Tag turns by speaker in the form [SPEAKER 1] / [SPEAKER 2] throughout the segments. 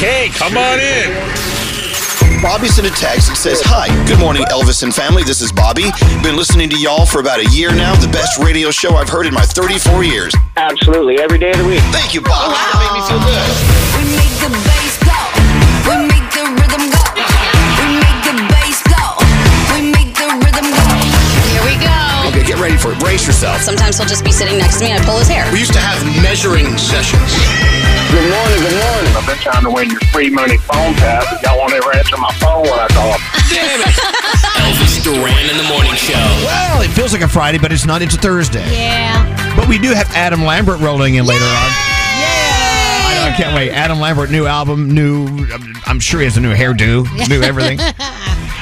[SPEAKER 1] Okay, come on in.
[SPEAKER 2] Bobby sent a text that says, Hi, good morning, Elvis and family. This is Bobby. Been listening to y'all for about a year now. The best radio show I've heard in my 34 years.
[SPEAKER 3] Absolutely, every day of the week.
[SPEAKER 2] Thank you, Bobby. That made me feel good.
[SPEAKER 4] We make the bass go. We make the rhythm go. We make the bass go. We make the rhythm go.
[SPEAKER 5] Here we go.
[SPEAKER 2] Okay, get ready for it. Brace yourself.
[SPEAKER 5] Sometimes he'll just be sitting next to me and I pull his hair.
[SPEAKER 2] We used to have measuring sessions.
[SPEAKER 3] Good morning, good morning. I've been trying to win your free money phone tap. but Y'all won't ever answer my phone when I call.
[SPEAKER 6] Damn it. Elvis Duran in the morning show.
[SPEAKER 1] Well, it feels like a Friday, but it's not. It's a Thursday.
[SPEAKER 7] Yeah.
[SPEAKER 1] But we do have Adam Lambert rolling in later on. I know, I can't wait. Adam Lambert, new album, new. I'm- I'm sure he has a new hairdo, new everything.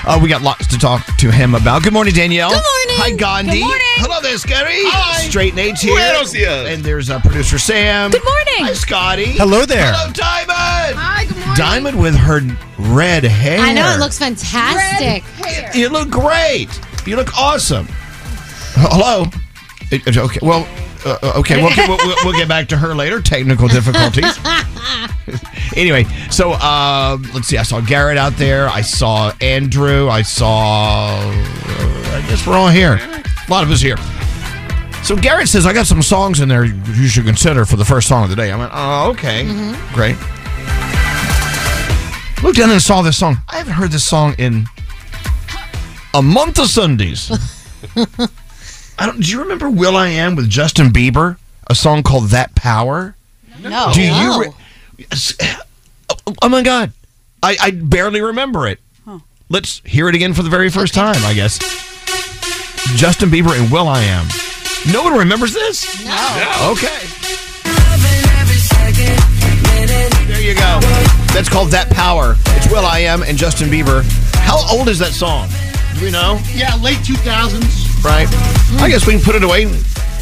[SPEAKER 1] Uh, we got lots to talk to him about. Good morning, Danielle. Good
[SPEAKER 7] morning.
[SPEAKER 1] Hi, Gandhi.
[SPEAKER 7] Good morning.
[SPEAKER 1] Hello there, Scary. Hi. Straight Nate's here.
[SPEAKER 6] Buenos dias.
[SPEAKER 1] And there's uh, producer Sam. Good
[SPEAKER 7] morning.
[SPEAKER 1] Hi, Scotty.
[SPEAKER 8] Hello there.
[SPEAKER 1] Hello, Diamond.
[SPEAKER 9] Hi, good morning.
[SPEAKER 1] Diamond with her red hair.
[SPEAKER 7] I know it looks fantastic.
[SPEAKER 9] Hair.
[SPEAKER 1] You look great. You look awesome. Hello. It- it- Okay. Well. Uh, okay. We'll, we'll, we'll, we'll get back to her later. Technical difficulties. anyway, so uh, let's see. I saw Garrett out there. I saw Andrew. I saw. uh, I guess we're all here. A lot of us here. So Garrett says I got some songs in there you should consider for the first song of the day. I went, oh, okay, great. Looked down and saw this song. I haven't heard this song in a month of Sundays. I don't, do you remember Will I Am with Justin Bieber? A song called That Power?
[SPEAKER 7] No.
[SPEAKER 1] Do you? Re- Yes. oh, oh my God. I, I barely remember it. Let's hear it again for the very first time, I guess. Justin Bieber and Will I Am. No one remembers this? No. Okay. There you go. That's called That Power. It's Will I Am and Justin Bieber. How old is that song? Do we know?
[SPEAKER 8] Yeah, late 2000s.
[SPEAKER 1] Right. I guess we can put it away and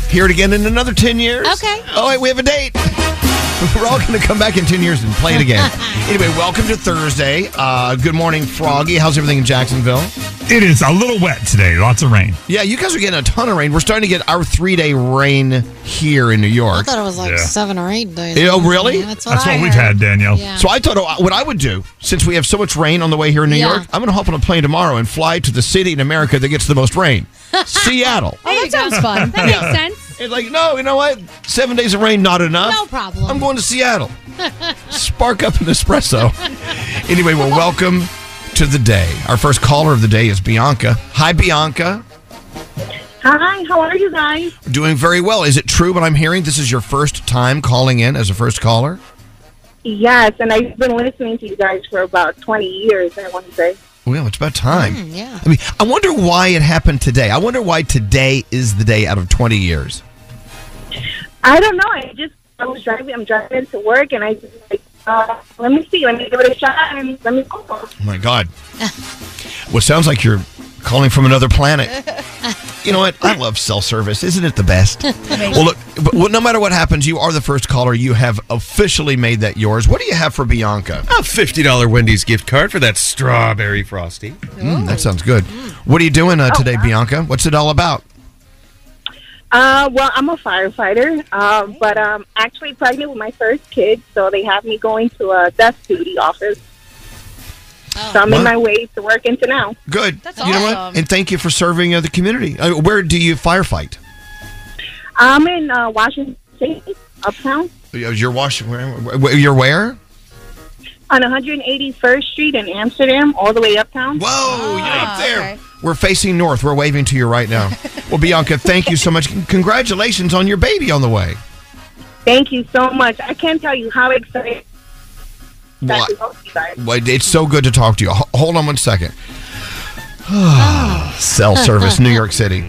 [SPEAKER 1] hear it again in another 10 years.
[SPEAKER 7] Okay.
[SPEAKER 1] Oh, wait, we have a date. We're all going to come back in 10 years and play it again. anyway, welcome to Thursday. Uh, good morning, Froggy. How's everything in Jacksonville?
[SPEAKER 6] It is a little wet today. Lots of rain.
[SPEAKER 1] Yeah, you guys are getting a ton of rain. We're starting to get our three day rain here in New
[SPEAKER 7] I
[SPEAKER 1] York.
[SPEAKER 7] thought it was like
[SPEAKER 6] Yeah.
[SPEAKER 7] seven or eight days.
[SPEAKER 1] Yeah, oh, really?
[SPEAKER 7] that's what,
[SPEAKER 6] That's
[SPEAKER 7] I
[SPEAKER 6] what we've
[SPEAKER 7] heard.
[SPEAKER 6] had, Danielle.
[SPEAKER 7] Yeah.
[SPEAKER 1] So I thought oh, what I would do, since we have so much rain on the way here in New
[SPEAKER 7] Yeah.
[SPEAKER 1] York, I'm going to hop on a plane tomorrow and fly to the city in America that gets the most rain Seattle.
[SPEAKER 7] Oh, that sounds fun.
[SPEAKER 9] That makes sense.
[SPEAKER 1] It's like, no, you know what? Seven days of rain, not enough.
[SPEAKER 7] No problem.
[SPEAKER 1] I'm going to Seattle. Spark up an espresso. anyway, well, welcome to the day. Our first caller of the day is Bianca. Hi, Bianca.
[SPEAKER 9] Hi, how are you guys?
[SPEAKER 1] Doing very well. Is it true what I'm hearing? This is your first time calling in as a first caller?
[SPEAKER 9] Yes, and I've been listening to you guys for about 20 years, I want to say.
[SPEAKER 1] Well, it's about time.
[SPEAKER 9] yeah.
[SPEAKER 1] I mean, I wonder why it happened today. I wonder why today is the day out of 20 years.
[SPEAKER 9] I don't know. I just, I was driving, I'm driving to work, and I just, like, uh, let me see, let me give it a shot, and let me go.
[SPEAKER 1] Oh my God. well, sounds like you're calling from another planet. You know what? I love self service. Isn't it the best? well, look, but, well, no matter what happens, you are the first caller. You have officially made that yours. What do you have for Bianca?
[SPEAKER 10] A $50 Wendy's gift card for that strawberry frosty.
[SPEAKER 1] Mm, that sounds good. What are you doing
[SPEAKER 9] Oh,
[SPEAKER 1] uh, today, Bianca? What's it all about?
[SPEAKER 9] Uh, well, I'm a firefighter, uh, but I'm actually pregnant with my first kid, so they have me going to a desk duty office. So I'm
[SPEAKER 1] What?
[SPEAKER 9] in my way to work into now.
[SPEAKER 1] Good.
[SPEAKER 9] Oh. That's
[SPEAKER 1] you know what?
[SPEAKER 9] awesome.
[SPEAKER 1] And thank you for serving uh, the community. Uh, where do you firefight?
[SPEAKER 9] I'm in uh, Washington State, uptown,
[SPEAKER 1] Uh, You're washing. Where, where, you're where?
[SPEAKER 9] on 181st Street in Amsterdam, all the way uptown. Ah. Whoa,
[SPEAKER 1] you're up there. We're facing north. We're waving to you right now. Well, Bianca, thank you so much. Congratulations on your baby on the way.
[SPEAKER 9] Thank you so much. I can't tell you how excited
[SPEAKER 1] Well,
[SPEAKER 9] that is to you guys.
[SPEAKER 1] Well, It's so good to talk to you. H- Hold on one second. Ah. Cell service, New York City.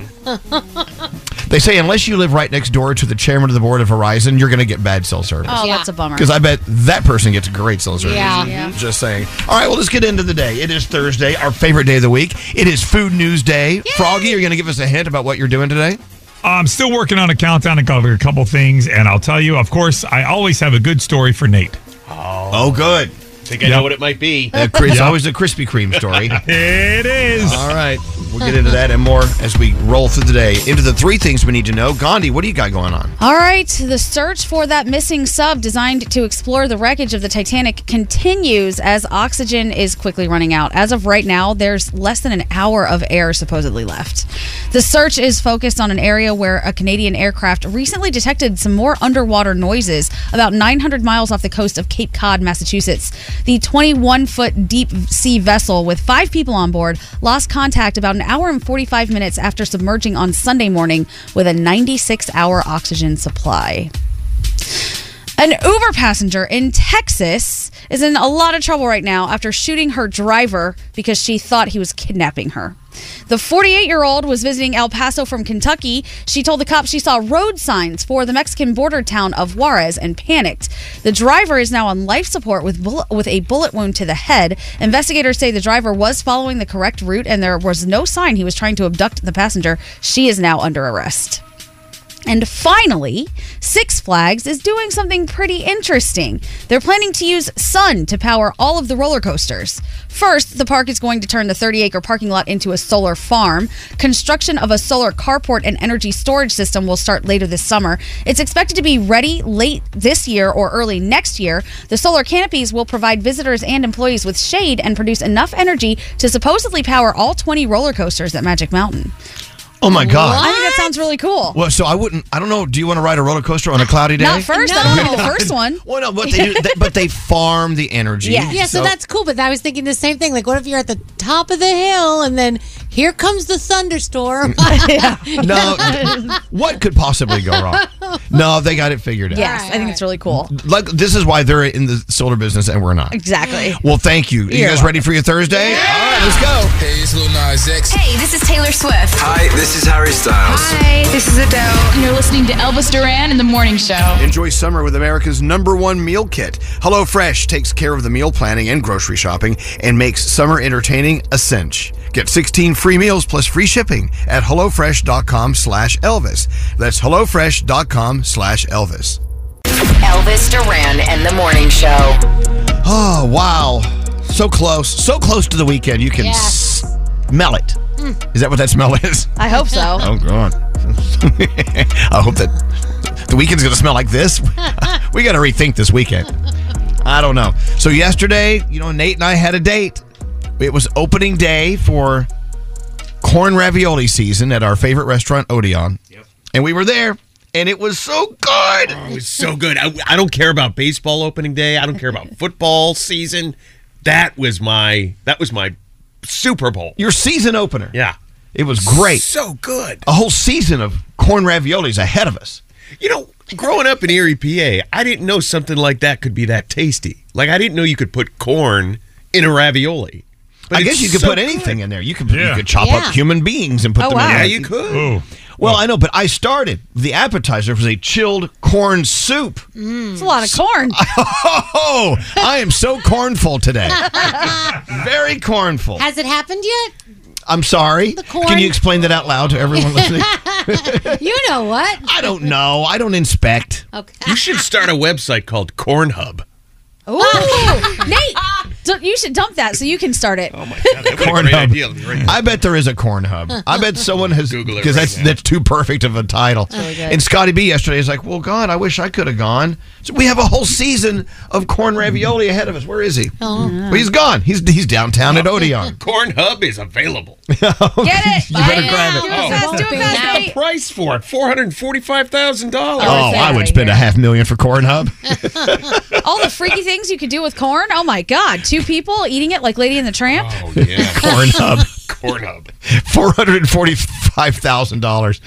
[SPEAKER 1] They say unless you live right next door to the chairman of the board of Verizon, you're going to get bad cell service.
[SPEAKER 5] Oh, that's a bummer.
[SPEAKER 1] Because I bet that person gets great sales service.
[SPEAKER 5] Yeah. Yeah.
[SPEAKER 1] Just saying. All right, well, let's get into the day. It is Thursday, our favorite day of the week. It is Food News Day. Froggy, you're going to give us a hint about what you're doing today?
[SPEAKER 11] I'm still working on a countdown and cover a couple things, and I'll tell you, of course, I always have a good story for Nate.
[SPEAKER 10] Oh,
[SPEAKER 1] good.
[SPEAKER 10] Think I
[SPEAKER 11] Yep.
[SPEAKER 10] know what it might be.
[SPEAKER 11] Uh, Chris,
[SPEAKER 1] It's always a Krispy Kreme story.
[SPEAKER 11] it is.
[SPEAKER 1] All right. We'll get into that and more as we roll through the day. Into the three things we need to know. Gandhi, what do you got going on?
[SPEAKER 5] All right, the search for that missing sub designed to explore the wreckage of the Titanic continues as oxygen is quickly running out. As of right now, there's less than an hour of air supposedly left. The search is focused on an area where a Canadian aircraft recently detected some more underwater noises about 900 miles off the coast of Cape Cod, Massachusetts. The 21 foot deep sea vessel with five people on board lost contact about an hour and 45 minutes after submerging on Sunday morning with a 96 hour oxygen supply. An Uber passenger in Texas is in a lot of trouble right now after shooting her driver because she thought he was kidnapping her. The 48 year old was visiting El Paso from Kentucky. She told the cops she saw road signs for the Mexican border town of Juarez and panicked. The driver is now on life support with, bullet, with a bullet wound to the head. Investigators say the driver was following the correct route and there was no sign he was trying to abduct the passenger. She is now under arrest. And finally, Six Flags is doing something pretty interesting. They're planning to use sun to power all of the roller coasters. First, the park is going to turn the 30 acre parking lot into a solar farm. Construction of a solar carport and energy storage system will start later this summer. It's expected to be ready late this year or early next year. The solar canopies will provide visitors and employees with shade and produce enough energy to supposedly power all 20 roller coasters at Magic Mountain.
[SPEAKER 1] Oh, my God.
[SPEAKER 5] I think that sounds really cool.
[SPEAKER 1] Well, so I wouldn't, I don't know. Do you want to ride a roller coaster on a cloudy day?
[SPEAKER 5] Not first. I don't want to be the first one.
[SPEAKER 1] Well, no, Uh, but they, do, they- but they farm the energy.
[SPEAKER 7] Yeah, so, that's cool. But I was thinking the same thing. Like, what if you're at the top of the hill and then here comes the thunderstorm?
[SPEAKER 1] No, what could possibly go wrong? No, they got it figured out.
[SPEAKER 5] Yes, I think it's really cool.
[SPEAKER 1] Like this is why they're in the solar business and we're not.
[SPEAKER 5] Exactly.
[SPEAKER 1] Well, thank you. you
[SPEAKER 5] You're
[SPEAKER 1] guys ready for your Thursday? All right, let's go.
[SPEAKER 12] Hey, it's Lil Nas X.
[SPEAKER 13] Hey, this is Taylor Swift.
[SPEAKER 12] Hi, this is Harry Styles.
[SPEAKER 13] Hi, this is Adele. And you're listening to Elvis Duran in the Morning Show.
[SPEAKER 1] Enjoy summer with America's number one meal kit. HelloFresh takes care of the meal planning and grocery shopping and makes summer entertaining a cinch. Get 16 free meals plus free shipping at HelloFresh.com slash Elvis. That's HelloFresh.com slash Elvis.
[SPEAKER 14] Elvis Duran and the Morning Show.
[SPEAKER 1] Oh, wow. So close. So close to the weekend. You can
[SPEAKER 14] Yes.
[SPEAKER 1] smell it. Is that what that smell is?
[SPEAKER 5] Mm. I hope so.
[SPEAKER 1] Oh God! I hope that the weekend's going to smell like this. we got to rethink this weekend. I don't know. So yesterday, you know, Nate and I had a date. It was opening day for corn ravioli season at our favorite restaurant, Odeon. And we were there, and it was so good.
[SPEAKER 10] Oh, It was so good. I, I don't care about baseball opening day. I don't care about football season. That was my that was my Super Bowl.
[SPEAKER 1] Your season opener.
[SPEAKER 10] Yeah.
[SPEAKER 1] It was great.
[SPEAKER 10] So good.
[SPEAKER 1] A whole season of corn raviolis ahead of us.
[SPEAKER 10] You know, growing up in Erie, PA, I didn't know something like that could be that tasty. Like I didn't know you could put corn in a ravioli.
[SPEAKER 1] I guess
[SPEAKER 10] it's
[SPEAKER 1] you could
[SPEAKER 10] so
[SPEAKER 1] put anything
[SPEAKER 10] good.
[SPEAKER 1] in there. You could you could chop
[SPEAKER 10] Yeah.
[SPEAKER 1] up human beings and put
[SPEAKER 10] Oh,
[SPEAKER 1] them in
[SPEAKER 10] wow.
[SPEAKER 1] there.
[SPEAKER 10] Yeah, you could. Ooh.
[SPEAKER 1] Well, I know, but I started the appetizer was a chilled corn soup. Hmm.
[SPEAKER 5] It's a lot of corn.
[SPEAKER 1] Oh, I am so cornful today. Very cornful.
[SPEAKER 7] Has it happened yet?
[SPEAKER 1] I'm sorry.
[SPEAKER 7] corn-
[SPEAKER 1] Can you explain that out loud to everyone listening?
[SPEAKER 7] you know what?
[SPEAKER 1] I don't know. I don't inspect.
[SPEAKER 7] Okay.
[SPEAKER 10] You should start a website called Corn Hub.
[SPEAKER 5] Ooh, Nate, d- you should dump that so you can start
[SPEAKER 1] Oh
[SPEAKER 5] it.
[SPEAKER 1] Corn
[SPEAKER 10] great
[SPEAKER 1] hub.
[SPEAKER 10] idea.
[SPEAKER 1] I bet there is a corn hub. I bet someone has
[SPEAKER 10] Google it
[SPEAKER 1] because
[SPEAKER 10] right
[SPEAKER 1] that's
[SPEAKER 10] now.
[SPEAKER 1] that's too perfect of a title.
[SPEAKER 10] That's really good.
[SPEAKER 1] and Scotty B yesterday is like, "Well, God, I wish I could have gone." So we have a whole season of corn ravioli ahead of us. Where is he?
[SPEAKER 10] Oh.
[SPEAKER 1] Well, he's gone. He's he's downtown at Odeon.
[SPEAKER 10] Corn Hub is available.
[SPEAKER 5] Get it?
[SPEAKER 1] You better grab it.
[SPEAKER 10] Oh.
[SPEAKER 5] fast, do it fast,
[SPEAKER 10] Now
[SPEAKER 5] Nate.
[SPEAKER 10] price for it four hundred forty-five thousand dollars.
[SPEAKER 1] Oh, I would spend a half million for corn hub.
[SPEAKER 5] All the freaky things you could do with corn. Oh my God. Two people eating it like Lady and the Tramp.
[SPEAKER 1] corn hub.
[SPEAKER 10] Corn Hub.
[SPEAKER 1] four hundred forty-five thousand dollars.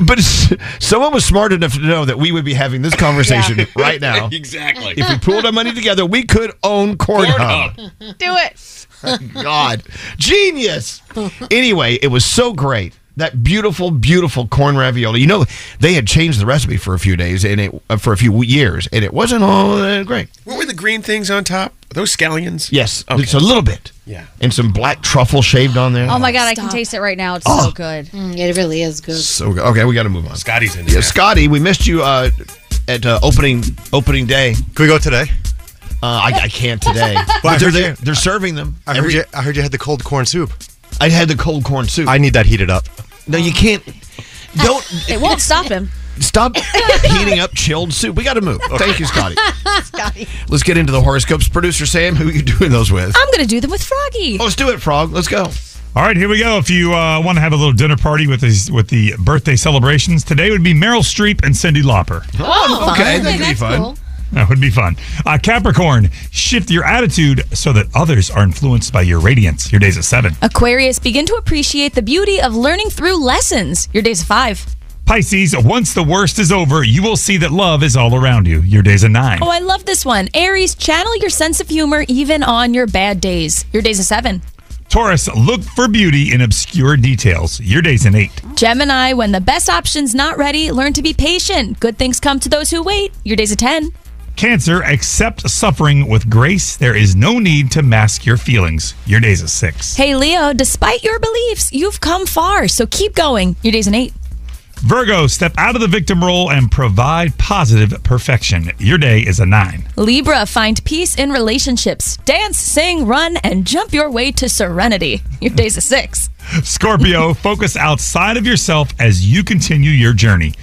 [SPEAKER 1] But s- someone was smart enough to know that we would be having this conversation right now.
[SPEAKER 10] exactly.
[SPEAKER 1] If we pooled our money together, we could own Corn, Hub.
[SPEAKER 5] Do it.
[SPEAKER 1] God, genius. Anyway, it was so great. That beautiful, beautiful corn ravioli. You know, they had changed the recipe for a few days and it uh, for a few years, and it wasn't all that great.
[SPEAKER 10] What were the green things on top? Are those scallions?
[SPEAKER 1] Yes, it's a little bit.
[SPEAKER 10] Yeah.
[SPEAKER 1] and some black truffle shaved on there.
[SPEAKER 5] Oh my God. I can taste it right now. It's so good.
[SPEAKER 7] it really is good.
[SPEAKER 1] So good. Okay, we got to move on.
[SPEAKER 10] Scotty's in.
[SPEAKER 1] Yeah, Scotty, we missed you uh, at uh, opening opening day. Can we go today? Uh, I, I can't today.
[SPEAKER 15] Well, I
[SPEAKER 1] But they're
[SPEAKER 15] heard you-
[SPEAKER 1] there. They're serving them.
[SPEAKER 15] I heard, you, I heard you had the cold corn soup.
[SPEAKER 1] I had the cold corn soup. I
[SPEAKER 15] need that heated up.
[SPEAKER 1] No, you can't. Don't
[SPEAKER 5] It won't stop him.
[SPEAKER 1] stop heating up chilled soup. We got to move. Thank you, Scotty. Let's get into the horoscopes. Producer Sam, who are you doing those with?
[SPEAKER 16] I'm going to do them with Froggy.
[SPEAKER 1] Oh, Let's do it, Frog. Let's go.
[SPEAKER 11] All right, here we go. If you uh, want to have a little dinner party with these with the birthday celebrations, today would be Meryl Streep and Cindy Lauper.
[SPEAKER 1] Oh, okay, that could be
[SPEAKER 11] that's
[SPEAKER 1] fun.
[SPEAKER 11] cool. That would be fun. Uh, Capricorn, shift your attitude so that others are influenced by your radiance. Your day's at seven.
[SPEAKER 16] Aquarius, begin to appreciate the beauty of learning through lessons. Your day's a five.
[SPEAKER 11] Pisces, once the worst is over, you will see that love is all around you. Your day's a nine.
[SPEAKER 16] Oh, I love this one. Aries, channel your sense of humor even on your bad days. Your day's a seven.
[SPEAKER 11] Taurus, look for beauty in obscure details. Your day's an eight.
[SPEAKER 16] Gemini, when the best option's not ready, learn to be patient. Good things come to those who wait. Your day's a 10.
[SPEAKER 11] Cancer, accept suffering with grace. There is no need to mask your feelings. Your day's a six.
[SPEAKER 16] Hey, Leo, despite your beliefs, you've come far, so keep going. Your day's an 8.
[SPEAKER 11] Virgo, step out of the victim role and provide positive perfection. Your day is a nine.
[SPEAKER 16] Libra, find peace in relationships. Dance, sing, run, and jump your way to serenity. Your day's a 6.
[SPEAKER 11] Scorpio, focus outside of yourself as you continue your journey.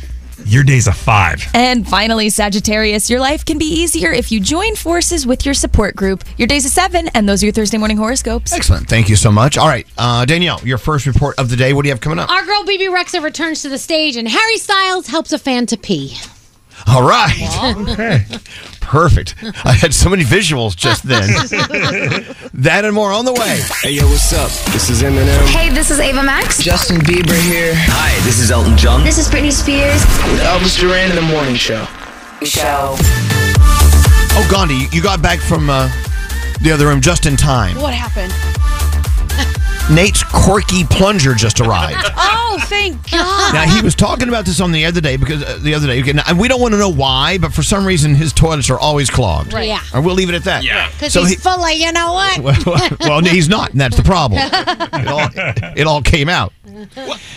[SPEAKER 11] Your day's a five.
[SPEAKER 16] And finally, Sagittarius, your life can be easier if you join forces with your support group. Your day's a 7, and those are your Thursday morning horoscopes.
[SPEAKER 1] Excellent. Thank you so much. All right, uh, Danielle, your first report of the day. What do you have coming up?
[SPEAKER 7] Our girl BB Rexa returns to the stage, and Harry Styles helps a fan to pee.
[SPEAKER 1] All right. Perfect. I had so many visuals just then. that and more on the way.
[SPEAKER 12] Hey, yo, what's up? This is Eminem.
[SPEAKER 14] Hey, this is Ava Max.
[SPEAKER 12] Justin Bieber here. Hi, this is Elton John.
[SPEAKER 14] This is Britney Spears.
[SPEAKER 12] with Elvis Duran in the morning show.
[SPEAKER 14] Show.
[SPEAKER 1] Oh, Gandhi, you- you got back from uh, the other room just in time.
[SPEAKER 5] What happened?
[SPEAKER 1] Nate's corky plunger just arrived.
[SPEAKER 5] Oh, thank God.
[SPEAKER 1] Now he was talking about this on the other day because uh, the other day, okay, now, and we don't want to know why, but for some reason his toilets are always clogged.
[SPEAKER 7] Right. Yeah.
[SPEAKER 1] And we'll leave it at that. Yeah.
[SPEAKER 7] Because he's full of, you know what?
[SPEAKER 1] well, well, he's not, and that's the problem. It all, it all came out.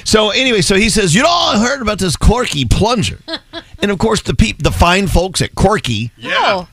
[SPEAKER 1] So anyway, so he says, you know, I heard about this Corky plunger, and of course the peep, the fine folks at Corky,
[SPEAKER 10] Yeah.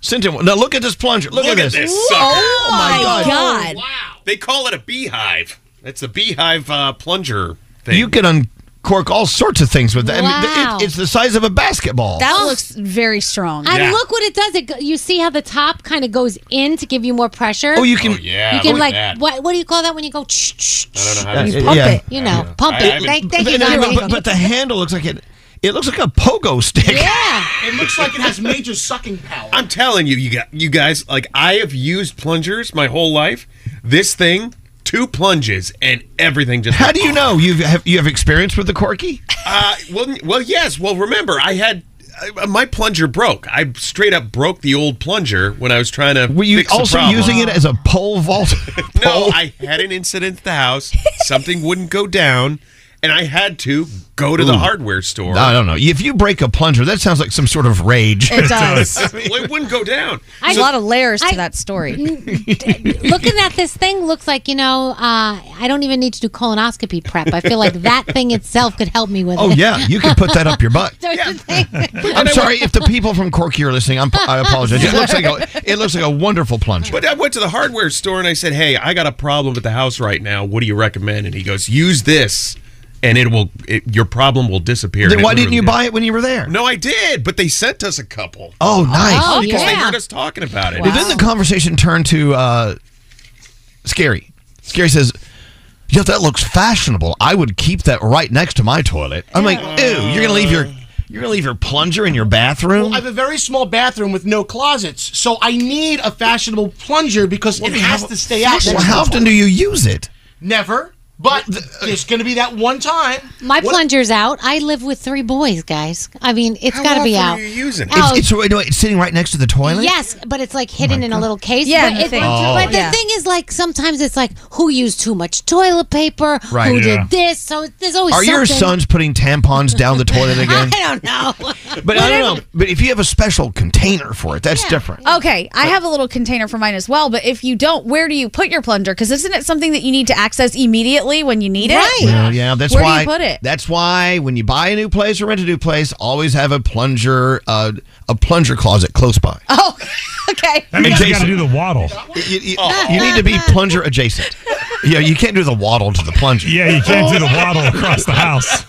[SPEAKER 1] sent him. Now look at this plunger. Look,
[SPEAKER 10] Look at this sucker. Oh, my God.
[SPEAKER 1] Wow.
[SPEAKER 10] They call it a beehive. That's the beehive uh, plunger.
[SPEAKER 1] You can uncork all sorts of things with that. I
[SPEAKER 7] Wow.
[SPEAKER 1] mean, it, it's the size of a basketball.
[SPEAKER 5] That looks very strong.
[SPEAKER 7] And look what it does. It go- you see how the top kind of goes in to give you more pressure.
[SPEAKER 1] Oh, you can- Oh,
[SPEAKER 10] yeah,
[SPEAKER 7] You
[SPEAKER 10] look
[SPEAKER 7] can
[SPEAKER 10] at
[SPEAKER 7] like
[SPEAKER 10] that.
[SPEAKER 7] what? What do you call that when you go? Shh, shh,
[SPEAKER 10] I don't know how
[SPEAKER 1] Uh,
[SPEAKER 10] to
[SPEAKER 1] yeah.
[SPEAKER 10] explain
[SPEAKER 1] Yeah.
[SPEAKER 10] it.
[SPEAKER 7] you know, pump
[SPEAKER 10] I
[SPEAKER 7] it.
[SPEAKER 10] haven't-
[SPEAKER 7] Thank, thank
[SPEAKER 1] but,
[SPEAKER 7] you.
[SPEAKER 1] but-
[SPEAKER 7] Gandhi.
[SPEAKER 1] but- but the handle looks like it. It looks like a pogo stick.
[SPEAKER 7] Yeah.
[SPEAKER 8] It looks like it has major sucking power.
[SPEAKER 10] I'm telling you, you got you guys. Like I have used plungers my whole life. this thing, two plunges, and everything just.
[SPEAKER 1] How do you know you've have, you have experience with the corky?
[SPEAKER 10] Uh, well, n- well, yes. Well, remember, I had uh, my plunger broke. I straight up broke the old plunger when I was trying to. Were
[SPEAKER 1] You also using it as a pole vault?
[SPEAKER 10] No, I had an incident at the house. Something wouldn't go down, and I had to go to the
[SPEAKER 1] Ooh.
[SPEAKER 10] hardware store.
[SPEAKER 1] I don't know. If you break a plunger, that sounds like some sort of rage.
[SPEAKER 10] well, it wouldn't go down.
[SPEAKER 5] There's a lot of layers to that story.
[SPEAKER 7] Looking at this thing looks like, you know, uh, I don't even need to do colonoscopy prep. I feel like that thing itself could help me with
[SPEAKER 1] Oh
[SPEAKER 7] it.
[SPEAKER 1] yeah, you can put that up your butt.
[SPEAKER 7] Don't you think?
[SPEAKER 1] I'm sorry if the people from Corky are listening. I'm, I apologize. It looks like a, it looks like a wonderful plunger.
[SPEAKER 10] But I went to the hardware store and I said, "Hey, I got a problem at the house right now. What do you recommend?" And he goes, "Use this, and it will it, your problem will disappear."
[SPEAKER 1] Then why didn't you buy it when you were there?
[SPEAKER 10] No, I did, but they sent us a couple.
[SPEAKER 1] Oh, nice.
[SPEAKER 10] Oh, because they heard us talking about it.
[SPEAKER 1] Well, Then the conversation turned to uh, Scary. Scary says, "Yeah, that looks fashionable. I would keep that right next to my toilet." I'm like, "Ew, you're gonna leave your you're gonna leave your plunger in your bathroom?"
[SPEAKER 8] I have a very small bathroom with no closets, so I need a fashionable plunger because it has to stay out.
[SPEAKER 1] well,
[SPEAKER 8] next
[SPEAKER 1] how
[SPEAKER 8] to the
[SPEAKER 1] often do you use it? uh,
[SPEAKER 8] Never. But it's going to be that one time.
[SPEAKER 7] My
[SPEAKER 8] What-
[SPEAKER 7] plunger's out. I live with three boys, guys. I mean, it's got to be out.
[SPEAKER 10] using
[SPEAKER 7] Oh.
[SPEAKER 1] It's, it's, wait, wait, it's sitting right next to the toilet.
[SPEAKER 7] Yes, but it's like hidden in a little case.
[SPEAKER 5] Yeah,
[SPEAKER 7] but,
[SPEAKER 5] the
[SPEAKER 7] it-
[SPEAKER 5] thing.
[SPEAKER 1] Oh.
[SPEAKER 7] but the
[SPEAKER 1] Yeah.
[SPEAKER 7] thing is, like sometimes it's like who used too much toilet paper,
[SPEAKER 1] Right,
[SPEAKER 7] who
[SPEAKER 1] yeah.
[SPEAKER 7] did this. So there's always
[SPEAKER 1] Are your
[SPEAKER 7] something.
[SPEAKER 1] sons putting tampons down the toilet again?
[SPEAKER 7] I
[SPEAKER 5] Oh,
[SPEAKER 7] don't know.
[SPEAKER 1] But I don't know. But if you have a special container for it, that's different.
[SPEAKER 5] Okay, I have a little container for mine as well, but if you don't, where do you put your plunger? Because isn't it something that you need to access immediately when you need it?
[SPEAKER 1] Well, yeah, that's
[SPEAKER 5] Where do you
[SPEAKER 1] why.
[SPEAKER 5] put it?
[SPEAKER 1] That's why when you buy a new place or rent a new place, always have a plunger, uh, a plunger closet close by.
[SPEAKER 5] Oh, okay.
[SPEAKER 11] That means you got to
[SPEAKER 1] Jason.
[SPEAKER 11] do the waddle.
[SPEAKER 1] You, you- you need to be plunger adjacent. Yeah, you can't do the waddle to the plunger.
[SPEAKER 11] Yeah, you can't do the waddle across the house.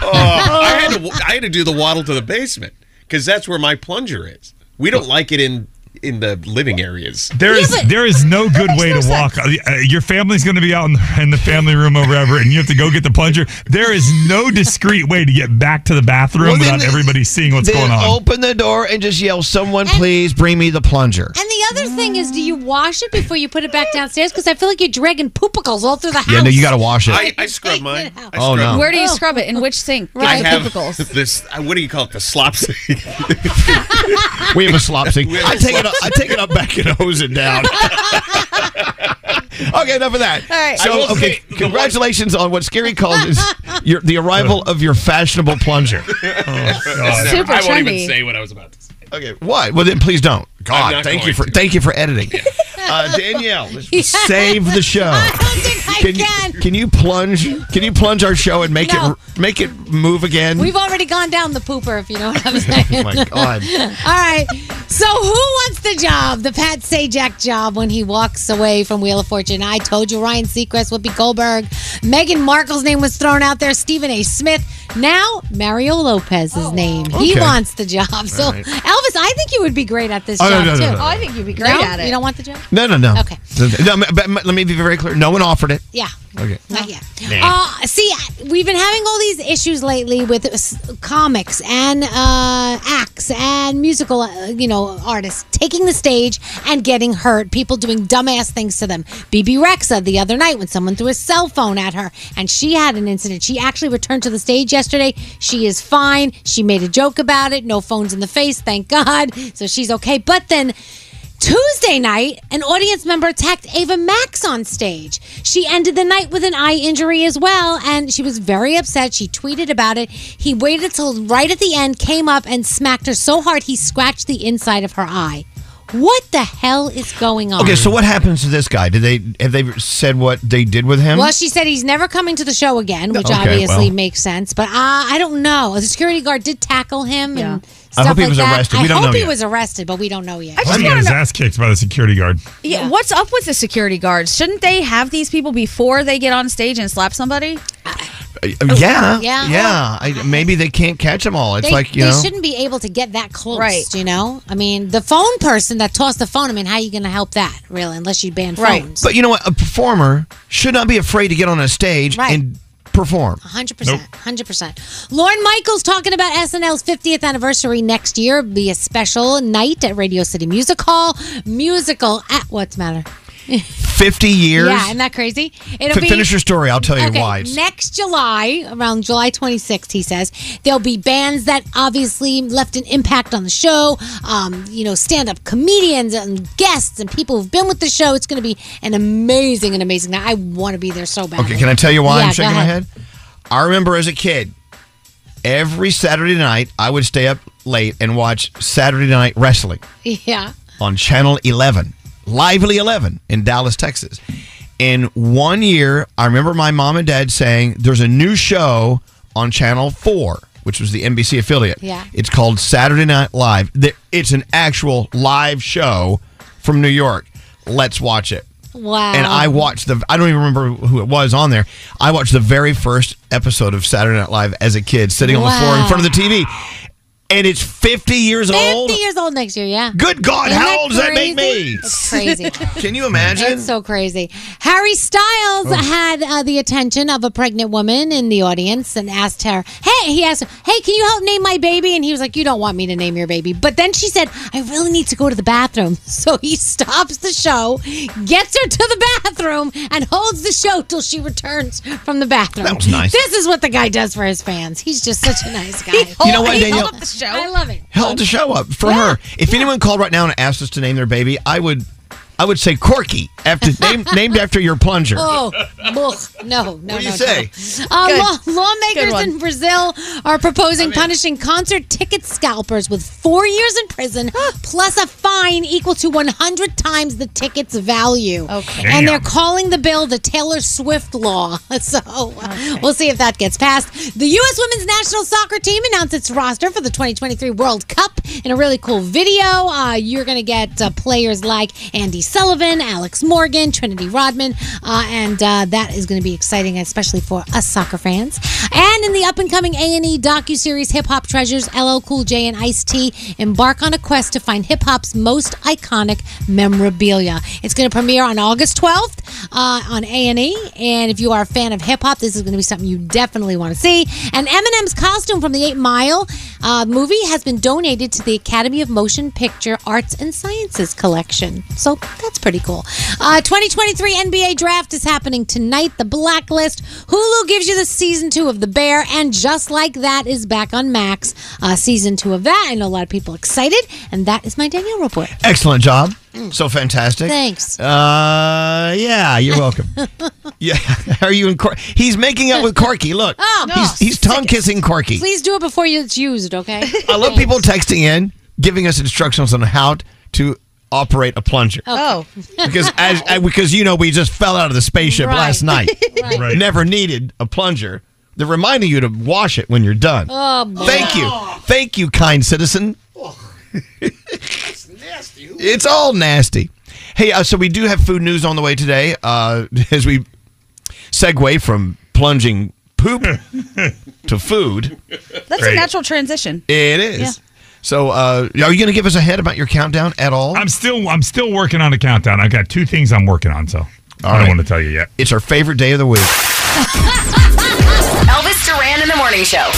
[SPEAKER 10] Oh, I had to I had to do the waddle to the basement because that's where my plunger is. We don't like it in in the living areas.
[SPEAKER 11] There is there is no good way to walk. Uh, your family's going to be out in the, in the family room or wherever, and you have to go get the plunger. There is no discreet way to get back to the bathroom
[SPEAKER 1] Well, then
[SPEAKER 11] without
[SPEAKER 1] the-
[SPEAKER 11] everybody seeing what's
[SPEAKER 1] then
[SPEAKER 11] going on.
[SPEAKER 1] open the door and just yell, "Someone, please bring me the plunger."
[SPEAKER 7] And the other thing is, do you wash it before you put it back downstairs? Because I feel like you're dragging poopicles all through the house.
[SPEAKER 1] Yeah, no, you got to wash it.
[SPEAKER 10] I, I scrub mine. I
[SPEAKER 1] Oh,
[SPEAKER 10] scrub
[SPEAKER 1] no.
[SPEAKER 5] Where do you scrub it? In which sink?
[SPEAKER 10] I have
[SPEAKER 5] Typicals.
[SPEAKER 10] this. uh, What do you call it? The slop sink.
[SPEAKER 1] we have a slop sink.
[SPEAKER 10] We have
[SPEAKER 1] I
[SPEAKER 10] a
[SPEAKER 1] take
[SPEAKER 10] slop
[SPEAKER 1] it. Up, I take it up back and hose it down. okay, enough of that.
[SPEAKER 5] All right.
[SPEAKER 10] I
[SPEAKER 1] So,
[SPEAKER 10] will
[SPEAKER 1] okay,
[SPEAKER 10] say the
[SPEAKER 1] congratulations on what Scary calls is your, the arrival of your fashionable plunger.
[SPEAKER 10] Never-
[SPEAKER 5] Super
[SPEAKER 10] I won't
[SPEAKER 5] trendy.
[SPEAKER 10] even say what I was about to say.
[SPEAKER 1] Okay, why? Well, then please don't.
[SPEAKER 10] I'm
[SPEAKER 1] God,
[SPEAKER 10] not
[SPEAKER 1] thank you
[SPEAKER 10] going
[SPEAKER 1] for
[SPEAKER 10] to.
[SPEAKER 1] thank you for editing. Uh, Danielle, save the show. Can you, can you plunge? Can you plunge our show and make
[SPEAKER 7] No.
[SPEAKER 1] it make it move again?
[SPEAKER 7] We've already gone down the pooper, if you know what I'm saying.
[SPEAKER 1] Oh, my God.
[SPEAKER 7] All right. So, who wants the job? The Pat Sajak job when he walks away from Wheel of Fortune. I told you Ryan Seacrest, Whoopi Goldberg, Meghan Markle's name was thrown out there, Stephen A. Smith. Now, Mario Lopez's name. He
[SPEAKER 5] Okay.
[SPEAKER 7] wants the job. So,
[SPEAKER 1] right.
[SPEAKER 7] Elvis, I think you would be great at this
[SPEAKER 1] Oh, no,
[SPEAKER 7] job,
[SPEAKER 1] no, no,
[SPEAKER 7] too.
[SPEAKER 1] no, no. Oh, I
[SPEAKER 5] think you'd be
[SPEAKER 7] great at it. You don't want the job?
[SPEAKER 1] no, no, no.
[SPEAKER 7] Okay.
[SPEAKER 1] No, but but let me be very clear. No one offered it.
[SPEAKER 7] Yeah.
[SPEAKER 1] Okay.
[SPEAKER 7] Not yet. Uh, see, I- we've been having all these issues lately with s- comics and uh, acts and musical, uh, you know, artists taking the stage and getting hurt. People doing dumbass things to them. BB Rexa the other night when someone threw a cell phone at her and she had an incident. She actually returned to the stage yesterday. She is fine. She made a joke about it. No phones in the face, thank God. So she's okay. But then. Tuesday night, an audience member attacked Ava Max on stage. She ended the night with an eye injury as well, and she was very upset. She tweeted about it. He waited till right at the end, came up, and smacked her so hard he scratched the inside of her eye. What the hell is going on?
[SPEAKER 1] Okay, so what happens to this guy? Did they have they said what they did with him?
[SPEAKER 7] Well, she said he's never coming to the show again, which
[SPEAKER 1] Okay,
[SPEAKER 7] obviously
[SPEAKER 1] well.
[SPEAKER 7] makes sense. But uh, I don't know. The security guard did tackle him and stuff
[SPEAKER 1] I hope he
[SPEAKER 7] like
[SPEAKER 1] was
[SPEAKER 7] that.
[SPEAKER 1] arrested. We
[SPEAKER 7] I
[SPEAKER 1] don't
[SPEAKER 7] hope
[SPEAKER 1] know
[SPEAKER 7] he
[SPEAKER 1] yet.
[SPEAKER 7] was arrested, but we don't know yet.
[SPEAKER 11] He got his ass kicked by the security guard.
[SPEAKER 5] Yeah. What's up with the security guards? Shouldn't they have these people before they get on stage and slap somebody?
[SPEAKER 1] Uh, yeah,
[SPEAKER 7] Oh, Yeah.
[SPEAKER 1] yeah, I, maybe they can't catch them all. It's
[SPEAKER 7] they,
[SPEAKER 1] like you
[SPEAKER 7] they
[SPEAKER 1] know.
[SPEAKER 7] shouldn't be able to get that close. You know, I mean, the phone person that tossed the phone. I mean, how are you going to help that really? Unless you ban phones.
[SPEAKER 1] But you know what? A performer should not be afraid to get on a stage
[SPEAKER 7] Right.
[SPEAKER 1] and perform.
[SPEAKER 7] Hundred percent, hundred percent. Lauren Michaels talking about SNL's 50th anniversary next year. Be a special night at Radio City Music Hall. Musical at what's the matter?
[SPEAKER 1] 50 years.
[SPEAKER 7] Yeah, isn't that crazy? It'll
[SPEAKER 1] F- finish your story. I'll tell you
[SPEAKER 7] okay,
[SPEAKER 1] why. It's-
[SPEAKER 7] Next July, around July 26th, he says, there'll be bands that obviously left an impact on the show. Um, you know, stand up comedians and guests and people who've been with the show. It's going to be an amazing, an amazing night. I want to be there so bad.
[SPEAKER 1] Okay, can I tell you why
[SPEAKER 7] Yeah,
[SPEAKER 1] I'm
[SPEAKER 7] go
[SPEAKER 1] shaking my
[SPEAKER 7] ahead.
[SPEAKER 1] head? I remember as a kid, every Saturday night, I would stay up late and watch Saturday Night Wrestling
[SPEAKER 7] Yeah.
[SPEAKER 1] on Channel 11, Lively 11 in Dallas, Texas. In one year, I remember my mom and dad saying, There's a new show on Channel 4, which was the NBC affiliate.
[SPEAKER 17] Yeah.
[SPEAKER 1] It's called Saturday Night Live. Th- It's an actual live show from New York. Let's watch it.
[SPEAKER 7] Wow.
[SPEAKER 1] And I watched the, I don't even remember who it was on there. I watched the very first episode of Saturday Night Live as a kid, sitting on the floor in
[SPEAKER 7] Wow.
[SPEAKER 1] front of the TV. And it's 50 years
[SPEAKER 7] 50
[SPEAKER 1] old.
[SPEAKER 7] years old next year, yeah.
[SPEAKER 1] Good God,
[SPEAKER 7] Isn't
[SPEAKER 1] how
[SPEAKER 7] that
[SPEAKER 1] old does that make
[SPEAKER 7] crazy?
[SPEAKER 1] me?
[SPEAKER 7] It's crazy.
[SPEAKER 1] Can you imagine?
[SPEAKER 7] It's so crazy. Harry Styles
[SPEAKER 1] Oh.
[SPEAKER 7] had uh, the attention of a pregnant woman in the audience and asked her, "Hey," he asked, her, "Hey, can you help name my baby?" And he was like, "You don't want me to name your baby." But then she said, "I really need to go to the bathroom." So he stops the show, gets her to the bathroom, and holds the show till she returns from the bathroom.
[SPEAKER 1] That was nice.
[SPEAKER 7] This is what the guy does for his fans. He's just such a nice guy.
[SPEAKER 1] You know what, He held Danielle? up
[SPEAKER 7] the show. I love it.
[SPEAKER 1] held the show up for her. If anyone called right now and asked us to name their baby, I would, I would say Corky after name, named after your plunger.
[SPEAKER 7] Oh, ugh, no, no, no.
[SPEAKER 1] do you
[SPEAKER 7] no.
[SPEAKER 1] say?
[SPEAKER 7] Uh,
[SPEAKER 1] Good.
[SPEAKER 7] law- lawmakers
[SPEAKER 1] one.
[SPEAKER 7] in Brazil are proposing punishing concert ticket scalpers with four years in prison plus a fine equal to 100 times the ticket's value. Okay.
[SPEAKER 4] Damn.
[SPEAKER 7] And they're calling the bill the Taylor Swift law. So uh, we'll see if that gets passed. The U.S. women's national soccer team announced its roster for the 2023 World Cup in a really cool video. Uh, you're going to get uh, players like Andy Sullivan, Alex Morgan, Trinity Rodman, uh, and uh, that is going to be exciting, especially for us soccer fans. And in the up and E coming A&E docuseries Hip Hop Treasures, LL Cool J and Ice-T embark on a quest to find hip hop's most iconic memorabilia. It's going to premiere on August 12th uh, on A&E, and if you are a fan of hip hop, this is going to be something you definitely want to see. And Eminem's costume from the 8 Mile uh, movie has been donated to the Academy of Motion Picture Arts and Sciences collection. So that's pretty cool. Uh, 2023 NBA draft is happening tonight. The Blacklist. Hulu gives you the season two of The Bear, and just like that is back on Max. Uh, season two of that. I know a lot of people excited, and that is my Danielle report.
[SPEAKER 1] Excellent job. So fantastic.
[SPEAKER 7] Mm. Thanks.
[SPEAKER 1] Uh, yeah, you're welcome. yeah, are you in? Cor- he's making out with Corky. Look,
[SPEAKER 7] Oh,
[SPEAKER 1] he's, he's tongue kissing Corky.
[SPEAKER 7] Please do it before you- it's used, okay?
[SPEAKER 1] I love people texting in, giving us instructions on how to operate a plunger.
[SPEAKER 7] Oh.
[SPEAKER 1] because as, as- because you know we just fell out of the spaceship
[SPEAKER 7] Right.
[SPEAKER 1] last night.
[SPEAKER 7] Right.
[SPEAKER 11] Right.
[SPEAKER 1] Never needed a plunger. They're reminding you to wash it when you're done.
[SPEAKER 7] Oh, boy.
[SPEAKER 1] Thank you, thank you, kind citizen. It's all nasty. Hey, uh, so we do have food news on the way today uh, as we segue from plunging poop to food.
[SPEAKER 5] That's a natural transition.
[SPEAKER 1] It is.
[SPEAKER 5] Yeah.
[SPEAKER 1] So, uh, are you going to give us a head about your countdown at all?
[SPEAKER 11] I'm still I'm still working on a countdown. I've got two things I'm working on, so I don't
[SPEAKER 1] right.
[SPEAKER 11] want to tell you yet.
[SPEAKER 1] It's our favorite day of the week.
[SPEAKER 14] Elvis Duran in the morning show.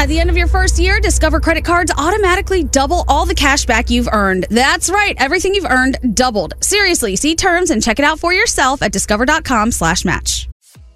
[SPEAKER 5] At the end of your first year, Discover credit cards automatically double all the cash back you've earned. That's right, everything you've earned doubled. Seriously, see terms and check it out for yourself at discover.com/match.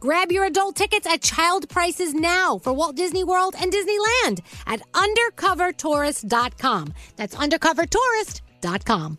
[SPEAKER 7] Grab your adult tickets at child prices now for Walt Disney World and Disneyland at undercovertourist.com. That's undercovertourist.com.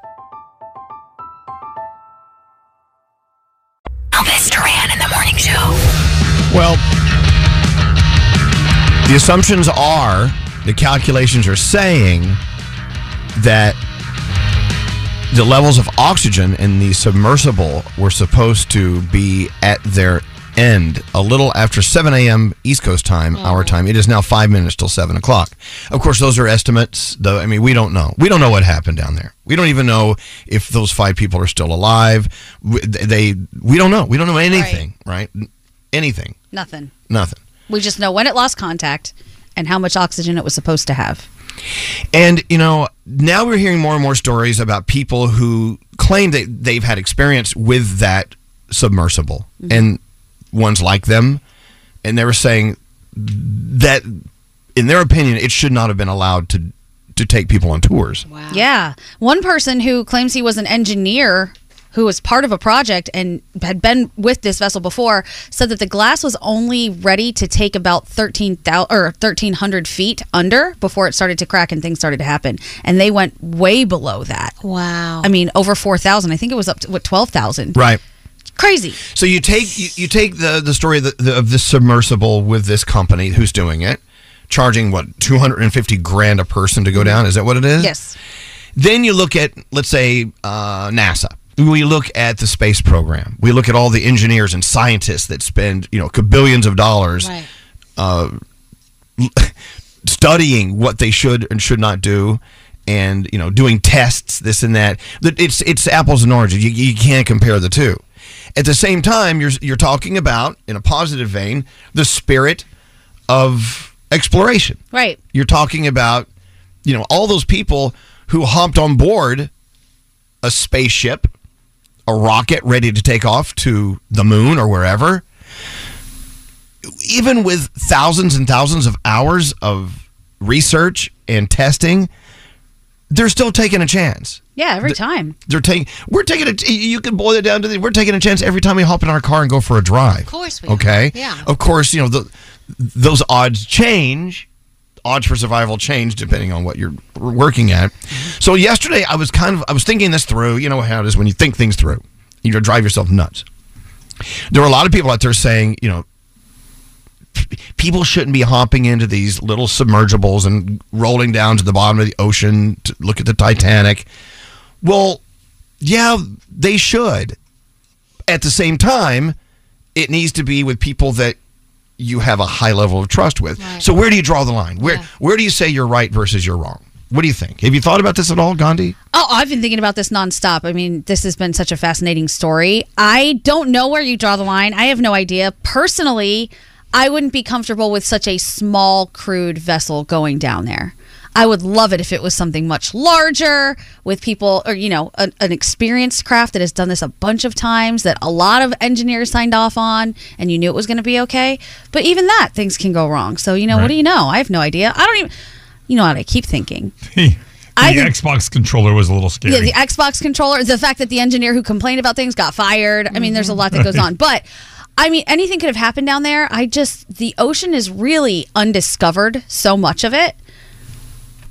[SPEAKER 14] Elvis Duran in the morning show.
[SPEAKER 1] Well, the assumptions are, the calculations are saying that the levels of oxygen in the submersible were supposed to be at their end a little after 7 a.m. East Coast time, our time. It is now five minutes till 7 o'clock. Of course, those are estimates. Though I mean, we don't know. We don't know what happened down there. We don't even know if those five people are still alive. We, they, we don't know. We don't know anything, right? Anything.
[SPEAKER 5] Nothing.
[SPEAKER 1] Nothing.
[SPEAKER 5] We just know when it lost contact and how much oxygen it was supposed to have.
[SPEAKER 1] And, you know, now we're hearing more and more stories about people who claim that they've had experience with that submersible and ones like them. And they were saying that, in their opinion, it should not have been allowed to, to take people on tours.
[SPEAKER 5] Yeah. One person who claims he was an engineer who was part of a project and had been with this vessel before said that the glass was only ready to take about 13,000 or 1,300 feet under before it started to crack and things started to happen. And they went way below that.
[SPEAKER 7] Wow.
[SPEAKER 5] I mean, over 4,000. I think it was up to what, 12,000?
[SPEAKER 1] Right.
[SPEAKER 5] Crazy.
[SPEAKER 1] So you take you, you take the the story of, the, the, of this submersible with this company who's doing it, charging what two hundred and fifty grand a person to go down. Is that what it is?
[SPEAKER 5] Yes.
[SPEAKER 1] Then you look at let's say uh, NASA. We look at the space program. We look at all the engineers and scientists that spend you know billions of dollars
[SPEAKER 8] Right.
[SPEAKER 1] uh, studying what they should and should not do and you know doing tests this and that That it's it's apples and oranges you, you can't compare the two at the same time you're you're talking about in a positive vein the spirit of exploration
[SPEAKER 5] Right.
[SPEAKER 1] you're talking about you know all those people who hopped on board a spaceship a rocket ready to take off to the moon or wherever even with thousands and thousands of hours of research and testing they're still taking a chance
[SPEAKER 5] Yeah, every
[SPEAKER 1] Th-
[SPEAKER 5] time.
[SPEAKER 1] they're taking we're taking a you can boil it down to the, we're taking a chance every time we hop in our car and go for a drive
[SPEAKER 5] Of course we are.
[SPEAKER 1] okay
[SPEAKER 5] Yeah.
[SPEAKER 1] of course you know the, those odds change odds for survival change depending on what you're working at.
[SPEAKER 5] Mm-hmm.
[SPEAKER 1] So yesterday I was kind of I was thinking this through. You know how it is when you think things through, you drive yourself nuts. There are a lot of people out there saying, you know, p- people shouldn't be hopping into these little submergibles and rolling down to the bottom of the ocean to look at the Titanic. Well, yeah, they should. At the same time, it needs to be with people that you have a high level of trust with. So where do you draw the line? Where where do you say you're right versus you're wrong? What do you think? Have you thought about this at all, Gandhi?
[SPEAKER 5] Oh, I've been thinking about this nonstop. I mean, this has been such a fascinating story. I don't know where you draw the line. I have no idea. Personally, I wouldn't be comfortable with such a small, crude vessel going down there. I would love it if it was something much larger with people, or, you know, an, an experienced craft that has done this a bunch of times that a lot of engineers signed off on and you knew it was going to be okay. But even that, things can go wrong. So, you know,
[SPEAKER 11] Right.
[SPEAKER 5] what do you know? I have no idea. I don't even, you know what I keep thinking.
[SPEAKER 11] The
[SPEAKER 5] I think-
[SPEAKER 11] Xbox controller was a little scary.
[SPEAKER 5] Yeah, the Xbox controller, the fact that the engineer who complained about things got fired. I mean, there's a lot that goes
[SPEAKER 11] Right.
[SPEAKER 5] on. But I mean, anything could have happened down there. I just, the ocean is really undiscovered, so much of it.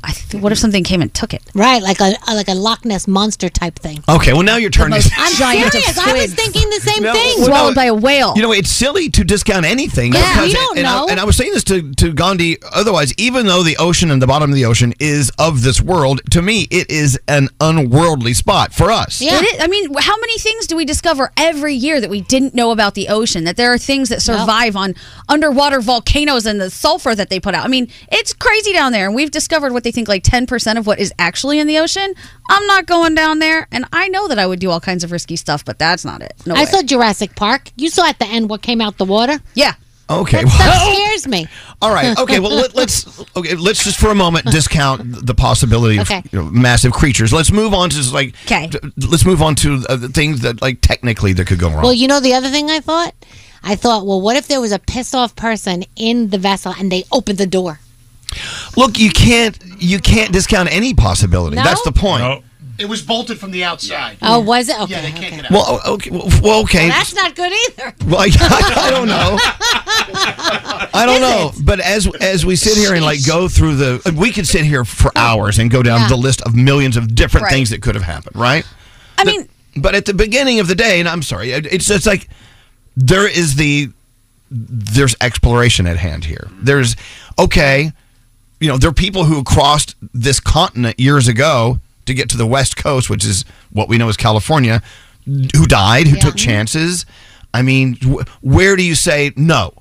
[SPEAKER 5] I th- what if something came and took it?
[SPEAKER 7] Right, like a like a Loch Ness monster type thing.
[SPEAKER 1] Okay, well now you're turning.
[SPEAKER 7] I'm
[SPEAKER 5] Giant
[SPEAKER 7] serious.
[SPEAKER 5] of
[SPEAKER 7] I was
[SPEAKER 5] squid.
[SPEAKER 7] thinking the same
[SPEAKER 1] No,
[SPEAKER 7] thing.
[SPEAKER 1] well, no, Swallowed by
[SPEAKER 5] a whale.
[SPEAKER 1] You know, it's silly to discount anything.
[SPEAKER 7] Oh. Yeah, we don't
[SPEAKER 1] and
[SPEAKER 7] know.
[SPEAKER 1] I, and I was saying this to, to Gandhi. Otherwise, even though the ocean and the bottom of the ocean is of this world, to me, it is an unworldly spot for us.
[SPEAKER 5] It is- I mean, how many things do we discover every year that we didn't know about the ocean? That there are things that survive on underwater volcanoes and the sulfur that they put out. I mean, it's crazy down there. And we've discovered what they think like 10% of what is actually in the ocean. I'm not going down there. And I know that I would do all kinds of risky stuff, but that's not it. No
[SPEAKER 7] I
[SPEAKER 5] way.
[SPEAKER 7] saw Jurassic Park. You saw at the end what came out the water.
[SPEAKER 5] Yeah.
[SPEAKER 1] Okay.
[SPEAKER 8] Oh.
[SPEAKER 7] That scares me.
[SPEAKER 1] All right. Okay. Well, let, let's okay. Let's just for a moment discount the possibility of
[SPEAKER 7] Okay.
[SPEAKER 1] you know, massive creatures. Let's move on to just like.
[SPEAKER 7] 'Kay.
[SPEAKER 1] d- Let's move on to uh, the things that like technically that could go wrong.
[SPEAKER 7] Well, you know the other thing I thought? I thought, well, what if there was a pissed off person in the vessel and they opened the door?
[SPEAKER 1] Look, you can't you can't discount any possibility.
[SPEAKER 7] No?
[SPEAKER 1] That's the point.
[SPEAKER 8] It was bolted from the outside.
[SPEAKER 7] Oh, was it? Okay.
[SPEAKER 8] Yeah, they can't get out.
[SPEAKER 1] Well, o- okay. Well, okay.
[SPEAKER 7] Well, that's not good either.
[SPEAKER 1] Well, I, I don't know. I don't
[SPEAKER 7] Is
[SPEAKER 1] know. But as as we sit here and like go through the, we could sit here for hours and go down
[SPEAKER 5] Yeah.
[SPEAKER 1] the list of millions of different
[SPEAKER 5] Right.
[SPEAKER 1] things that could have happened, right?
[SPEAKER 5] I mean,
[SPEAKER 1] but at the beginning of the day, and I'm sorry, it- it's it's like there is the there's exploration at hand here. There's okay, you know, there are people who crossed this continent years ago to get to the West Coast, which is what we know as California, who died, who took chances. I mean, wh- where do you say no?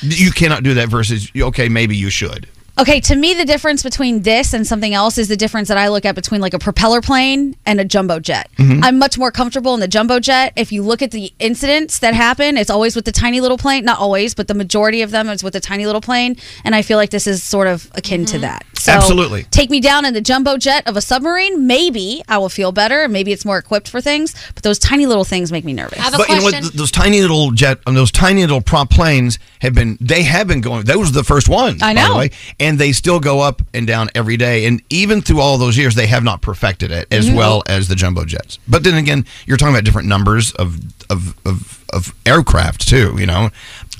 [SPEAKER 1] You cannot do that versus okay, maybe you should.
[SPEAKER 5] Okay, to me, the difference between this and something else is the difference that I look at between like a propeller plane and a jumbo jet.
[SPEAKER 1] Mm-hmm.
[SPEAKER 18] Mhm.
[SPEAKER 5] I'm much more comfortable in the jumbo jet. If you look at the incidents that happen, it's always with the tiny little plane. Not always, but the majority of them is with the tiny little plane. And I feel like this is sort of akin to that. So
[SPEAKER 1] Absolutely.
[SPEAKER 5] Take me down in the jumbo jet of a submarine. Maybe I will feel better. Maybe it's more equipped for things. But those tiny little things make me nervous.
[SPEAKER 1] but you know what? Th- Those tiny little jet, um, those tiny little prop planes have been. They have been going. Those were the first ones.
[SPEAKER 5] I
[SPEAKER 1] By
[SPEAKER 5] know.
[SPEAKER 1] the way, and they still go up and down every day. And even through all those years, they have not perfected it as
[SPEAKER 5] Mm-hmm.
[SPEAKER 19] Mhm.
[SPEAKER 1] well as the jumbo jets. But then again, you're talking about different numbers of of of, of aircraft too. You know,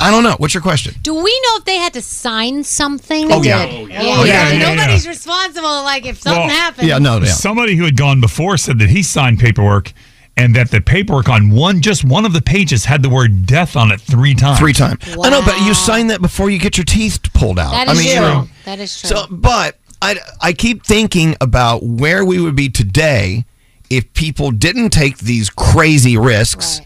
[SPEAKER 1] I don't know. What's your question?
[SPEAKER 7] Do we know if they had to sign something?
[SPEAKER 1] Oh, They yeah. did. Oh, yeah. Oh, yeah, yeah,
[SPEAKER 7] Nobody's responsible. Like if something happened.
[SPEAKER 11] Somebody who had gone before said that he signed paperwork and that the paperwork on one, just one of the pages had the word death on it three times.
[SPEAKER 1] Three times. I know, but you sign that before you get your teeth pulled out.
[SPEAKER 7] That
[SPEAKER 1] I
[SPEAKER 7] is
[SPEAKER 1] mean, you
[SPEAKER 7] true.
[SPEAKER 1] know.
[SPEAKER 7] That is true.
[SPEAKER 1] So, but I, I keep thinking about where we would be today if people didn't take these crazy risks.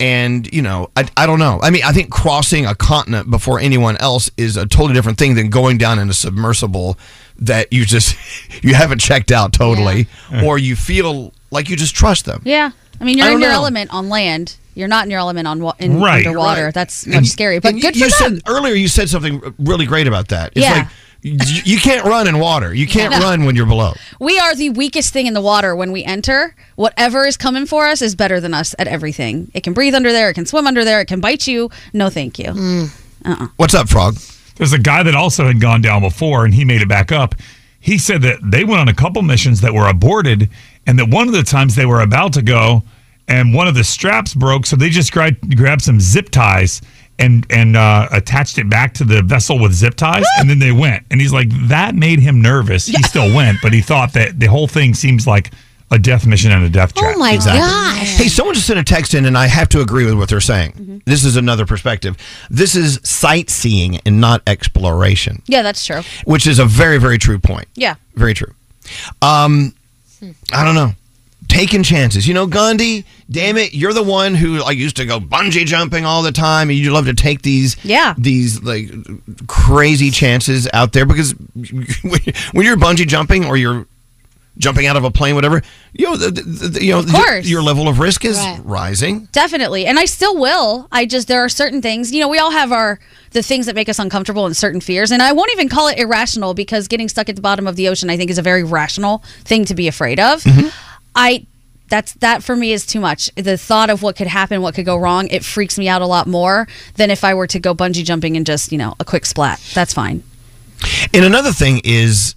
[SPEAKER 1] And, you know, I, I don't know. I mean, I think crossing a continent before anyone else is a totally different thing than going down in a submersible that you just, you haven't checked out totally, or you feel like you just trust them.
[SPEAKER 5] Yeah, I mean,
[SPEAKER 1] I
[SPEAKER 5] you're in
[SPEAKER 1] don't
[SPEAKER 5] your
[SPEAKER 1] know.
[SPEAKER 5] element on land. You're not in your element on wa- in
[SPEAKER 1] Right.
[SPEAKER 5] underwater.
[SPEAKER 1] Right.
[SPEAKER 5] That's
[SPEAKER 1] And
[SPEAKER 5] much
[SPEAKER 1] you-
[SPEAKER 5] scarier. But
[SPEAKER 1] and
[SPEAKER 5] good
[SPEAKER 1] you,
[SPEAKER 5] for
[SPEAKER 1] you
[SPEAKER 5] them.
[SPEAKER 1] said earlier you said something really great about that. It's
[SPEAKER 5] Yeah.
[SPEAKER 1] like you, you can't run in water. You can't
[SPEAKER 5] No.
[SPEAKER 1] run when you're below.
[SPEAKER 5] We are the weakest thing in the water when we enter. Whatever is coming for us is better than us at everything. It can breathe under there. It can swim under there. It can bite you. No, thank you. Uh-uh.
[SPEAKER 1] What's up, Frog?
[SPEAKER 11] There's a guy that also had gone down before and he made it back up. He said that they went on a couple missions that were aborted and that one of the times they were about to go and one of the straps broke. So they just grabbed, grabbed some zip ties and and uh, attached it back to the vessel with zip ties, and then they went. And he's like, that made him nervous. He still went, but he thought that the whole thing seems like a death mission and a death trap.
[SPEAKER 7] gosh.
[SPEAKER 1] Hey, someone just sent a text in, and I have to agree with what they're saying.
[SPEAKER 5] Mm-hmm.
[SPEAKER 1] This is another perspective. This is sightseeing and not exploration,
[SPEAKER 5] Yeah, that's true.
[SPEAKER 1] which is a very, very true point.
[SPEAKER 5] Yeah. Hmm.
[SPEAKER 1] Very true. Um, I don't know. Taking chances, you know, Gandhi. Damn it, you're the one who like used to go bungee jumping all the time. and You love to take these, yeah, these like crazy chances out there because when you're bungee jumping or you're jumping out of a plane, whatever, you know, the, the, the- you know,
[SPEAKER 5] Of course.
[SPEAKER 1] your level of risk is
[SPEAKER 5] Right.
[SPEAKER 1] rising.
[SPEAKER 5] Definitely. And I still will. I just, there are certain things, you know, we all have our, the things that make us uncomfortable and certain fears. And I won't even call it irrational because getting stuck at the bottom of the ocean, I think, is a very rational thing to be afraid of. I, that's, that for me is too much. The thought of what could happen, what could go wrong, it freaks me out a lot more than if I were to go bungee jumping and just, you know, a quick splat. That's fine.
[SPEAKER 1] And another thing is,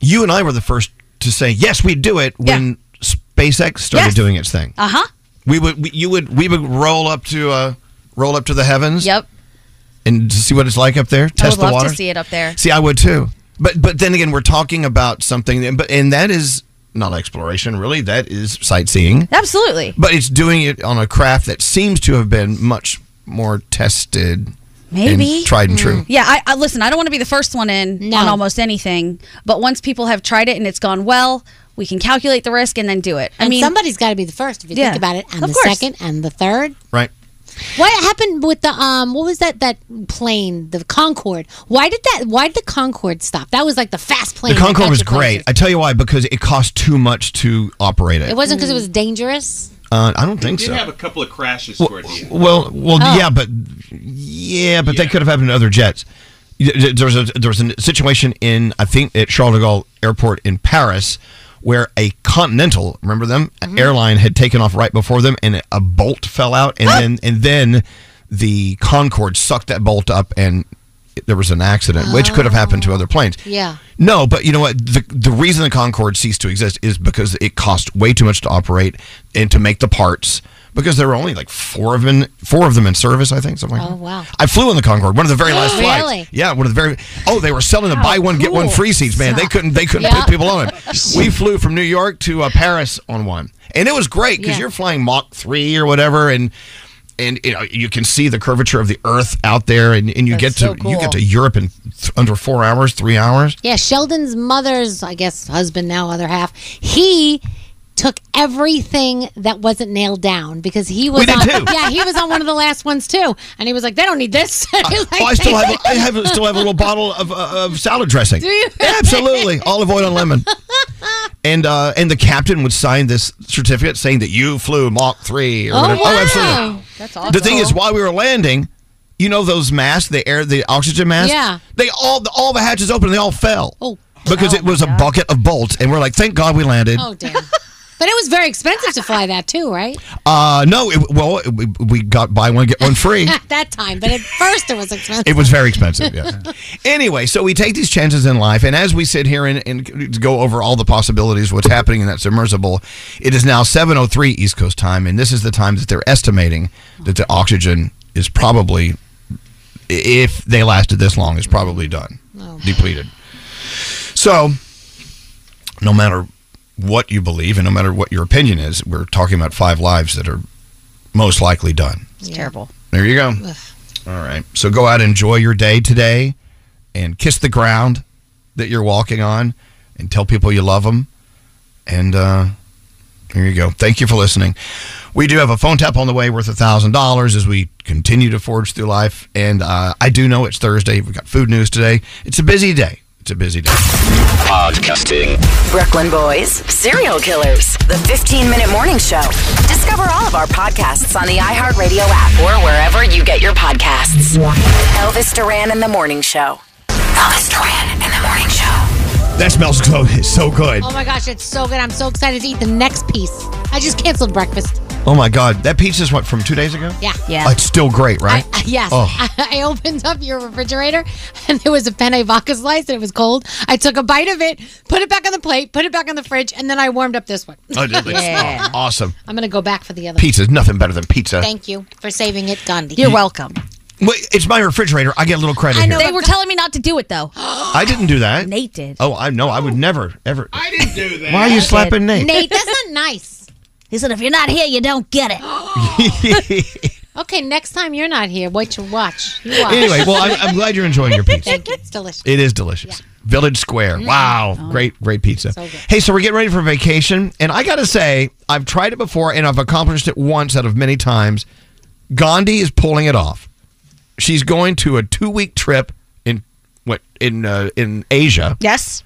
[SPEAKER 1] you and I were the first to say yes, we do it when SpaceX started
[SPEAKER 5] Yes.
[SPEAKER 1] doing its thing.
[SPEAKER 5] Uh huh.
[SPEAKER 1] We would, we, you would, we would roll up to, uh, roll up to the heavens.
[SPEAKER 5] Yep.
[SPEAKER 1] And to see what it's like up there,
[SPEAKER 5] I
[SPEAKER 1] test
[SPEAKER 5] would
[SPEAKER 1] the
[SPEAKER 5] love
[SPEAKER 1] water.
[SPEAKER 5] to see it up there.
[SPEAKER 1] See, I would too. But, but then again, we're talking about something, that- but and that is not exploration, really. That is sightseeing.
[SPEAKER 5] Absolutely.
[SPEAKER 1] But it's doing it on a craft that seems to have been much more tested,
[SPEAKER 5] Maybe Hmm.
[SPEAKER 1] and tried and
[SPEAKER 7] Hmm.
[SPEAKER 1] true.
[SPEAKER 5] Yeah, I, I listen. I don't want to be the first one in on almost anything, but once people have tried it and it's gone well, we can calculate the risk and then do it. I
[SPEAKER 7] And
[SPEAKER 5] mean,
[SPEAKER 7] somebody's got to be the first if you
[SPEAKER 5] Yeah.
[SPEAKER 7] think about it, and
[SPEAKER 5] Of
[SPEAKER 7] the
[SPEAKER 5] course.
[SPEAKER 7] second, and the third.
[SPEAKER 1] Right.
[SPEAKER 7] What happened with the um? What was that that plane? The Concorde. Why did that? Why did the Concorde stop? That was like the fast plane.
[SPEAKER 1] The
[SPEAKER 7] that
[SPEAKER 1] Concorde
[SPEAKER 7] got
[SPEAKER 1] was
[SPEAKER 7] you places.
[SPEAKER 1] great. I tell you why, because it cost too much to operate it.
[SPEAKER 7] It wasn't because it
[SPEAKER 5] Mm.
[SPEAKER 7] was dangerous.
[SPEAKER 1] Uh, I don't think so.
[SPEAKER 18] have a couple of crashes
[SPEAKER 1] well,
[SPEAKER 18] towards the end.
[SPEAKER 1] well, well,
[SPEAKER 7] Oh.
[SPEAKER 1] yeah, but yeah, but that could have happened to other jets. There was a there was a situation in I think at Charles de Gaulle Airport in Paris where a Continental, remember them,
[SPEAKER 7] Mm-hmm.
[SPEAKER 1] airline had taken off right before them, and a bolt fell out,
[SPEAKER 7] Ah!
[SPEAKER 1] and then and then the Concorde sucked that bolt up, and there was an accident, which could have happened
[SPEAKER 7] Oh.
[SPEAKER 1] to other planes.
[SPEAKER 7] Yeah.
[SPEAKER 1] No, but you know what? The the reason the Concorde ceased to exist is because it cost way too much to operate and to make the parts. Because there were only like four of them, four of them in service, I think. Something like
[SPEAKER 7] Oh
[SPEAKER 1] that.
[SPEAKER 7] wow.
[SPEAKER 1] I flew in the Concorde, one of the very last flights.
[SPEAKER 7] Really?
[SPEAKER 1] Yeah, one of the very. Oh, they were selling the buy one get one
[SPEAKER 7] cool.
[SPEAKER 1] free seats, man. They couldn't they couldn't
[SPEAKER 7] Yeah.
[SPEAKER 1] put people on it. We flew from New York to uh, Paris on one, and it was great because
[SPEAKER 7] Yeah.
[SPEAKER 1] you're flying Mach three or whatever, and and you know you can see the curvature of the Earth out there, and, and you
[SPEAKER 7] That's
[SPEAKER 1] get to
[SPEAKER 7] so
[SPEAKER 1] you
[SPEAKER 7] cool.
[SPEAKER 1] get to Europe in th- under four hours, three hours.
[SPEAKER 7] Yeah, Sheldon's mother's, I guess, husband now, other half. He took everything that wasn't nailed down because he was
[SPEAKER 1] We did
[SPEAKER 7] on.
[SPEAKER 1] too.
[SPEAKER 7] Yeah, he was on one of the last ones too, and he was like, "They don't need this."
[SPEAKER 1] Oh, I still have I have still have a little bottle of, uh, of salad dressing.
[SPEAKER 7] Do you?
[SPEAKER 1] Absolutely, olive oil and lemon. And uh, and the captain would sign this certificate saying that you flew Mach three or whatever. Oh, absolutely.
[SPEAKER 5] That's
[SPEAKER 1] The thing is, while we were landing, you know those masks, the air, the oxygen masks.
[SPEAKER 7] Yeah.
[SPEAKER 1] They all the, all the hatches open and they all fell.
[SPEAKER 7] Oh.
[SPEAKER 1] Because it was a bucket of bolts, and we're like, thank God we landed.
[SPEAKER 7] Oh damn! But it was very expensive to fly that too, right?
[SPEAKER 1] Uh, no, it, well, it, we, we got buy one get one free.
[SPEAKER 7] At that time, but at first it was expensive.
[SPEAKER 1] It was very expensive, yes. anyway, so we take these chances in life, and as we sit here and, and go over all the possibilities, what's happening in that submersible, it is now 7.03 East Coast time, and this is the time that they're estimating that the oxygen is probably, if they lasted this long, is probably done, depleted. So, no matter what you believe and no matter what your opinion is, we're talking about five lives that are most likely done.
[SPEAKER 5] it's terrible.
[SPEAKER 1] There you go.
[SPEAKER 5] Ugh.
[SPEAKER 1] All right. So go out and enjoy your day today and kiss the ground that you're walking on and tell people you love them. And uh, there you go. Thank you for listening. We do have a phone tap on the way worth $1,000 as we continue to forge through life. And uh, I do know it's Thursday. We've got food news today. It's a busy day. It's a busy day.
[SPEAKER 14] Podcasting. Brooklyn Boys, Serial Killers, The 15 Minute Morning Show. Discover all of our podcasts on the iHeartRadio app or wherever you get your podcasts. Elvis Duran and The Morning Show. Elvis Duran and The Morning Show.
[SPEAKER 1] That smells so, so good.
[SPEAKER 7] Oh my gosh, it's so good! I'm so excited to eat the next piece. I just canceled breakfast.
[SPEAKER 1] Oh my God. That pizza's what, from two days ago?
[SPEAKER 7] Yeah,
[SPEAKER 1] Oh, It's still great, right?
[SPEAKER 7] I- yes.
[SPEAKER 1] Oh.
[SPEAKER 7] I, I opened up your refrigerator and there was a penne vodka slice and it was cold. I took a bite of it, put it back on the plate, put it back on the fridge, and then I warmed up this one.
[SPEAKER 1] Oh, did they?
[SPEAKER 7] Yeah.
[SPEAKER 1] Oh, awesome.
[SPEAKER 7] I'm going to go back for the other.
[SPEAKER 1] Pizza's nothing better than pizza.
[SPEAKER 7] Thank you for saving it, Gandhi.
[SPEAKER 1] You're
[SPEAKER 7] welcome.
[SPEAKER 1] Wait, it's my refrigerator. I get a little credit here.
[SPEAKER 5] They were telling me not to do it though.
[SPEAKER 1] I didn't do that.
[SPEAKER 5] Nate did.
[SPEAKER 1] Oh, I no, I would never, ever. I
[SPEAKER 8] didn't do that.
[SPEAKER 1] Why are you slapping Nate?
[SPEAKER 7] that's not nice.
[SPEAKER 5] He said, if you're not here, you don't get it.
[SPEAKER 7] okay, next time you're not here, what you watch? You watch.
[SPEAKER 1] anyway, well, I'm, I'm glad you're enjoying your pizza.
[SPEAKER 7] Thank you. It's delicious.
[SPEAKER 1] It is delicious. Village Square. Wow. Great, great pizza. hey, Mm-hmm. Oh. so we're getting ready for vacation. And I got to say, I've tried it before and I've accomplished it once out of many times. Gandhi is pulling it off. She's going to a two week trip in what in uh, in Asia.
[SPEAKER 5] Yes.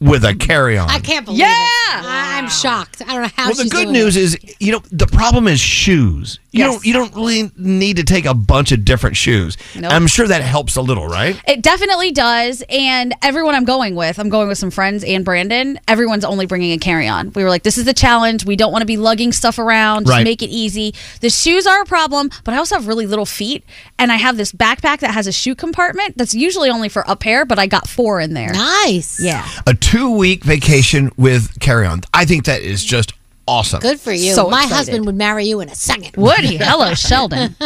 [SPEAKER 1] With a carry on.
[SPEAKER 7] I can't believe it. Yeah, I'm shocked. I don't know how.
[SPEAKER 1] Well, the
[SPEAKER 7] she's
[SPEAKER 1] good
[SPEAKER 7] doing
[SPEAKER 1] news
[SPEAKER 7] it.
[SPEAKER 1] is, you know, the problem is shoes. You
[SPEAKER 7] Yes.
[SPEAKER 1] don't you don't really need to take a bunch of different shoes.
[SPEAKER 5] Nope.
[SPEAKER 1] I'm sure that helps a little, right?
[SPEAKER 5] It definitely does. And everyone I'm going with, I'm going with some friends and Brandon, everyone's only bringing a carry on. We were like, this is the challenge. We don't want to be lugging stuff around. Just
[SPEAKER 18] Right.
[SPEAKER 5] make it easy. The shoes are a problem, but I also have really little feet. And I have this backpack that has a shoe compartment that's usually only for a pair, but I got four in there.
[SPEAKER 7] Nice.
[SPEAKER 5] Yeah.
[SPEAKER 1] A two week vacation with carry on. I think that is just awesome.
[SPEAKER 7] Good for you.
[SPEAKER 5] So
[SPEAKER 7] My
[SPEAKER 5] excited.
[SPEAKER 7] husband would marry you in a second.
[SPEAKER 5] Would he? Hello, Sheldon.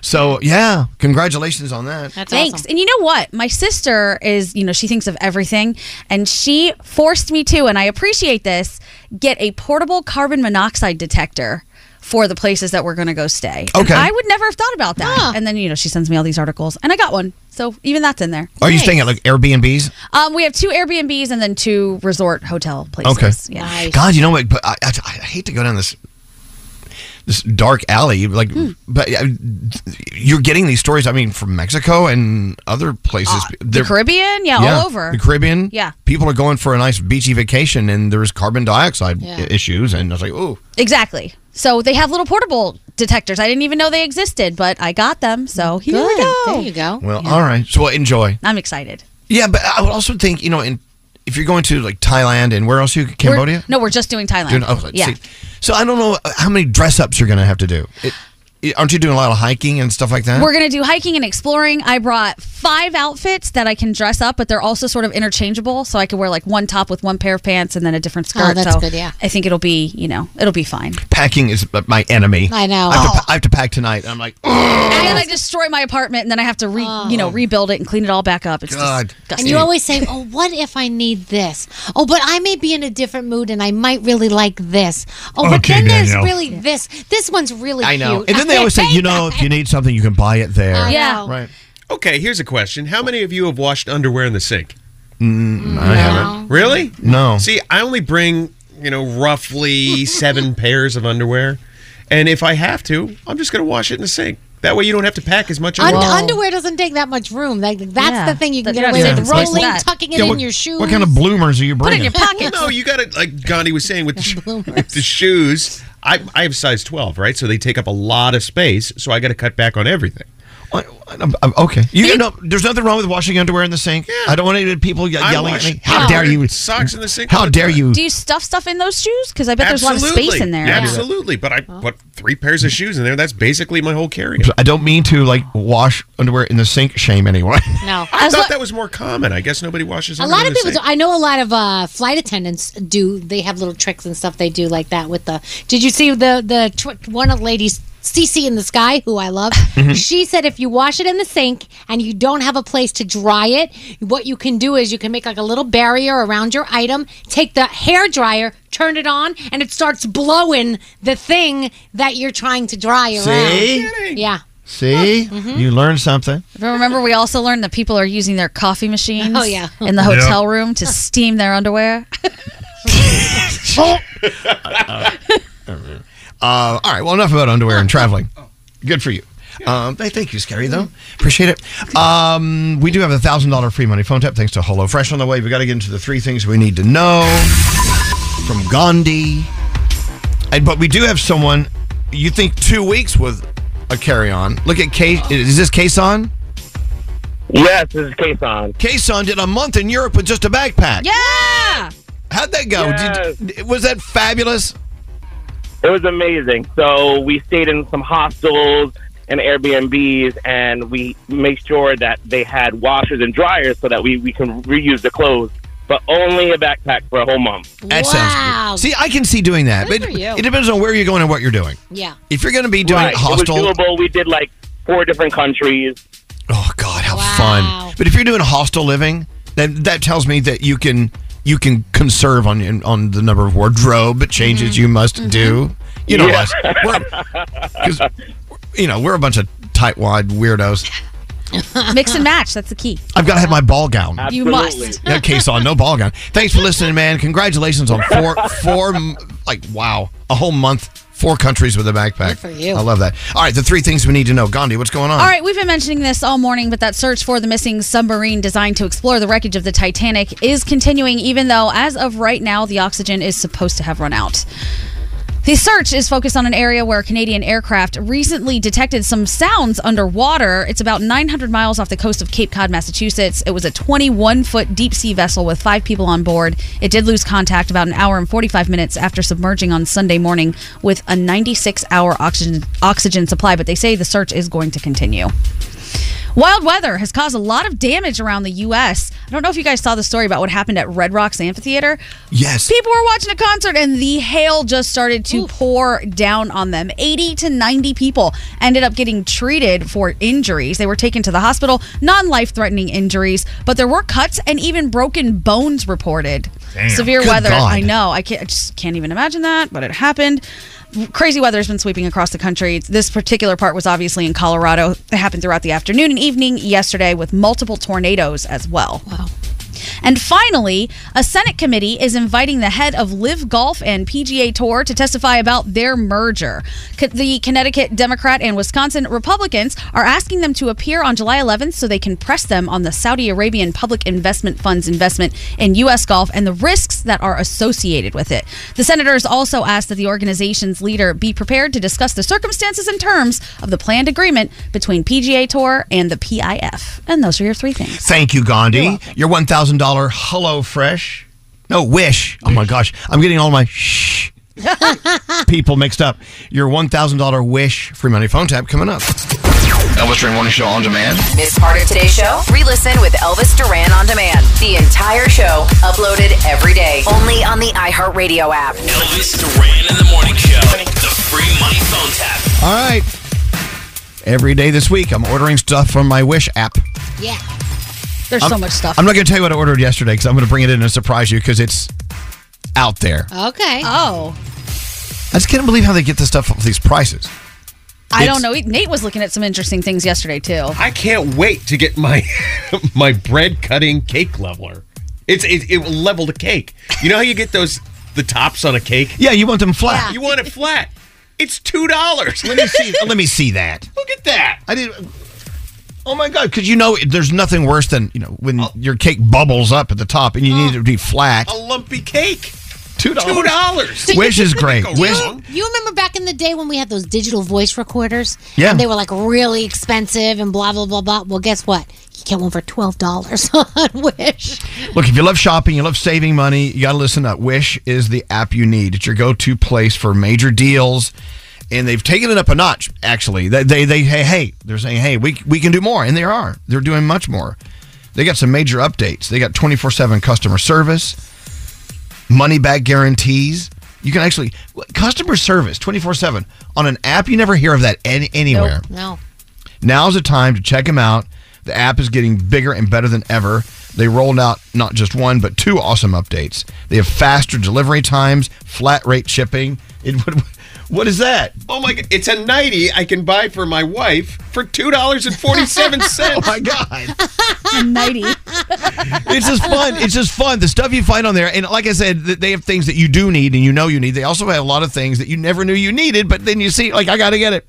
[SPEAKER 1] So yeah, congratulations on that.
[SPEAKER 5] Thanks. And you know what? My sister is, you know, she thinks of everything and she forced me to, and I appreciate this, get a portable carbon monoxide detector for the places that we're going to go stay. And
[SPEAKER 1] Okay.
[SPEAKER 5] I would never have thought about that. And then, you know, she sends me all these articles and I got one. So even that's in there.
[SPEAKER 1] Are you staying at like Airbnbs?
[SPEAKER 5] Um, we have two Airbnbs and then two resort hotel places.
[SPEAKER 1] Okay. God, you know what? But I, I, I hate to go down this this dark alley. Like,
[SPEAKER 7] Hmm.
[SPEAKER 1] but uh, you're getting these stories. I mean, from Mexico and other
[SPEAKER 7] Uh,
[SPEAKER 1] places.
[SPEAKER 5] The
[SPEAKER 1] They're-
[SPEAKER 5] Caribbean, yeah, all over.
[SPEAKER 1] The Caribbean.
[SPEAKER 5] Yeah.
[SPEAKER 1] People are going for a nice beachy vacation and there's carbon dioxide
[SPEAKER 5] Yeah.
[SPEAKER 1] i- issues. And I was like, oh,
[SPEAKER 5] Exactly. So they have little portable detectors. I didn't even know they existed, but I got them. So here we go. There you
[SPEAKER 7] go.
[SPEAKER 1] well, all right. So well, enjoy.
[SPEAKER 5] I'm excited.
[SPEAKER 1] Yeah, but I would also think, you know, in, if you're going to like Thailand and where else you
[SPEAKER 5] We're-
[SPEAKER 1] Cambodia?
[SPEAKER 5] no, we're just doing Thailand.
[SPEAKER 1] You're not- oh,
[SPEAKER 5] yeah.
[SPEAKER 1] see. So I don't know how many dress ups you're going to have to do. It, it- aren't you doing a lot of hiking and stuff like that?
[SPEAKER 5] We're going to do hiking and exploring. I brought five outfits that I can dress up, but they're also sort of interchangeable. So I can wear like one top with one pair of pants and then a different
[SPEAKER 7] Oh,
[SPEAKER 5] skirt.
[SPEAKER 7] that's
[SPEAKER 5] so
[SPEAKER 7] good, yeah.
[SPEAKER 5] I think it'll be, you know, it'll be fine.
[SPEAKER 1] Packing is my enemy.
[SPEAKER 5] I know. Oh.
[SPEAKER 1] I have, to, I have to pack tonight. And I'm like,
[SPEAKER 5] And then I destroy my apartment and then I have to, re, you know, rebuild it and clean it all back up. It's
[SPEAKER 1] God.
[SPEAKER 5] disgusting.
[SPEAKER 7] Oh. And you always say, "Oh, what if I need this? Oh, but I may be in a different mood, and I might really like this. Oh, but
[SPEAKER 1] Okay,
[SPEAKER 7] then there's
[SPEAKER 1] Danielle.
[SPEAKER 7] really this. This one's really
[SPEAKER 1] I know.
[SPEAKER 7] cute.
[SPEAKER 1] And then they always say, you know, if you need something, you can buy it there.
[SPEAKER 7] I Yeah. know.
[SPEAKER 1] Right.
[SPEAKER 10] Okay, here's a question. How many of you have washed underwear in the sink?
[SPEAKER 1] Mm, I haven't.
[SPEAKER 10] Really?
[SPEAKER 1] No.
[SPEAKER 10] See, I only bring, you know, roughly seven pairs of underwear. And if I have to, I'm just going to wash it in the sink. That way you don't have to pack as much
[SPEAKER 7] Un-
[SPEAKER 10] underwear.
[SPEAKER 7] underwear doesn't take that much room. Like, that's
[SPEAKER 5] Yeah.
[SPEAKER 7] the thing you can
[SPEAKER 5] That-
[SPEAKER 7] get away
[SPEAKER 5] yeah,
[SPEAKER 7] with
[SPEAKER 5] it's like
[SPEAKER 7] rolling,
[SPEAKER 5] that.
[SPEAKER 7] tucking it
[SPEAKER 10] Yeah,
[SPEAKER 7] in
[SPEAKER 10] what-
[SPEAKER 7] your shoes.
[SPEAKER 1] What kind of bloomers are you bringing?
[SPEAKER 10] pocket. no, you got to, like Gandhi was saying, with the, sh- with the shoes. I, I have size 12, right? So they take up a lot of space. So I got to cut back on everything.
[SPEAKER 1] I'm- I'm- okay. You know, there's nothing wrong with washing underwear in the sink. I don't want any people ye-
[SPEAKER 10] I
[SPEAKER 1] yelling at
[SPEAKER 10] wash
[SPEAKER 1] me. How
[SPEAKER 10] underwear
[SPEAKER 1] dare you?
[SPEAKER 10] and socks in the sink all
[SPEAKER 1] How
[SPEAKER 10] the
[SPEAKER 1] dare you?
[SPEAKER 5] Do you stuff stuff in those shoes? Because I bet there's a lot of space in there.
[SPEAKER 10] Absolutely. But I put three pairs of shoes in there. That's basically my whole carry.
[SPEAKER 1] I don't mean to like wash underwear in the sink shame anyone.
[SPEAKER 7] No.
[SPEAKER 10] I
[SPEAKER 7] As
[SPEAKER 10] thought
[SPEAKER 7] lo-
[SPEAKER 10] that was more common. I guess nobody washes.
[SPEAKER 7] a
[SPEAKER 10] underwear
[SPEAKER 7] lot
[SPEAKER 10] in
[SPEAKER 7] of
[SPEAKER 10] the
[SPEAKER 7] people do.
[SPEAKER 10] sink.
[SPEAKER 7] I know a lot of uh, flight attendants do. They have little tricks and stuff they do like that with the. Did you see the the tw- one of the ladies? Cece in the Sky, who I love,
[SPEAKER 18] Mhm.
[SPEAKER 7] she said if you wash it in the sink and you don't have a place to dry it, what you can do is you can make like a little barrier around your item, take the hair dryer, turn it on, and it starts blowing the thing that you're trying to dry
[SPEAKER 1] See?
[SPEAKER 7] around. Yeah.
[SPEAKER 1] See,
[SPEAKER 10] Mm-hmm.
[SPEAKER 1] you learned something.
[SPEAKER 5] Remember, we also learned that people are using their coffee machines
[SPEAKER 7] Oh, yeah.
[SPEAKER 5] in the
[SPEAKER 1] Yeah.
[SPEAKER 5] hotel room to steam their underwear.
[SPEAKER 1] Uh, all right. Well, enough about underwear and traveling. Good for you. Um, hey, thank you, Scary, though. Appreciate it. Um, we do have a $1,000 free money phone tap thanks to HelloFresh on the way. we got to get into the three things we need to know from Gandhi. And, but we do have someone, you think two weeks with a carry on. Look at Kay. Is this Kason?
[SPEAKER 3] Yes, this is Kason.
[SPEAKER 1] Kason did a month in Europe with just a backpack.
[SPEAKER 5] Yeah.
[SPEAKER 1] How'd that go? Did- was that fabulous?
[SPEAKER 3] It was amazing. So we stayed in some hostels and Airbnbs, and we made sure that they had washers and dryers so that we, we can reuse the clothes, but only a backpack for a whole month.
[SPEAKER 1] That sounds good. See, I can see doing that.
[SPEAKER 3] Good
[SPEAKER 1] but
[SPEAKER 3] for you.
[SPEAKER 1] It depends on where you're going and what you're doing.
[SPEAKER 7] Yeah.
[SPEAKER 1] If you're going to be doing
[SPEAKER 3] right.
[SPEAKER 1] hostel,
[SPEAKER 3] It was doable. We did like four different countries.
[SPEAKER 1] God, how fun! But if you're doing hostel living, then that tells me that you can you can conserve on in- on the number of wardrobe changes
[SPEAKER 3] Mm-hmm.
[SPEAKER 1] you must do. You know
[SPEAKER 3] Yeah.
[SPEAKER 1] us. We're, 'cause, you know we're a bunch of tightwad weirdos.
[SPEAKER 5] Mix and match. That's the key.
[SPEAKER 1] I've got to have my ball gown.
[SPEAKER 5] You must.
[SPEAKER 1] No case on, no ball gown. Thanks for listening, man. Congratulations on four four m- like wow, a whole month, four countries with a backpack.
[SPEAKER 5] Good for you.
[SPEAKER 1] I love that. All right, the three things we need to know. Gandhi, what's going on?
[SPEAKER 5] All right, we've been mentioning this all morning, but that search for the missing submarine designed to explore the wreckage of the Titanic is continuing, even though, as of right now, the oxygen is supposed to have run out. The search is focused on an area where Canadian aircraft recently detected some sounds underwater. It's about 900 miles off the coast of Cape Cod, Massachusetts. It was a 21 foot deep sea vessel with five people on board. It did lose contact about an hour and 45 minutes after submerging on Sunday morning with a 96 hour oxygen, oxygen supply, but they say the search is going to continue. Wild weather has caused a lot of damage around the U.S. I don't know if you guys saw the story about what happened at Red Rocks Amphitheater.
[SPEAKER 1] Yes.
[SPEAKER 5] People were watching a concert and the hail just started to pour down on them. 80 to 90 people ended up getting treated for injuries. They were taken to the hospital, non life threatening injuries, but there were cuts and even broken bones reported.
[SPEAKER 16] Damn.
[SPEAKER 5] Severe
[SPEAKER 16] Good
[SPEAKER 5] weather.
[SPEAKER 16] God.
[SPEAKER 5] I know. I, can't, I just can't even imagine that, but it happened. Crazy weather has been sweeping across the country. This particular part was obviously in Colorado. It happened throughout the afternoon and evening yesterday with multiple tornadoes as well. Wow. And finally, a Senate committee is inviting the head of Live Golf and PGA Tour to testify about their merger. C- The Connecticut Democrat and Wisconsin Republicans are asking them to appear on July 11th so they can press them on the Saudi Arabian Public Investment Fund's investment in U.S. golf and the risks that are associated with it. The senators also asked that the organization's leader be prepared to discuss the circumstances and terms of the planned agreement between PGA Tour and the PIF. And those are your three things.
[SPEAKER 1] Thank you, Gandhi. Your one thousand dollar Hello Fresh. No wish. Oh my gosh, I'm getting all my shh people mixed up. Your one thousand dollar wish free money phone tap coming up.
[SPEAKER 2] Elvis Duran Morning Show on demand.
[SPEAKER 14] Miss part of today's show? Re-listen with Elvis Duran on demand. The entire show uploaded every day, only on the iHeartRadio app.
[SPEAKER 6] Elvis Duran in the morning show. The free money phone tap.
[SPEAKER 1] All right. Every day this week, I'm ordering stuff from my Wish app.
[SPEAKER 7] Yeah.
[SPEAKER 5] There's
[SPEAKER 1] I'm-
[SPEAKER 5] so much stuff.
[SPEAKER 1] I'm not going to tell you what I ordered yesterday because I'm going to bring it in and surprise you because it's out there.
[SPEAKER 7] Okay.
[SPEAKER 5] Oh.
[SPEAKER 1] I just can't believe how they get this stuff at these prices.
[SPEAKER 5] I don't know. Nate was looking at some interesting things yesterday too.
[SPEAKER 10] I can't wait to get my my bread cutting cake leveler. It's it, it will level the cake. You know how you get those the tops on a cake?
[SPEAKER 1] Yeah, you want them flat.
[SPEAKER 10] You want it flat. It's two dollars.
[SPEAKER 1] Let me see. Let me see that.
[SPEAKER 10] Look at that.
[SPEAKER 1] I did. Oh my god! Because you know, there's nothing worse than you know when your cake bubbles up at the top and you need it to be flat.
[SPEAKER 10] A lumpy cake.
[SPEAKER 1] Two dollars.
[SPEAKER 10] Two dollars.
[SPEAKER 1] Wish is great.
[SPEAKER 7] Do
[SPEAKER 1] Wish.
[SPEAKER 7] you, you remember back in the day when we had those digital voice recorders?
[SPEAKER 1] Yeah.
[SPEAKER 7] And they were like really expensive and blah, blah, blah, blah. Well, guess what? You get one for $12 on Wish.
[SPEAKER 1] Look, if you love shopping, you love saving money, you got to listen up. Wish is the app you need. It's your go-to place for major deals, and they've taken it up a notch. Actually, they they, they hey hey, they're saying hey we we can do more, and they are. They're doing much more. They got some major updates. They got twenty four seven customer service, money back guarantees. You can actually customer service twenty four seven on an app. You never hear of that any, anywhere.
[SPEAKER 7] No.
[SPEAKER 1] Now's the time to check them out. The app is getting bigger and better than ever. They rolled out not just one, but two awesome updates. They have faster delivery times, flat rate shipping. It, what, what is that?
[SPEAKER 10] Oh my god! It's a nightie I can buy for my wife for two dollars and forty-seven cents.
[SPEAKER 1] oh my god!
[SPEAKER 5] a nightie.
[SPEAKER 1] It's just fun. It's just fun. The stuff you find on there, and like I said, th- they have things that you do need and you know you need. They also have a lot of things that you never knew you needed, but then you see, like, I got to get it.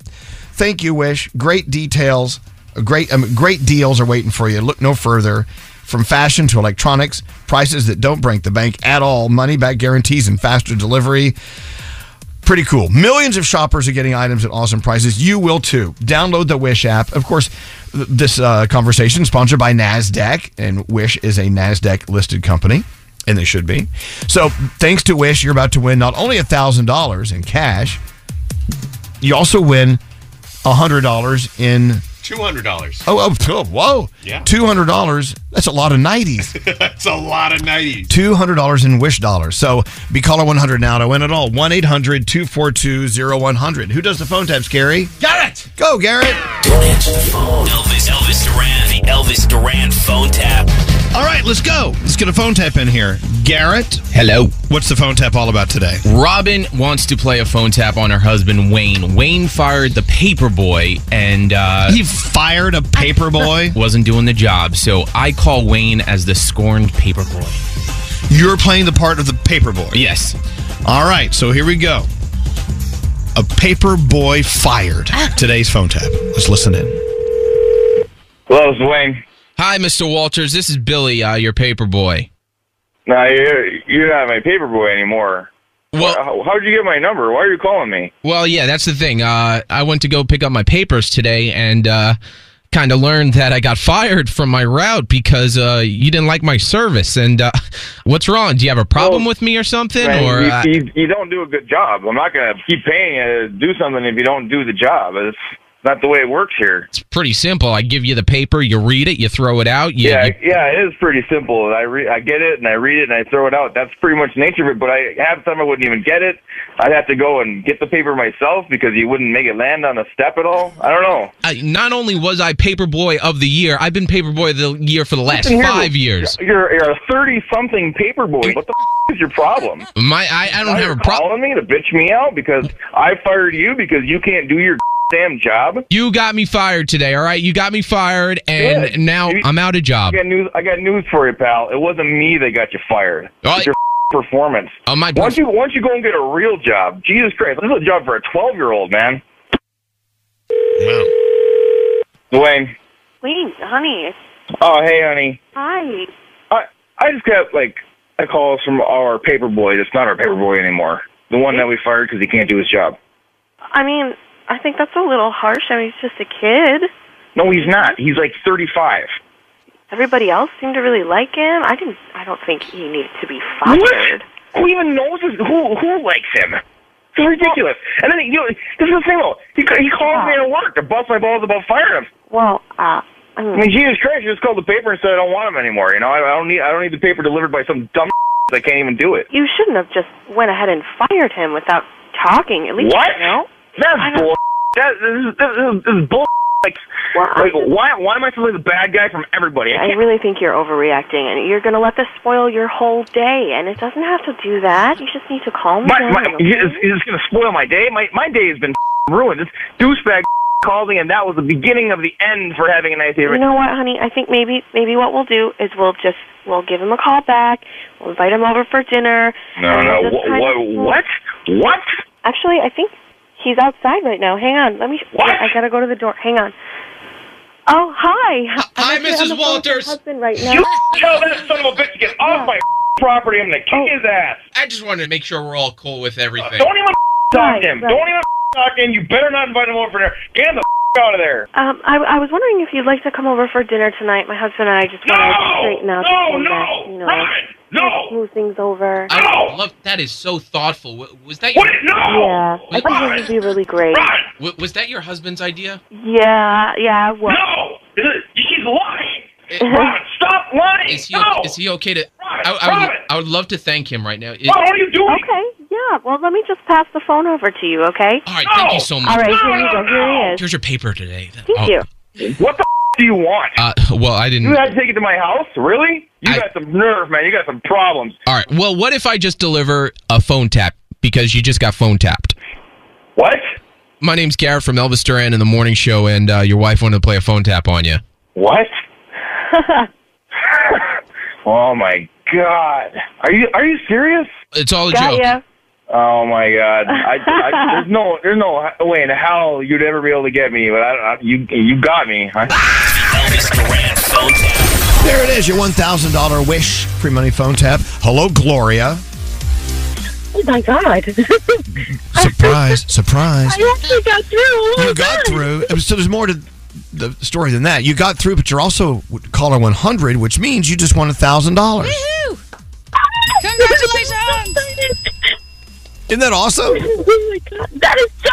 [SPEAKER 1] Thank you, Wish. Great details. A Great, um, great deals are waiting for you. Look no further. From fashion to electronics, prices that don't break the bank at all, money back guarantees, and faster delivery. Pretty cool. Millions of shoppers are getting items at awesome prices. You will too. Download the Wish app. Of course, th- this uh, conversation sponsored by Nasdaq, and Wish is a Nasdaq listed company, and they should be. So, thanks to Wish, you're about to win not only thousand dollars in cash, you also win hundred dollars in
[SPEAKER 10] Two hundred dollars.
[SPEAKER 1] Oh, oh, oh, whoa.
[SPEAKER 10] Yeah.
[SPEAKER 1] $200. That's a lot of 90s.
[SPEAKER 10] That's a lot of nineties.
[SPEAKER 1] $200 in wish dollars. So be caller 100 now to win it all. 1 800 242 0100. Who does the phone taps, Gary?
[SPEAKER 8] Garrett!
[SPEAKER 1] Go, Garrett!
[SPEAKER 6] Don't answer the phone. Elvis, Elvis Duran, the Elvis Duran phone tap.
[SPEAKER 1] All right, let's go. Let's get a phone tap in here. Garrett? Hello. What's the phone tap all about today?
[SPEAKER 18] Robin wants to play a phone tap on her husband Wayne. Wayne fired the paper boy, and uh,
[SPEAKER 1] he fired a paper boy.
[SPEAKER 18] wasn't doing the job, so I call Wayne as the scorned paper boy.
[SPEAKER 1] You're playing the part of the paper boy.
[SPEAKER 18] Yes.
[SPEAKER 1] All right, so here we go. A paper boy fired. Today's phone tap. Let's listen in.
[SPEAKER 18] Hello, it's Wayne. Hi, Mr. Walters. This is Billy, uh, your paper boy.
[SPEAKER 19] No, you're, you're not my paper boy anymore. Well, how, how'd you get my number? Why are you calling me?
[SPEAKER 18] Well, yeah, that's the thing. Uh, I went to go pick up my papers today and uh, kind of learned that I got fired from my route because uh, you didn't like my service. And uh, what's wrong? Do you have a problem with me or something?
[SPEAKER 19] Man,
[SPEAKER 18] or uh,
[SPEAKER 19] you, you, you don't do a good job. I'm not gonna keep paying you to do something if you don't do the job. It's not the way it works here.
[SPEAKER 18] pretty simple. I give you the paper, you read it, you throw it out. You,
[SPEAKER 19] yeah,
[SPEAKER 18] you-
[SPEAKER 19] yeah, it is pretty simple. I re- I get it and I read it and I throw it out. That's pretty much the nature of it. But I half the time I wouldn't even get it. I'd have to go and get the paper myself because you wouldn't make it land on a step at all. I don't know.
[SPEAKER 18] I, not only was I paperboy of the year, I've been paperboy of the year for the last
[SPEAKER 19] Listen here,
[SPEAKER 18] five years.
[SPEAKER 19] You're you're a thirty something paper boy. What the f- is your problem?
[SPEAKER 18] My I, I
[SPEAKER 19] don't have a problem. Calling me to bitch me out because I fired you because you can't do your damn job.
[SPEAKER 18] You got me fired today, all right? You got me fired, and
[SPEAKER 19] Good.
[SPEAKER 18] now
[SPEAKER 19] You-
[SPEAKER 18] I'm out of job.
[SPEAKER 19] I got news. I got news for you, pal. It wasn't me that got you fired. It's your f- performance.
[SPEAKER 18] Oh my!
[SPEAKER 19] Why don't you why don't you go and get a real job? Jesus Christ, this is a job for a twelve year old man.
[SPEAKER 1] Wow.
[SPEAKER 19] Dwayne.
[SPEAKER 20] Wait, honey.
[SPEAKER 19] Oh hey, honey.
[SPEAKER 20] Hi.
[SPEAKER 19] I I just got like a call from our paper boy. That's not our paper boy anymore. The one that we fired because he can't do his job.
[SPEAKER 20] I mean, I think that's a little harsh. I mean, he's just a kid.
[SPEAKER 19] No, he's not. He's like thirty five.
[SPEAKER 20] Everybody else seemed to really like him. I didn't. I don't think he needed to be fired.
[SPEAKER 19] Who even knows this? Who who likes him? It's ridiculous. And then you know, this is the thing though. He ca- he calls me to work to bust my balls about firing him.
[SPEAKER 20] Well, uh, I
[SPEAKER 19] I mean, Jesus Christ! You just called the paper and said I don't want him anymore. You know, I, I don't need I don't need the paper delivered by some dumb that can't even do it.
[SPEAKER 20] you shouldn't have just went ahead and fired him without talking. At least
[SPEAKER 19] What?
[SPEAKER 20] you know. I
[SPEAKER 19] That's
[SPEAKER 20] don't-
[SPEAKER 19] bull. That this is, this is, this is bull. Like, like why why am I supposed to be the bad guy from everybody?
[SPEAKER 20] I
[SPEAKER 19] I can't,
[SPEAKER 20] really think you're overreacting, and you're going to let this spoil your whole day. And it doesn't have to do that. You just need to calm
[SPEAKER 19] my,
[SPEAKER 20] down.
[SPEAKER 19] my, it's, it's gonna spoil my day. My my day has been ruined. This douchebag calling, and that was the beginning of the end for having a nice day.
[SPEAKER 20] You know what, honey? I think maybe maybe what we'll do is we'll just we'll give him a call back. We'll invite him over for dinner.
[SPEAKER 19] No,
[SPEAKER 20] and
[SPEAKER 19] no.
[SPEAKER 20] we'll just
[SPEAKER 19] What?
[SPEAKER 20] kind
[SPEAKER 19] What?
[SPEAKER 20] of-
[SPEAKER 19] What? what?
[SPEAKER 20] Actually, I think he's outside right now. Hang on. Let me. I gotta go to the door. Hang on. Oh, hi.
[SPEAKER 18] Hi,
[SPEAKER 20] I'm actually on
[SPEAKER 18] Mrs.
[SPEAKER 20] the phone with
[SPEAKER 18] Walters.
[SPEAKER 20] my Husband, right now.
[SPEAKER 19] You tell that son of a bitch to get off my property. I'm gonna
[SPEAKER 20] Oh.
[SPEAKER 19] kick his ass.
[SPEAKER 18] I just wanted to make sure we're all cool with everything.
[SPEAKER 19] Don't even talk to him.
[SPEAKER 20] right.
[SPEAKER 19] Don't even talk to him. You better not invite him over for dinner. Get him the out of there.
[SPEAKER 20] Um, I, I was wondering if you'd like to come over for dinner tonight. My husband and I just want to straighten out
[SPEAKER 19] No,
[SPEAKER 20] this thing
[SPEAKER 19] no,
[SPEAKER 20] back, you know,
[SPEAKER 19] no.
[SPEAKER 20] smooth things over.
[SPEAKER 18] I love that is so thoughtful. Wa- Was that your,
[SPEAKER 19] What?
[SPEAKER 20] Yeah, I
[SPEAKER 18] Wait,
[SPEAKER 20] think this would be really great.
[SPEAKER 18] wa- was that your husband's idea?
[SPEAKER 20] Yeah, yeah, I was.
[SPEAKER 19] No, she's lying.
[SPEAKER 20] Ron,
[SPEAKER 19] stop lying.
[SPEAKER 18] Is he, is he okay to? I, I, would, I would love to thank him right now. It-
[SPEAKER 20] Okay, yeah. Well, let me just pass the phone over to you, okay?
[SPEAKER 18] All right, thank you so much.
[SPEAKER 20] All right, here you go. Here he is.
[SPEAKER 18] Here's your paper today. Oh.
[SPEAKER 20] Thank you.
[SPEAKER 19] What the f- do you want?
[SPEAKER 18] Uh, well, I didn't.
[SPEAKER 19] You had to take it to my house? Really? You got some nerve, man. You got some problems.
[SPEAKER 18] All right. Well, what if I just deliver a phone tap because you just got phone tapped?
[SPEAKER 19] What?
[SPEAKER 18] My name's Garrett from Elvis Duran and the Morning Show, and uh, your wife wanted to play a phone tap on you.
[SPEAKER 19] What? oh my god. Are you are you serious?
[SPEAKER 18] It's all
[SPEAKER 19] a Got joke. ya. Oh my god. I, I, there's no there's no way in hell you'd ever be able to get me, but I, I, you you got me. I,
[SPEAKER 1] There it is, your $1,000 wish free money phone tap. Hello, Gloria.
[SPEAKER 21] Oh my god!
[SPEAKER 1] Surprise, surprise.
[SPEAKER 21] I actually got through. Oh
[SPEAKER 1] You got through. So there's more to the story than that. You got through, but you're also caller 100, which means you just won $1,000.
[SPEAKER 21] Congratulations!
[SPEAKER 1] Isn't that awesome?
[SPEAKER 21] Oh my god, that is so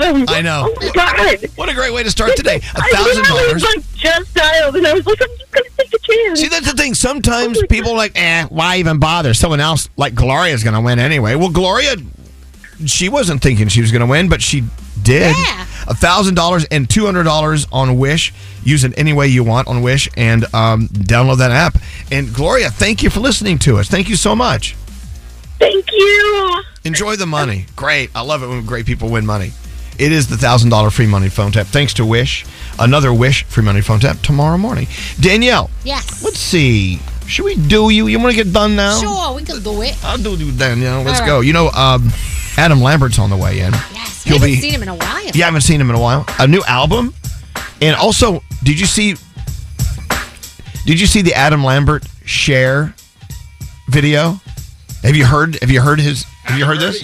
[SPEAKER 21] awesome!
[SPEAKER 1] I know.
[SPEAKER 21] Oh my god!
[SPEAKER 1] What a great way to start today. A
[SPEAKER 21] I
[SPEAKER 1] thousand
[SPEAKER 21] literally
[SPEAKER 1] dollars.
[SPEAKER 21] was like just dialed, and I was like, I'm just gonna take a chance.
[SPEAKER 1] See, that's the thing. Sometimes people are like, eh, why even bother? Someone else, like Gloria's going to win anyway. Well, Gloria, she wasn't thinking she was going to win, but she did. A thousand dollars and two hundred dollars on Wish. Use it any way you want on Wish, and um, download that app. And Gloria, thank you for listening to us. Thank you so much.
[SPEAKER 21] Thank you.
[SPEAKER 1] Enjoy the money. Great. I love it when great people win money. It is the thousand dollar free money phone tap. Thanks to Wish. Another Wish free money phone tap tomorrow morning. Danielle.
[SPEAKER 7] Yes.
[SPEAKER 1] Let's see. Should we do you? You want to get done now?
[SPEAKER 7] Sure, we can do it.
[SPEAKER 1] I'll do you, Danielle. Let's
[SPEAKER 7] All
[SPEAKER 1] go.
[SPEAKER 7] right.
[SPEAKER 1] You know, um, Adam Lambert's on the way in. Yes.
[SPEAKER 7] We haven't seen him in a while.
[SPEAKER 1] Yeah, I haven't seen him in a while. A new album, and also, did you see? Did you see the Adam Lambert share video? Have you heard? Have you heard his? Have you heard, this?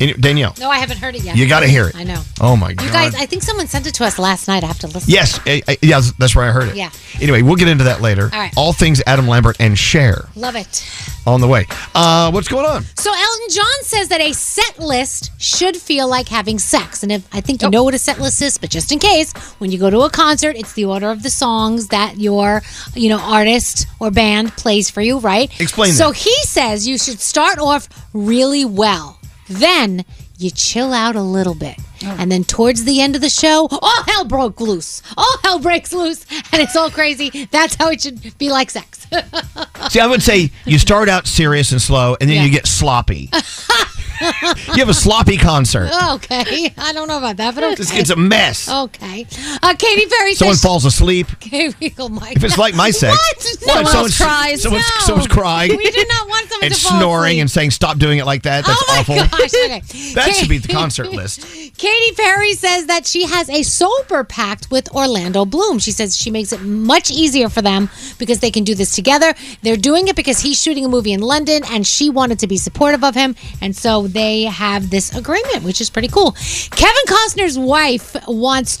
[SPEAKER 1] Any- Danielle,
[SPEAKER 7] No, I haven't heard it yet.
[SPEAKER 1] you got to hear it.
[SPEAKER 7] I know.
[SPEAKER 1] Oh my god!
[SPEAKER 7] You guys, I think someone sent it to us last night. I have to listen.
[SPEAKER 1] yes, I, I- yeah, that's where I heard it.
[SPEAKER 7] Yeah.
[SPEAKER 1] Anyway, we'll get into that later.
[SPEAKER 7] All right.
[SPEAKER 1] All things Adam Lambert and share
[SPEAKER 7] Love it.
[SPEAKER 1] on the way. Uh, what's going on?
[SPEAKER 7] So Elton John says that a set list should feel like having sex, and if I think you know what a set list is, but just in case, when you go to a concert, it's the order of the songs that your you know artist or band plays for you, right?
[SPEAKER 1] Explain
[SPEAKER 7] So
[SPEAKER 1] that.
[SPEAKER 7] he says you should start off really well, then you chill out a little bit. And then towards the end of the show, all hell broke loose. All hell breaks loose, and it's all crazy. That's how it should be like sex.
[SPEAKER 1] See, I would say you start out serious and slow, and then you get sloppy. You have a sloppy concert.
[SPEAKER 7] Okay, I don't know about that, but okay.
[SPEAKER 1] This kid's a mess.
[SPEAKER 7] Okay, uh, Katy Perry.
[SPEAKER 1] Someone
[SPEAKER 7] says
[SPEAKER 1] falls asleep.
[SPEAKER 7] Katy, oh my
[SPEAKER 1] If it's like my sex,
[SPEAKER 7] What?
[SPEAKER 1] No,
[SPEAKER 7] No.
[SPEAKER 1] someone someone's- cries. someone's-
[SPEAKER 7] No.
[SPEAKER 1] someone's crying.
[SPEAKER 7] We do not want someone
[SPEAKER 1] and
[SPEAKER 7] to fall
[SPEAKER 1] snoring
[SPEAKER 7] asleep.
[SPEAKER 1] and saying, "Stop doing it like that." That's
[SPEAKER 7] oh my
[SPEAKER 1] awful.
[SPEAKER 7] gosh! Okay.
[SPEAKER 1] That should be the
[SPEAKER 7] Katy-
[SPEAKER 1] concert list.
[SPEAKER 7] Katy Perry says that she has a sober pact with Orlando Bloom. She says she makes it much easier for them because they can do this together. They're doing it because he's shooting a movie in London and she wanted to be supportive of him. And so they have this agreement, which is pretty cool. Kevin Costner's wife wants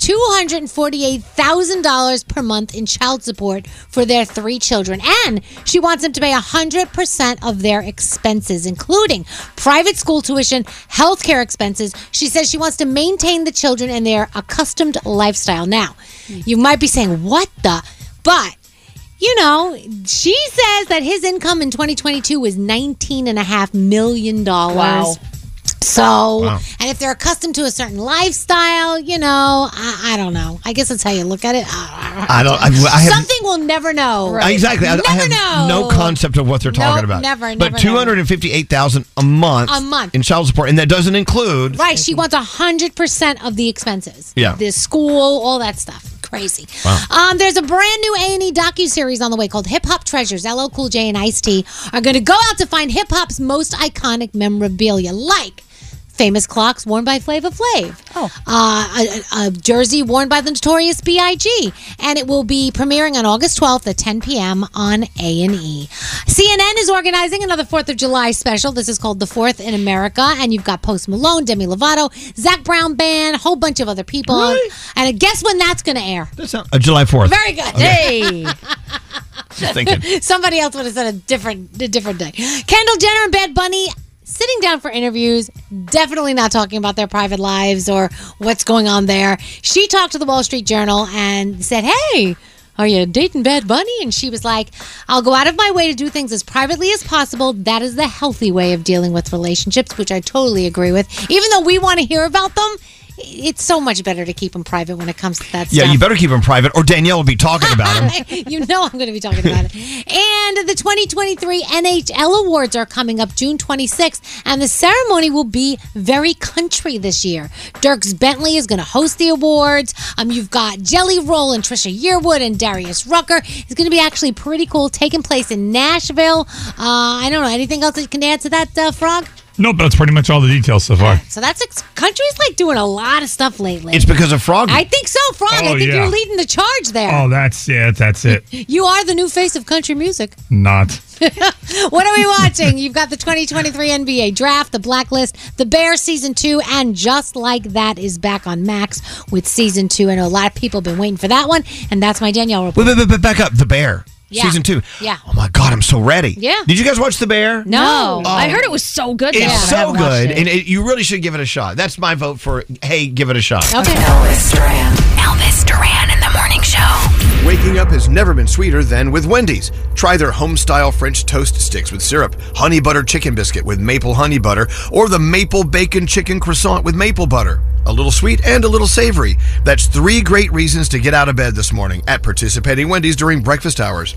[SPEAKER 7] $248,000 per month in child support for their three children. And she wants him to pay 100% of their expenses, including private school tuition, healthcare expenses. She says she wants to maintain the children in their accustomed lifestyle. Now, you might be saying, what the? But you know, she says that his income in 2022 was 19 and a half million dollars.
[SPEAKER 22] Wow.
[SPEAKER 7] So,
[SPEAKER 22] Wow.
[SPEAKER 7] and if they're accustomed to a certain lifestyle, you know, I, I don't know. I guess that's how you look at it. I,
[SPEAKER 1] I don't. I, I have
[SPEAKER 7] Something we'll never know.
[SPEAKER 1] exactly. I,
[SPEAKER 7] Never
[SPEAKER 1] I have
[SPEAKER 7] know.
[SPEAKER 1] no concept of what they're talking
[SPEAKER 7] Nope,
[SPEAKER 1] about.
[SPEAKER 7] never, never,
[SPEAKER 1] But two hundred and fifty-eight thousand a month.
[SPEAKER 7] A month.
[SPEAKER 1] in child support, and that doesn't include.
[SPEAKER 7] Right. She wants 100% of the expenses.
[SPEAKER 1] Yeah.
[SPEAKER 7] The school, all that stuff. Crazy.
[SPEAKER 1] Wow.
[SPEAKER 7] Um, there's a brand new A&E docu-series on the way called Hip Hop Treasures. LL Cool J and Ice-T are going to go out to find hip hop's most iconic memorabilia, like famous clocks worn by Flava Flav, oh. uh, a, a- a jersey worn by the Notorious B.I.G., and it will be premiering on August 12th at 10 p.m. on E. A&E. CNN is organizing another 4th of July special. This is called The Fourth in America, and you've got Post Malone, Demi Lovato, Zach Brown Band, a whole bunch of other people. And guess when that's going to air?
[SPEAKER 1] Uh, July fourth.
[SPEAKER 7] Very good. Hey.
[SPEAKER 1] Just thinking.
[SPEAKER 7] Somebody else would have said a different a different day. Kendall Jenner and Bad Bunny sitting down for interviews, definitely not talking about their private lives or what's going on there. She talked to the Wall Street Journal and said, "Hey, are you dating Bad Bunny?" And she was like, "I'll go out of my way to do things as privately as possible. That is the healthy way of dealing with relationships, which I totally agree with. Even though we want to hear about them, it's so much better to keep them private when it comes to that
[SPEAKER 1] Yeah,
[SPEAKER 7] stuff."
[SPEAKER 1] you better keep them private, or Danielle will be talking about them.
[SPEAKER 7] you know I'm going to be talking about it. And the 2023 NHL Awards are coming up June 26th, and the ceremony will be very country this year. Dirks Bentley is going to host the awards. Um, you've got Jelly Roll and Trisha Yearwood and Darius Rucker. It's going to be actually pretty cool, taking place in Nashville. Uh, I don't know anything else that you can add to that, uh, Frog.
[SPEAKER 11] Nope, that's pretty much all the details so far.
[SPEAKER 7] So that's ex- country's like doing a lot of stuff lately.
[SPEAKER 11] It's because of Froggy.
[SPEAKER 7] I think so, Frog. I
[SPEAKER 11] Oh,
[SPEAKER 7] think
[SPEAKER 11] yeah.
[SPEAKER 7] you're leading the charge there.
[SPEAKER 11] Oh, that's yeah, that's it.
[SPEAKER 7] You are the new face of country music.
[SPEAKER 11] Not.
[SPEAKER 7] what are we watching? You've got the 2023 NBA draft, the blacklist, the Bears season two, and just like that is back on Max with season two. I know a lot of people have been waiting for that one, and that's my Danielle report.
[SPEAKER 1] Wait, wait, wait, wait, back up. The bear.
[SPEAKER 7] Yeah.
[SPEAKER 23] season two.
[SPEAKER 7] Yeah.
[SPEAKER 23] Oh my God, I'm so ready.
[SPEAKER 7] Yeah.
[SPEAKER 23] Did you guys watch The Bear?
[SPEAKER 7] No.
[SPEAKER 23] Oh.
[SPEAKER 5] I heard it was so good. though,
[SPEAKER 23] It's
[SPEAKER 5] but I
[SPEAKER 23] so
[SPEAKER 5] haven't watched
[SPEAKER 23] good,
[SPEAKER 5] it.
[SPEAKER 23] and it, you really should give it a shot. That's my vote for. Hey, give it a shot.
[SPEAKER 14] Elvis Duran. Elvis Duran in the morning show.
[SPEAKER 1] Waking up has never been sweeter than with Wendy's. Try their home-style French toast sticks with syrup, honey butter chicken biscuit with maple honey butter, or the maple bacon chicken croissant with maple butter. A little sweet and a little savory. That's three great reasons to get out of bed this morning at participating Wendy's during breakfast hours.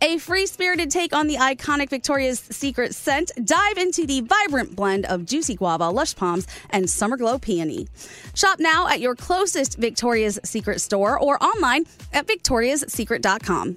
[SPEAKER 5] a free spirited take on the iconic Victoria's Secret scent. Dive into the vibrant blend of juicy guava, lush palms, and summer glow peony. Shop now at your closest Victoria's Secret store or online at victoriassecret.com.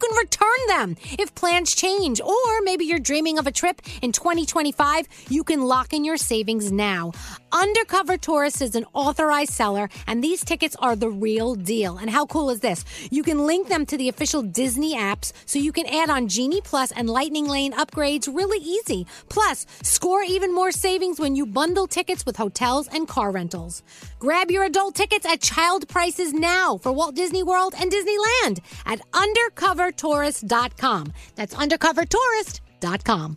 [SPEAKER 7] can return them. If plans change, or maybe you're dreaming of a trip in 2025, you can lock in your savings now. Undercover Tourist is an authorized seller, and these tickets are the real deal. And how cool is this? You can link them to the official Disney apps so you can add on Genie Plus and Lightning Lane upgrades really easy. Plus, score even more savings when you bundle tickets with hotels and car rentals. Grab your adult tickets at child prices now for Walt Disney World and Disneyland at undercovertourist.com. That's undercovertourist.com.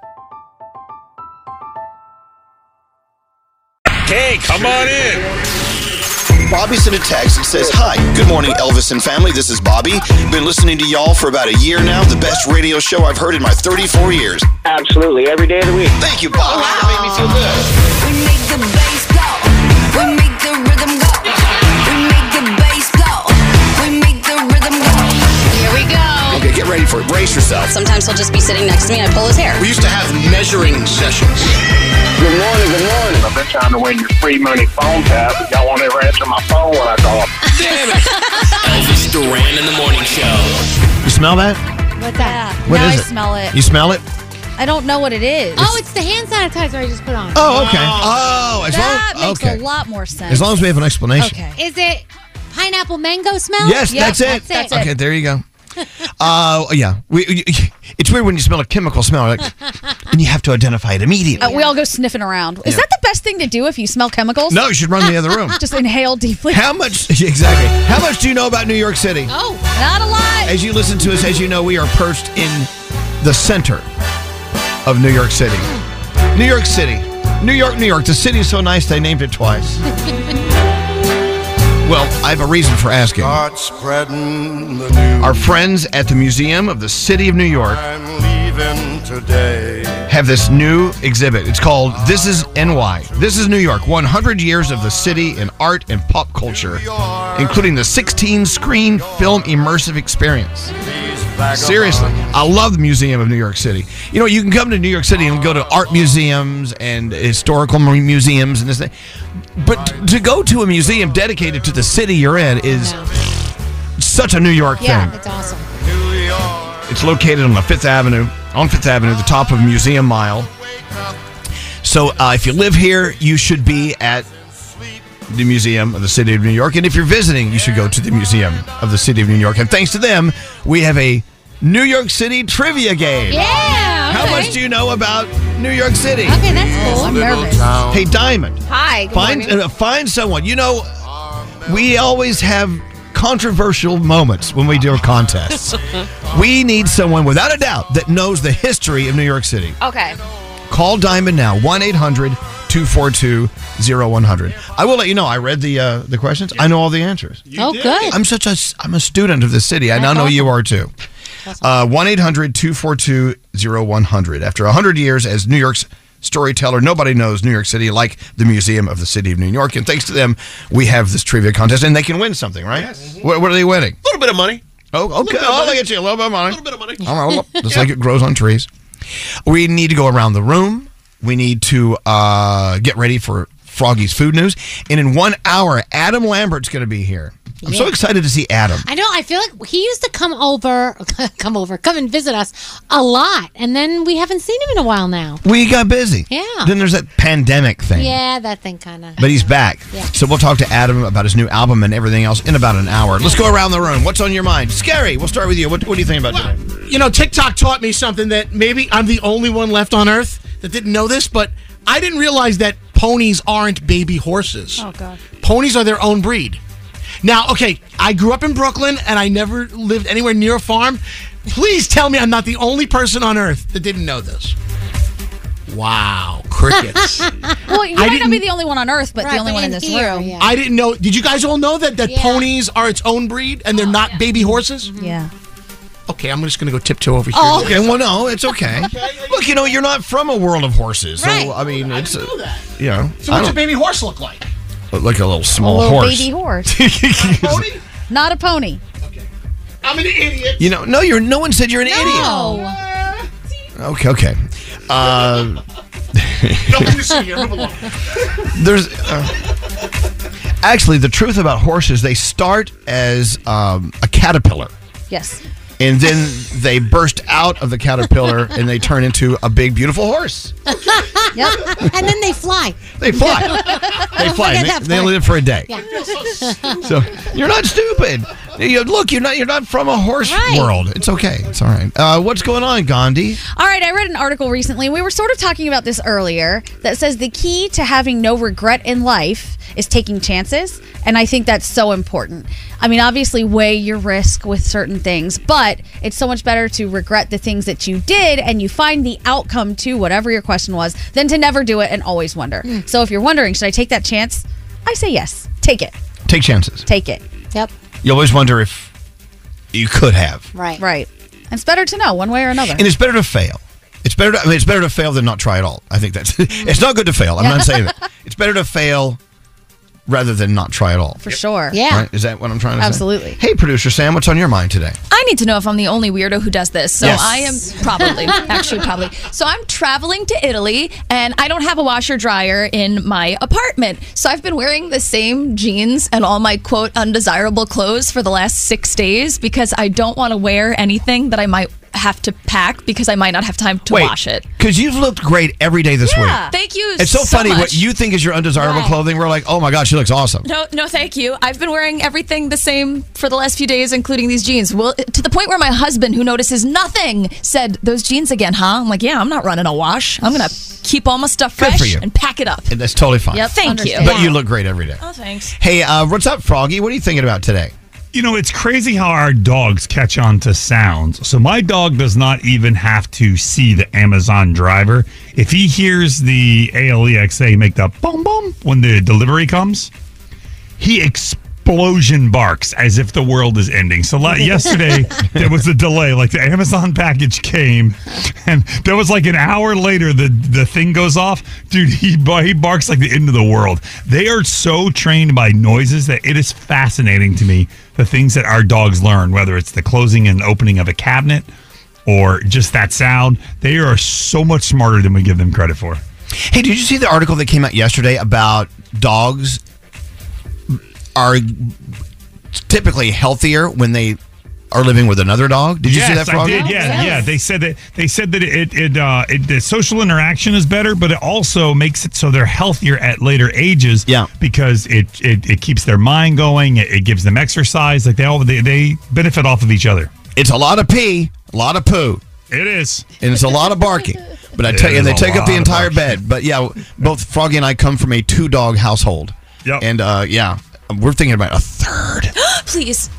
[SPEAKER 1] Hey, come on in. Bobby sent a text that says, Hi, good morning, Elvis and family. This is Bobby. Been listening to y'all for about a year now. The best radio show I've heard in my 34 years. Absolutely, every day of the week. Thank you, Bobby. That made me feel good.
[SPEAKER 24] We make the bass blow. We make the rhythm go. We make the bass blow. We make the rhythm go. Here we go.
[SPEAKER 1] Okay, get ready for it. Brace yourself.
[SPEAKER 5] Sometimes he'll just be sitting next to me and I pull his hair.
[SPEAKER 1] We used to have measuring sessions.
[SPEAKER 8] Good morning, good morning. I've been trying to win your free money phone tap. Y'all won't ever answer my phone when I call.
[SPEAKER 25] Elvis Duran in the morning show.
[SPEAKER 23] You smell that?
[SPEAKER 26] What's that?
[SPEAKER 23] What
[SPEAKER 26] now
[SPEAKER 23] is
[SPEAKER 26] I smell it.
[SPEAKER 23] You smell it?
[SPEAKER 5] I don't know what it is.
[SPEAKER 7] Oh, it's the hand sanitizer I just put on.
[SPEAKER 1] Oh, okay. Oh, as
[SPEAKER 5] that
[SPEAKER 1] long-
[SPEAKER 5] makes
[SPEAKER 1] okay.
[SPEAKER 5] a lot more sense.
[SPEAKER 1] As long as we have an explanation.
[SPEAKER 7] Is it pineapple mango smell?
[SPEAKER 1] Yes, that's, it. Okay, there you go. Uh, yeah, we, we- it's weird when you smell a chemical smell, like, and you have to identify it immediately.
[SPEAKER 5] Uh, we all go sniffing around. Is
[SPEAKER 1] Yeah.
[SPEAKER 5] that the best thing to do if you smell chemicals?
[SPEAKER 1] No, you should run in the other room.
[SPEAKER 5] Just inhale deeply.
[SPEAKER 1] How much exactly? How much do you know about New York City?
[SPEAKER 5] Oh, not a lot.
[SPEAKER 1] As you listen to us, as you know, we are perched in the center of New York City. New York City, New York, New York. The city's so nice they named it twice. Well, I have a reason for asking.
[SPEAKER 22] Start spreading the news.
[SPEAKER 1] Our friends at the Museum of the City of New York
[SPEAKER 22] I'm leaving today.
[SPEAKER 1] have this new exhibit. It's called This is NY. This is New York 100 Years of the City in Art and Pop Culture, including the 16 screen film immersive experience. Seriously, I love the Museum of New York City. You know, you can come to New York City and go to art museums and historical mu- museums and this thing. But t- to go to a museum dedicated to the city you're in is such a New York thing.
[SPEAKER 7] it's awesome.
[SPEAKER 1] It's located on the Fifth Avenue, on Fifth Avenue, the top of Museum Mile. So uh, if you live here, you should be at the Museum of the City of New York. And if you're visiting, you should go to the Museum of the City of New York. And thanks to them, we have a New York City trivia game.
[SPEAKER 7] Yeah.
[SPEAKER 1] How
[SPEAKER 7] okay.
[SPEAKER 1] much do you know about New York City?
[SPEAKER 7] Okay, that's cool. I'm nervous.
[SPEAKER 1] Hey, Diamond.
[SPEAKER 9] Hi. Good
[SPEAKER 1] Find
[SPEAKER 9] morning.
[SPEAKER 1] uh, find someone. You know, we always have controversial moments when we do our contests. we need someone without a doubt that knows the history of New York City.
[SPEAKER 9] okay.
[SPEAKER 1] Call Diamond now 1-800-242-0100. I will let you know I read the uh, the questions. I know all the answers.
[SPEAKER 7] oh, good.
[SPEAKER 1] I'm such a I'm a student of the city. I now
[SPEAKER 7] That's
[SPEAKER 1] know you are
[SPEAKER 7] awesome.
[SPEAKER 1] too. Uh, 1 800 242 0100. After 100 years as New York's storyteller, nobody knows New York City like the Museum of the City of New York. And thanks to them, we have this trivia contest and they can win something, right? Yes. What, what are they winning? A
[SPEAKER 10] little bit of money.
[SPEAKER 1] Oh, okay.
[SPEAKER 10] bit of
[SPEAKER 1] Oh,
[SPEAKER 10] money.
[SPEAKER 1] look at you. A little bit of money. A little
[SPEAKER 10] bit of money.
[SPEAKER 1] All right, well, just like it grows on trees. We need to go around the room. We need to uh, get ready for Froggy's food news. And in one hour, Adam Lambert's going to be here. I'm so
[SPEAKER 7] Yeah.
[SPEAKER 1] excited to see Adam.
[SPEAKER 7] I know. I feel like he used to come over, come over, come and visit us a lot, and then we haven't seen him in a while now.
[SPEAKER 1] We got busy.
[SPEAKER 7] Yeah.
[SPEAKER 1] Then there's that pandemic thing.
[SPEAKER 7] Yeah, that thing kind of.
[SPEAKER 1] But he's back.
[SPEAKER 7] Yeah.
[SPEAKER 1] So we'll talk to Adam about his new album and everything else in about an hour. Let's go around the room. What's on your mind? Scary, we'll start with you. What, what do you think about today?
[SPEAKER 8] You know, TikTok taught me something that maybe I'm the only one left on Earth that didn't know this, but I didn't realize that ponies aren't baby horses.
[SPEAKER 13] Oh, God.
[SPEAKER 8] Ponies are their own breed. Now, okay, I grew up in Brooklyn and I never lived anywhere near a farm. Please tell me I'm not the only person on Earth that didn't know this. Wow, crickets.
[SPEAKER 5] well, you
[SPEAKER 8] I
[SPEAKER 5] might not be
[SPEAKER 8] didn't-
[SPEAKER 5] the only one on Earth, but the only one in this room.
[SPEAKER 8] I didn't know. Did you guys all know that that ponies are its own breed and they're not baby horses?
[SPEAKER 5] Yeah.
[SPEAKER 8] Okay, I'm just gonna go tiptoe over here.
[SPEAKER 1] Oh, okay. Well, no, it's okay. Look, you know, you're not from a world of horses. So,
[SPEAKER 8] Right.
[SPEAKER 1] I mean, it's, uh, you know,
[SPEAKER 8] So
[SPEAKER 1] I
[SPEAKER 8] what's a
[SPEAKER 1] don't-
[SPEAKER 8] baby horse look like?
[SPEAKER 1] like a little small
[SPEAKER 5] little
[SPEAKER 1] horse.
[SPEAKER 5] baby horse. Not a pony.
[SPEAKER 8] I'm an idiot.
[SPEAKER 1] You know, no, you're. No one said you're an idiot.
[SPEAKER 5] Oh.
[SPEAKER 1] Okay, okay. Uh, There's uh, actually the truth about horses. They start as um, a caterpillar,
[SPEAKER 5] Yes.
[SPEAKER 1] and then they burst out of the caterpillar and they turn into a big, beautiful horse.
[SPEAKER 7] yep. And then they fly.
[SPEAKER 1] They fly. They fly.
[SPEAKER 7] Forget
[SPEAKER 1] They,
[SPEAKER 7] that
[SPEAKER 1] they
[SPEAKER 7] part.
[SPEAKER 1] only live for a day.
[SPEAKER 7] Yeah.
[SPEAKER 1] So you're not stupid. You, look, you're not. You're not from a horse
[SPEAKER 5] Right.
[SPEAKER 1] world. It's okay. It's all right. Uh, what's going on, Gandhi?
[SPEAKER 5] All right, I read an article recently. We were sort of talking about this earlier that says the key to having no regret in life is taking chances. And I think that's so important. I mean, obviously, weigh your risk with certain things, but it's so much better to regret the things that you did and you find the outcome to whatever your question was than to never do it and always wonder.
[SPEAKER 8] Hmm.
[SPEAKER 5] So if you're wondering, should I take that chance? I say yes. Take it.
[SPEAKER 1] Take chances.
[SPEAKER 5] Take it.
[SPEAKER 7] Yep.
[SPEAKER 1] You always wonder if you could have.
[SPEAKER 7] Right.
[SPEAKER 5] Right. And it's better to know one way or another.
[SPEAKER 1] And it's better to fail. It's better. To, I mean, it's better to fail than not try at all. I think that's. it's not good to fail. I'm
[SPEAKER 5] Yeah.
[SPEAKER 1] not saying that. It's better to fail rather than not try at all.
[SPEAKER 5] For sure.
[SPEAKER 1] Right? Is that what I'm trying to say?
[SPEAKER 16] Absolutely.
[SPEAKER 1] Hey, producer Sam, what's on your mind today?
[SPEAKER 16] I need to know if I'm the only weirdo who does this. So
[SPEAKER 1] Yes.
[SPEAKER 16] I am probably, actually, probably. So I'm traveling to Italy and I don't have a washer dryer in my apartment. So I've been wearing the same jeans and all my quote undesirable clothes for the last six days because I don't want to wear anything that I might have to pack because I might not have time to wash it.
[SPEAKER 1] Because you've looked great every day this
[SPEAKER 16] Yeah.
[SPEAKER 1] week.
[SPEAKER 16] Thank you
[SPEAKER 1] It's so,
[SPEAKER 16] so
[SPEAKER 1] funny
[SPEAKER 16] much.
[SPEAKER 1] what you think is your undesirable
[SPEAKER 16] Wow.
[SPEAKER 1] clothing. We're like, oh my god, she looks awesome.
[SPEAKER 16] No, no, thank you. I've been wearing everything the same for the last few days, including these jeans. Well, to the point where my husband, who notices nothing, said, "Those jeans again, huh?" I'm like, "Yeah, I'm not running a wash. I'm gonna keep all my stuff
[SPEAKER 1] Good for
[SPEAKER 16] fresh
[SPEAKER 1] you.
[SPEAKER 16] and pack it up."
[SPEAKER 1] And that's totally fine.
[SPEAKER 16] Yep, thank you.
[SPEAKER 1] But you look great every day.
[SPEAKER 16] Oh, thanks.
[SPEAKER 1] Hey, uh, what's up, Froggy? What are you thinking about today?
[SPEAKER 11] You know, it's crazy how our dogs catch on to sounds. So my dog does not even have to see the Amazon driver. If he hears the ALEXA make the boom boom when the delivery comes, he explosion barks as if the world is ending. So la- yesterday there was a delay. Like the Amazon package came, and there was like an hour later the the thing goes off. Dude, he bar- he barks like the end of the world. They are so trained by noises that it is fascinating to me the things that our dogs learn, whether it's the closing and opening of a cabinet or just that sound. They are so much smarter than we give them credit for.
[SPEAKER 1] Hey, did you see the article that came out yesterday about dogs are typically healthier when they are living with another dog? Did you see
[SPEAKER 11] Yes,
[SPEAKER 1] that, Froggy?
[SPEAKER 11] I did. Yeah, yeah. They said that they said that it it, uh, it the social interaction is better, but it also makes it so they're healthier at later ages. Yeah, because it it, it keeps their mind going. It, it gives them exercise. Like they all they, they benefit off of each other.
[SPEAKER 1] It's a lot of pee, a lot of poo.
[SPEAKER 11] It is,
[SPEAKER 1] and it's a lot of barking. But I
[SPEAKER 11] It
[SPEAKER 1] tell you,
[SPEAKER 11] is
[SPEAKER 1] they
[SPEAKER 11] a
[SPEAKER 1] take up
[SPEAKER 11] lot
[SPEAKER 1] the
[SPEAKER 11] of
[SPEAKER 1] entire bed. But yeah, both Froggy and I come from a two dog household.
[SPEAKER 11] Yep.
[SPEAKER 1] And uh, yeah, we're thinking about a third.
[SPEAKER 16] Please.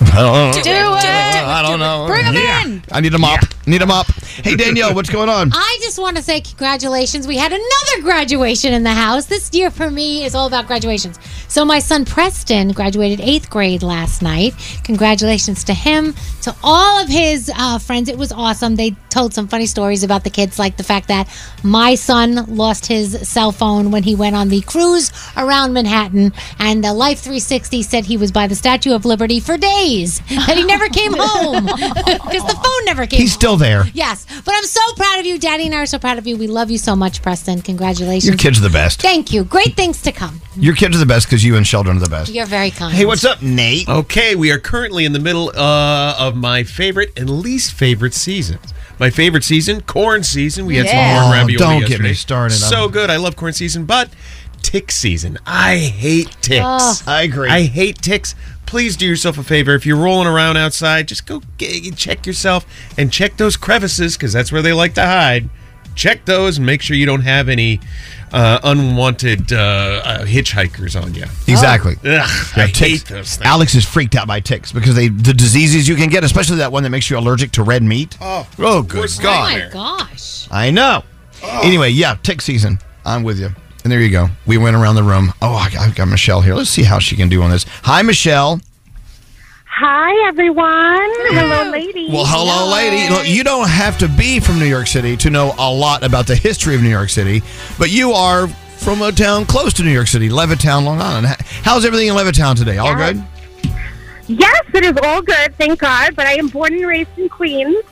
[SPEAKER 1] I
[SPEAKER 16] Do
[SPEAKER 1] don't
[SPEAKER 16] it, do it,
[SPEAKER 1] know.
[SPEAKER 16] do it,
[SPEAKER 1] I don't know.
[SPEAKER 7] Bring 'em
[SPEAKER 1] Yeah.
[SPEAKER 7] in.
[SPEAKER 1] I need a mop. Need a mop. Hey Danielle, what's going on?
[SPEAKER 7] I just want to say congratulations. We had another graduation in the house. This year for me is all about graduations. So my son Preston graduated eighth grade last night. Congratulations to him, to all of his uh, friends. It was awesome. They told some funny stories about the kids, like the fact that my son lost his cell phone when he went on the cruise around Manhattan, and the Life 360 said he was by the Statue of Liberty for days, that he never came home because the phone never came.
[SPEAKER 1] He's
[SPEAKER 7] home.
[SPEAKER 1] still there.
[SPEAKER 7] Yes, but I'm so proud of you. Daddy and I are so proud of you. We love you so much, Preston. Congratulations.
[SPEAKER 1] Your kids are the best.
[SPEAKER 7] Thank you. Great things to come.
[SPEAKER 1] Your kids are the best because you and Sheldon are the best.
[SPEAKER 7] You're very kind.
[SPEAKER 1] up, Nate?
[SPEAKER 10] Okay, we are currently in the middle uh, of my favorite and least favorite seasons. My favorite season, corn season. We had
[SPEAKER 1] Yeah.
[SPEAKER 10] some
[SPEAKER 1] Oh,
[SPEAKER 10] corn ravioli
[SPEAKER 1] don't get
[SPEAKER 10] yesterday.
[SPEAKER 1] me started.
[SPEAKER 10] So
[SPEAKER 1] I'm-
[SPEAKER 10] good. I love corn season, but tick season. I hate ticks.
[SPEAKER 1] Ugh. I agree.
[SPEAKER 10] I hate ticks. Please do yourself a favor. If you're rolling around outside, just go get, check yourself and check those crevices because that's where they like to hide. Check those and make sure you don't have any uh, unwanted uh, uh, hitchhikers on you.
[SPEAKER 1] Exactly.
[SPEAKER 10] Ugh,
[SPEAKER 1] Yeah,
[SPEAKER 10] I
[SPEAKER 1] ticks.
[SPEAKER 10] hate those things.
[SPEAKER 1] Alex is freaked out by ticks because they the diseases you can get, especially that one that makes you allergic to red meat.
[SPEAKER 10] Oh,
[SPEAKER 1] good
[SPEAKER 7] Oh
[SPEAKER 1] God.
[SPEAKER 7] my gosh.
[SPEAKER 1] I know.
[SPEAKER 10] Oh.
[SPEAKER 1] Anyway, yeah, tick season. I'm with you. And there you go. We went around the room. Oh, I got, I've got Michelle here. Let's see how she can do on this. Hi, Michelle.
[SPEAKER 21] Hi, everyone. Hello, ladies.
[SPEAKER 1] Well, hello, lady. Look, you don't have to be from New York City to know a lot about the history of New York City, but you are from a town close to New York City, Levittown, Long Island. H- How's everything in Levittown today? All good?
[SPEAKER 21] Yes, it is all good, thank God. But I am born and raised in Queens.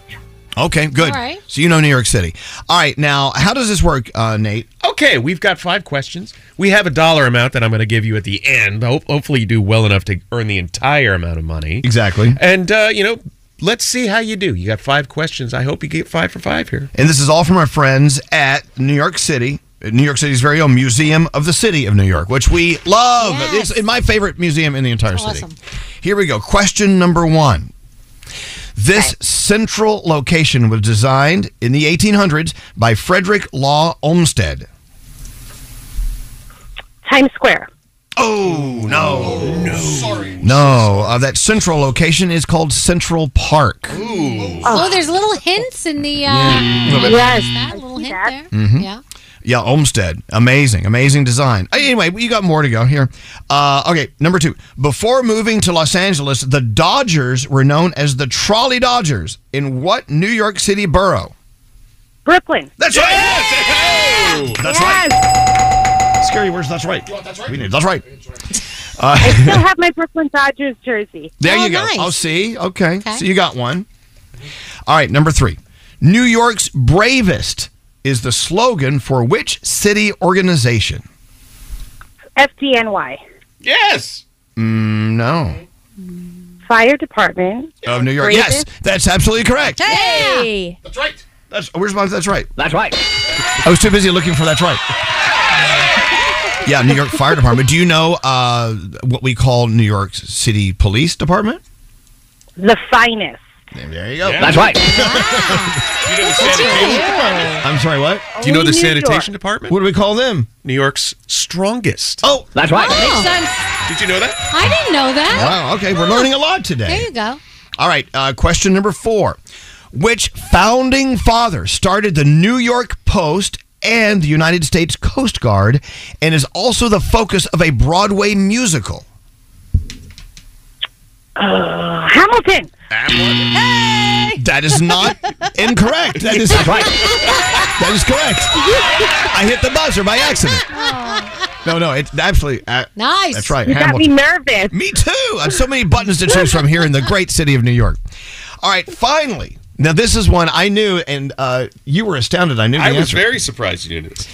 [SPEAKER 1] Okay, good.
[SPEAKER 21] All right.
[SPEAKER 1] So you know New York City. All right, now, how does this work, uh, Nate?
[SPEAKER 10] Okay, we've got five questions. We have a dollar amount that I'm going to give you at the end. Ho- hopefully, you do well enough to earn the entire amount of money.
[SPEAKER 1] Exactly.
[SPEAKER 10] And, uh, you know, let's see how you do. You got five questions. I hope you get five for five here.
[SPEAKER 1] And this is all from our friends at New York City, New York City's very own Museum of the City of New York, which we love. It's in my favorite museum in the entire
[SPEAKER 7] Awesome.
[SPEAKER 1] city. Here we go. Question number one. This central location was designed in the 1800s by Frederick Law Olmsted.
[SPEAKER 21] Times Square.
[SPEAKER 1] Oh, no. No. Sorry. No, uh, that central location is called Central Park.
[SPEAKER 7] Oh, there's little hints in the. Uh,
[SPEAKER 1] Yeah. Little bit. Yes.
[SPEAKER 7] That little hint there.
[SPEAKER 1] Mhm.
[SPEAKER 7] Yeah.
[SPEAKER 1] Yeah, Olmsted. Amazing, amazing design. Anyway, you got more to go here. Uh, okay, number two. Before moving to Los Angeles, the Dodgers were known as the Trolley Dodgers in what New York City borough?
[SPEAKER 21] Brooklyn.
[SPEAKER 1] That's right. That's right. Scary words. That's right. That's right. We need, that's right.
[SPEAKER 21] I
[SPEAKER 1] Uh,
[SPEAKER 21] still have my Brooklyn Dodgers jersey.
[SPEAKER 1] there you go. Oh, see? Okay. So you got one. All right, number three. New York's bravest is the slogan for which city organization?
[SPEAKER 21] FDNY.
[SPEAKER 10] Yes.
[SPEAKER 1] Mm, no.
[SPEAKER 21] fire department.
[SPEAKER 1] Of New York.
[SPEAKER 21] Raven?
[SPEAKER 1] Yes, that's absolutely correct.
[SPEAKER 21] Hey!
[SPEAKER 8] That's right.
[SPEAKER 1] That's where's my that's right.
[SPEAKER 8] That's right.
[SPEAKER 1] I was too busy looking for that's right. Yeah, New York Fire Department. Do you know uh, what we call New York City Police Department?
[SPEAKER 21] The finest.
[SPEAKER 1] There you go.
[SPEAKER 21] That's right.
[SPEAKER 10] You know the
[SPEAKER 21] That's
[SPEAKER 10] sanitation
[SPEAKER 21] right.
[SPEAKER 10] department?
[SPEAKER 1] I'm sorry, what?
[SPEAKER 10] Do you know
[SPEAKER 1] Only
[SPEAKER 10] the
[SPEAKER 1] New
[SPEAKER 10] sanitation
[SPEAKER 1] York.
[SPEAKER 10] department?
[SPEAKER 1] What do we call them?
[SPEAKER 10] New York's strongest.
[SPEAKER 1] Oh,
[SPEAKER 10] that's
[SPEAKER 7] right. Oh. Makes sense.
[SPEAKER 10] Did you know that?
[SPEAKER 7] I didn't know that.
[SPEAKER 1] Wow. Okay, we're learning a lot today.
[SPEAKER 7] There you go.
[SPEAKER 1] All right. Uh, question number four: Which founding father started the New York Post and the United States Coast Guard, and is also the focus of a Broadway musical?
[SPEAKER 21] Uh, Hamilton.
[SPEAKER 1] That is not incorrect. That is right. That is correct. I hit the buzzer by accident. No, no, it's absolutely uh,
[SPEAKER 21] Nice.
[SPEAKER 1] That's right.
[SPEAKER 21] You got me
[SPEAKER 1] nervous. Me too. I have so many buttons to choose from here in the great city of New York. All right, finally. Now this is one I knew, and uh, you were astounded. I knew the
[SPEAKER 10] I was
[SPEAKER 1] answer.
[SPEAKER 10] very surprised you knew this.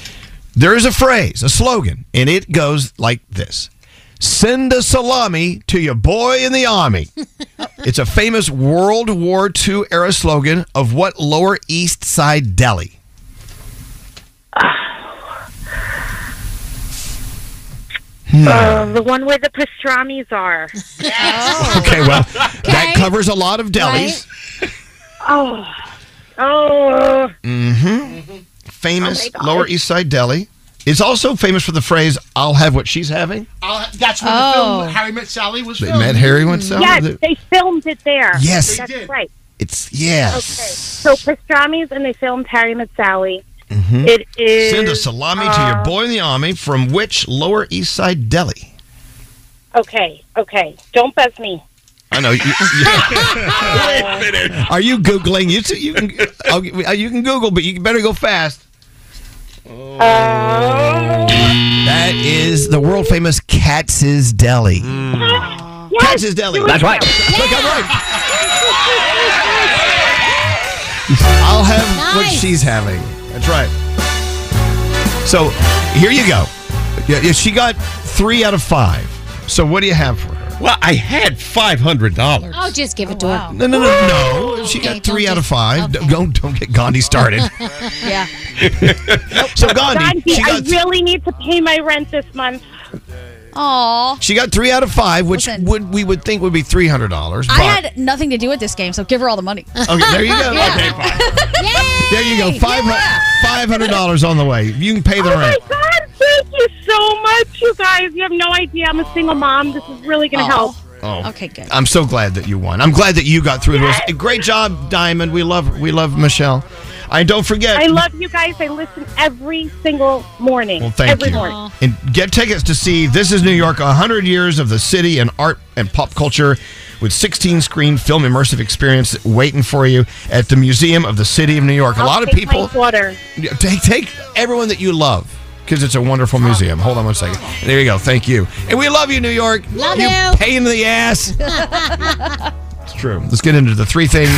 [SPEAKER 1] there is a phrase, a slogan, and it goes like this: "Send a salami to your boy in the army." it's a famous World War II era slogan of what Lower East Side deli? Hmm.
[SPEAKER 21] Uh, the one where the pastramis are.
[SPEAKER 1] Okay, well, that covers a lot of delis.
[SPEAKER 21] Oh. Oh.
[SPEAKER 1] Mm-hmm. Famous
[SPEAKER 21] Oh my God.
[SPEAKER 1] Lower East Side deli. It's also famous for the phrase "I'll have what she's having."
[SPEAKER 8] I'll, Uh, that's when
[SPEAKER 21] Oh.
[SPEAKER 8] the film Harry Met Sally was
[SPEAKER 1] They
[SPEAKER 8] filmed.
[SPEAKER 1] met Harry Met Sally?
[SPEAKER 21] Yes, they filmed it there.
[SPEAKER 1] Yes.
[SPEAKER 21] That's
[SPEAKER 1] They did.
[SPEAKER 21] right.
[SPEAKER 1] It's yes.
[SPEAKER 21] So pastramis, and they filmed Harry Met Sally.
[SPEAKER 1] Mhm.
[SPEAKER 21] It is.
[SPEAKER 1] Send a salami to your
[SPEAKER 21] uh,
[SPEAKER 1] boy in the army from which Lower East Side deli?
[SPEAKER 21] Okay, okay. Don't buzz me.
[SPEAKER 1] I know. You,
[SPEAKER 21] Uh,
[SPEAKER 1] are you googling? You you can I'll, you can Google, but you better go fast.
[SPEAKER 21] Oh.
[SPEAKER 1] Oh. That is the world famous Katz's Deli.
[SPEAKER 21] Mm.
[SPEAKER 1] Katz's Deli. That's right. Look, I'm right. I'll have what she's having. That's right. So here you go. Yeah, yeah, she got three out of five. So what do you have for her?
[SPEAKER 10] Well, I had five hundred dollars.
[SPEAKER 7] Oh, just give it to her.
[SPEAKER 1] No, no, no, no. She
[SPEAKER 7] Okay,
[SPEAKER 1] got three
[SPEAKER 7] don't
[SPEAKER 1] out of
[SPEAKER 7] just-
[SPEAKER 1] five. Don't don't get Gandhi started.
[SPEAKER 7] yeah.
[SPEAKER 1] so Gandhi, she
[SPEAKER 21] I
[SPEAKER 1] got
[SPEAKER 21] really need to pay my rent this month.
[SPEAKER 16] Aw.
[SPEAKER 1] she got three out of five, which would we would think would be three hundred dollars.
[SPEAKER 16] I had nothing to do with this game, so give her all the money.
[SPEAKER 1] Okay, there you go. Okay, fine. There you go. Five five hundred dollars on the way. You can pay the
[SPEAKER 21] Oh my
[SPEAKER 1] rent.
[SPEAKER 21] God! Thank you so much, you guys. You have no idea. I'm a single mom. This is really going to help.
[SPEAKER 1] Oh.
[SPEAKER 21] Okay, good.
[SPEAKER 1] I'm so glad that you won. I'm glad that you got through this. Great job, Diamond. We love we love Michelle. I don't forget.
[SPEAKER 21] I love you guys. I listen every single morning.
[SPEAKER 1] Well, thank
[SPEAKER 21] every
[SPEAKER 1] you.
[SPEAKER 21] morning.
[SPEAKER 1] And get tickets to see This is New York 100 Years of the City and Art and Pop Culture with 16 screen film immersive experience waiting for you at the Museum of the City of New York. A lot of
[SPEAKER 21] Take my
[SPEAKER 1] people
[SPEAKER 21] daughter.
[SPEAKER 1] Yeah, take take everyone that you love because it's a wonderful museum. Hold on one second. There you go. Thank you. And we love you, New York.
[SPEAKER 7] Love
[SPEAKER 1] you.
[SPEAKER 7] you.
[SPEAKER 1] Pain in the ass. It's true. Let's get into the three things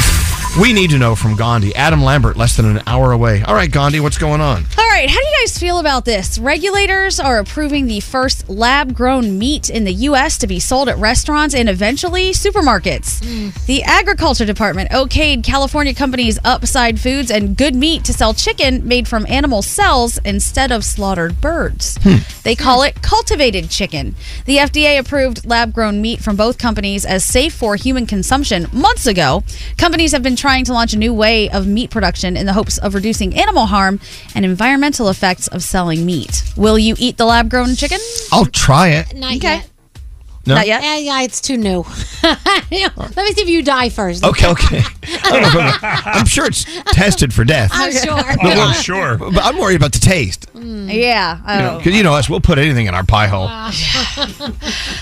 [SPEAKER 1] we need to know from Gandhi. Adam Lambert, less than an hour away. All right, Gandhi, what's going on?
[SPEAKER 5] All right, how do you guys feel about this? Regulators are approving the first lab grown meat in the U.S. to be sold at restaurants and eventually supermarkets. The Agriculture Department okayed California companies Upside Foods and Good Meat to sell chicken made from animal cells instead of slaughtered birds. They
[SPEAKER 7] Hmm.
[SPEAKER 5] call it cultivated chicken. The FDA approved lab grown meat from both companies as safe for human consumption months ago. Companies have been trying to launch a new way of meat production in the hopes of reducing animal harm and environmental effects of selling meat. Will you eat the lab grown chicken?
[SPEAKER 1] I'll try it.
[SPEAKER 7] Not yet.
[SPEAKER 1] No? Not yet?
[SPEAKER 7] Yeah, yeah, it's too new. Let me see if you die first.
[SPEAKER 1] Okay, okay. I don't know if I'm- I'm sure it's tested for death.
[SPEAKER 7] I'm sure.
[SPEAKER 1] But I'm- But I'm worried about the taste.
[SPEAKER 5] Hmm. Yeah. Oh,
[SPEAKER 1] Because you, know, 'cause you know us, we'll put anything in our pie hole.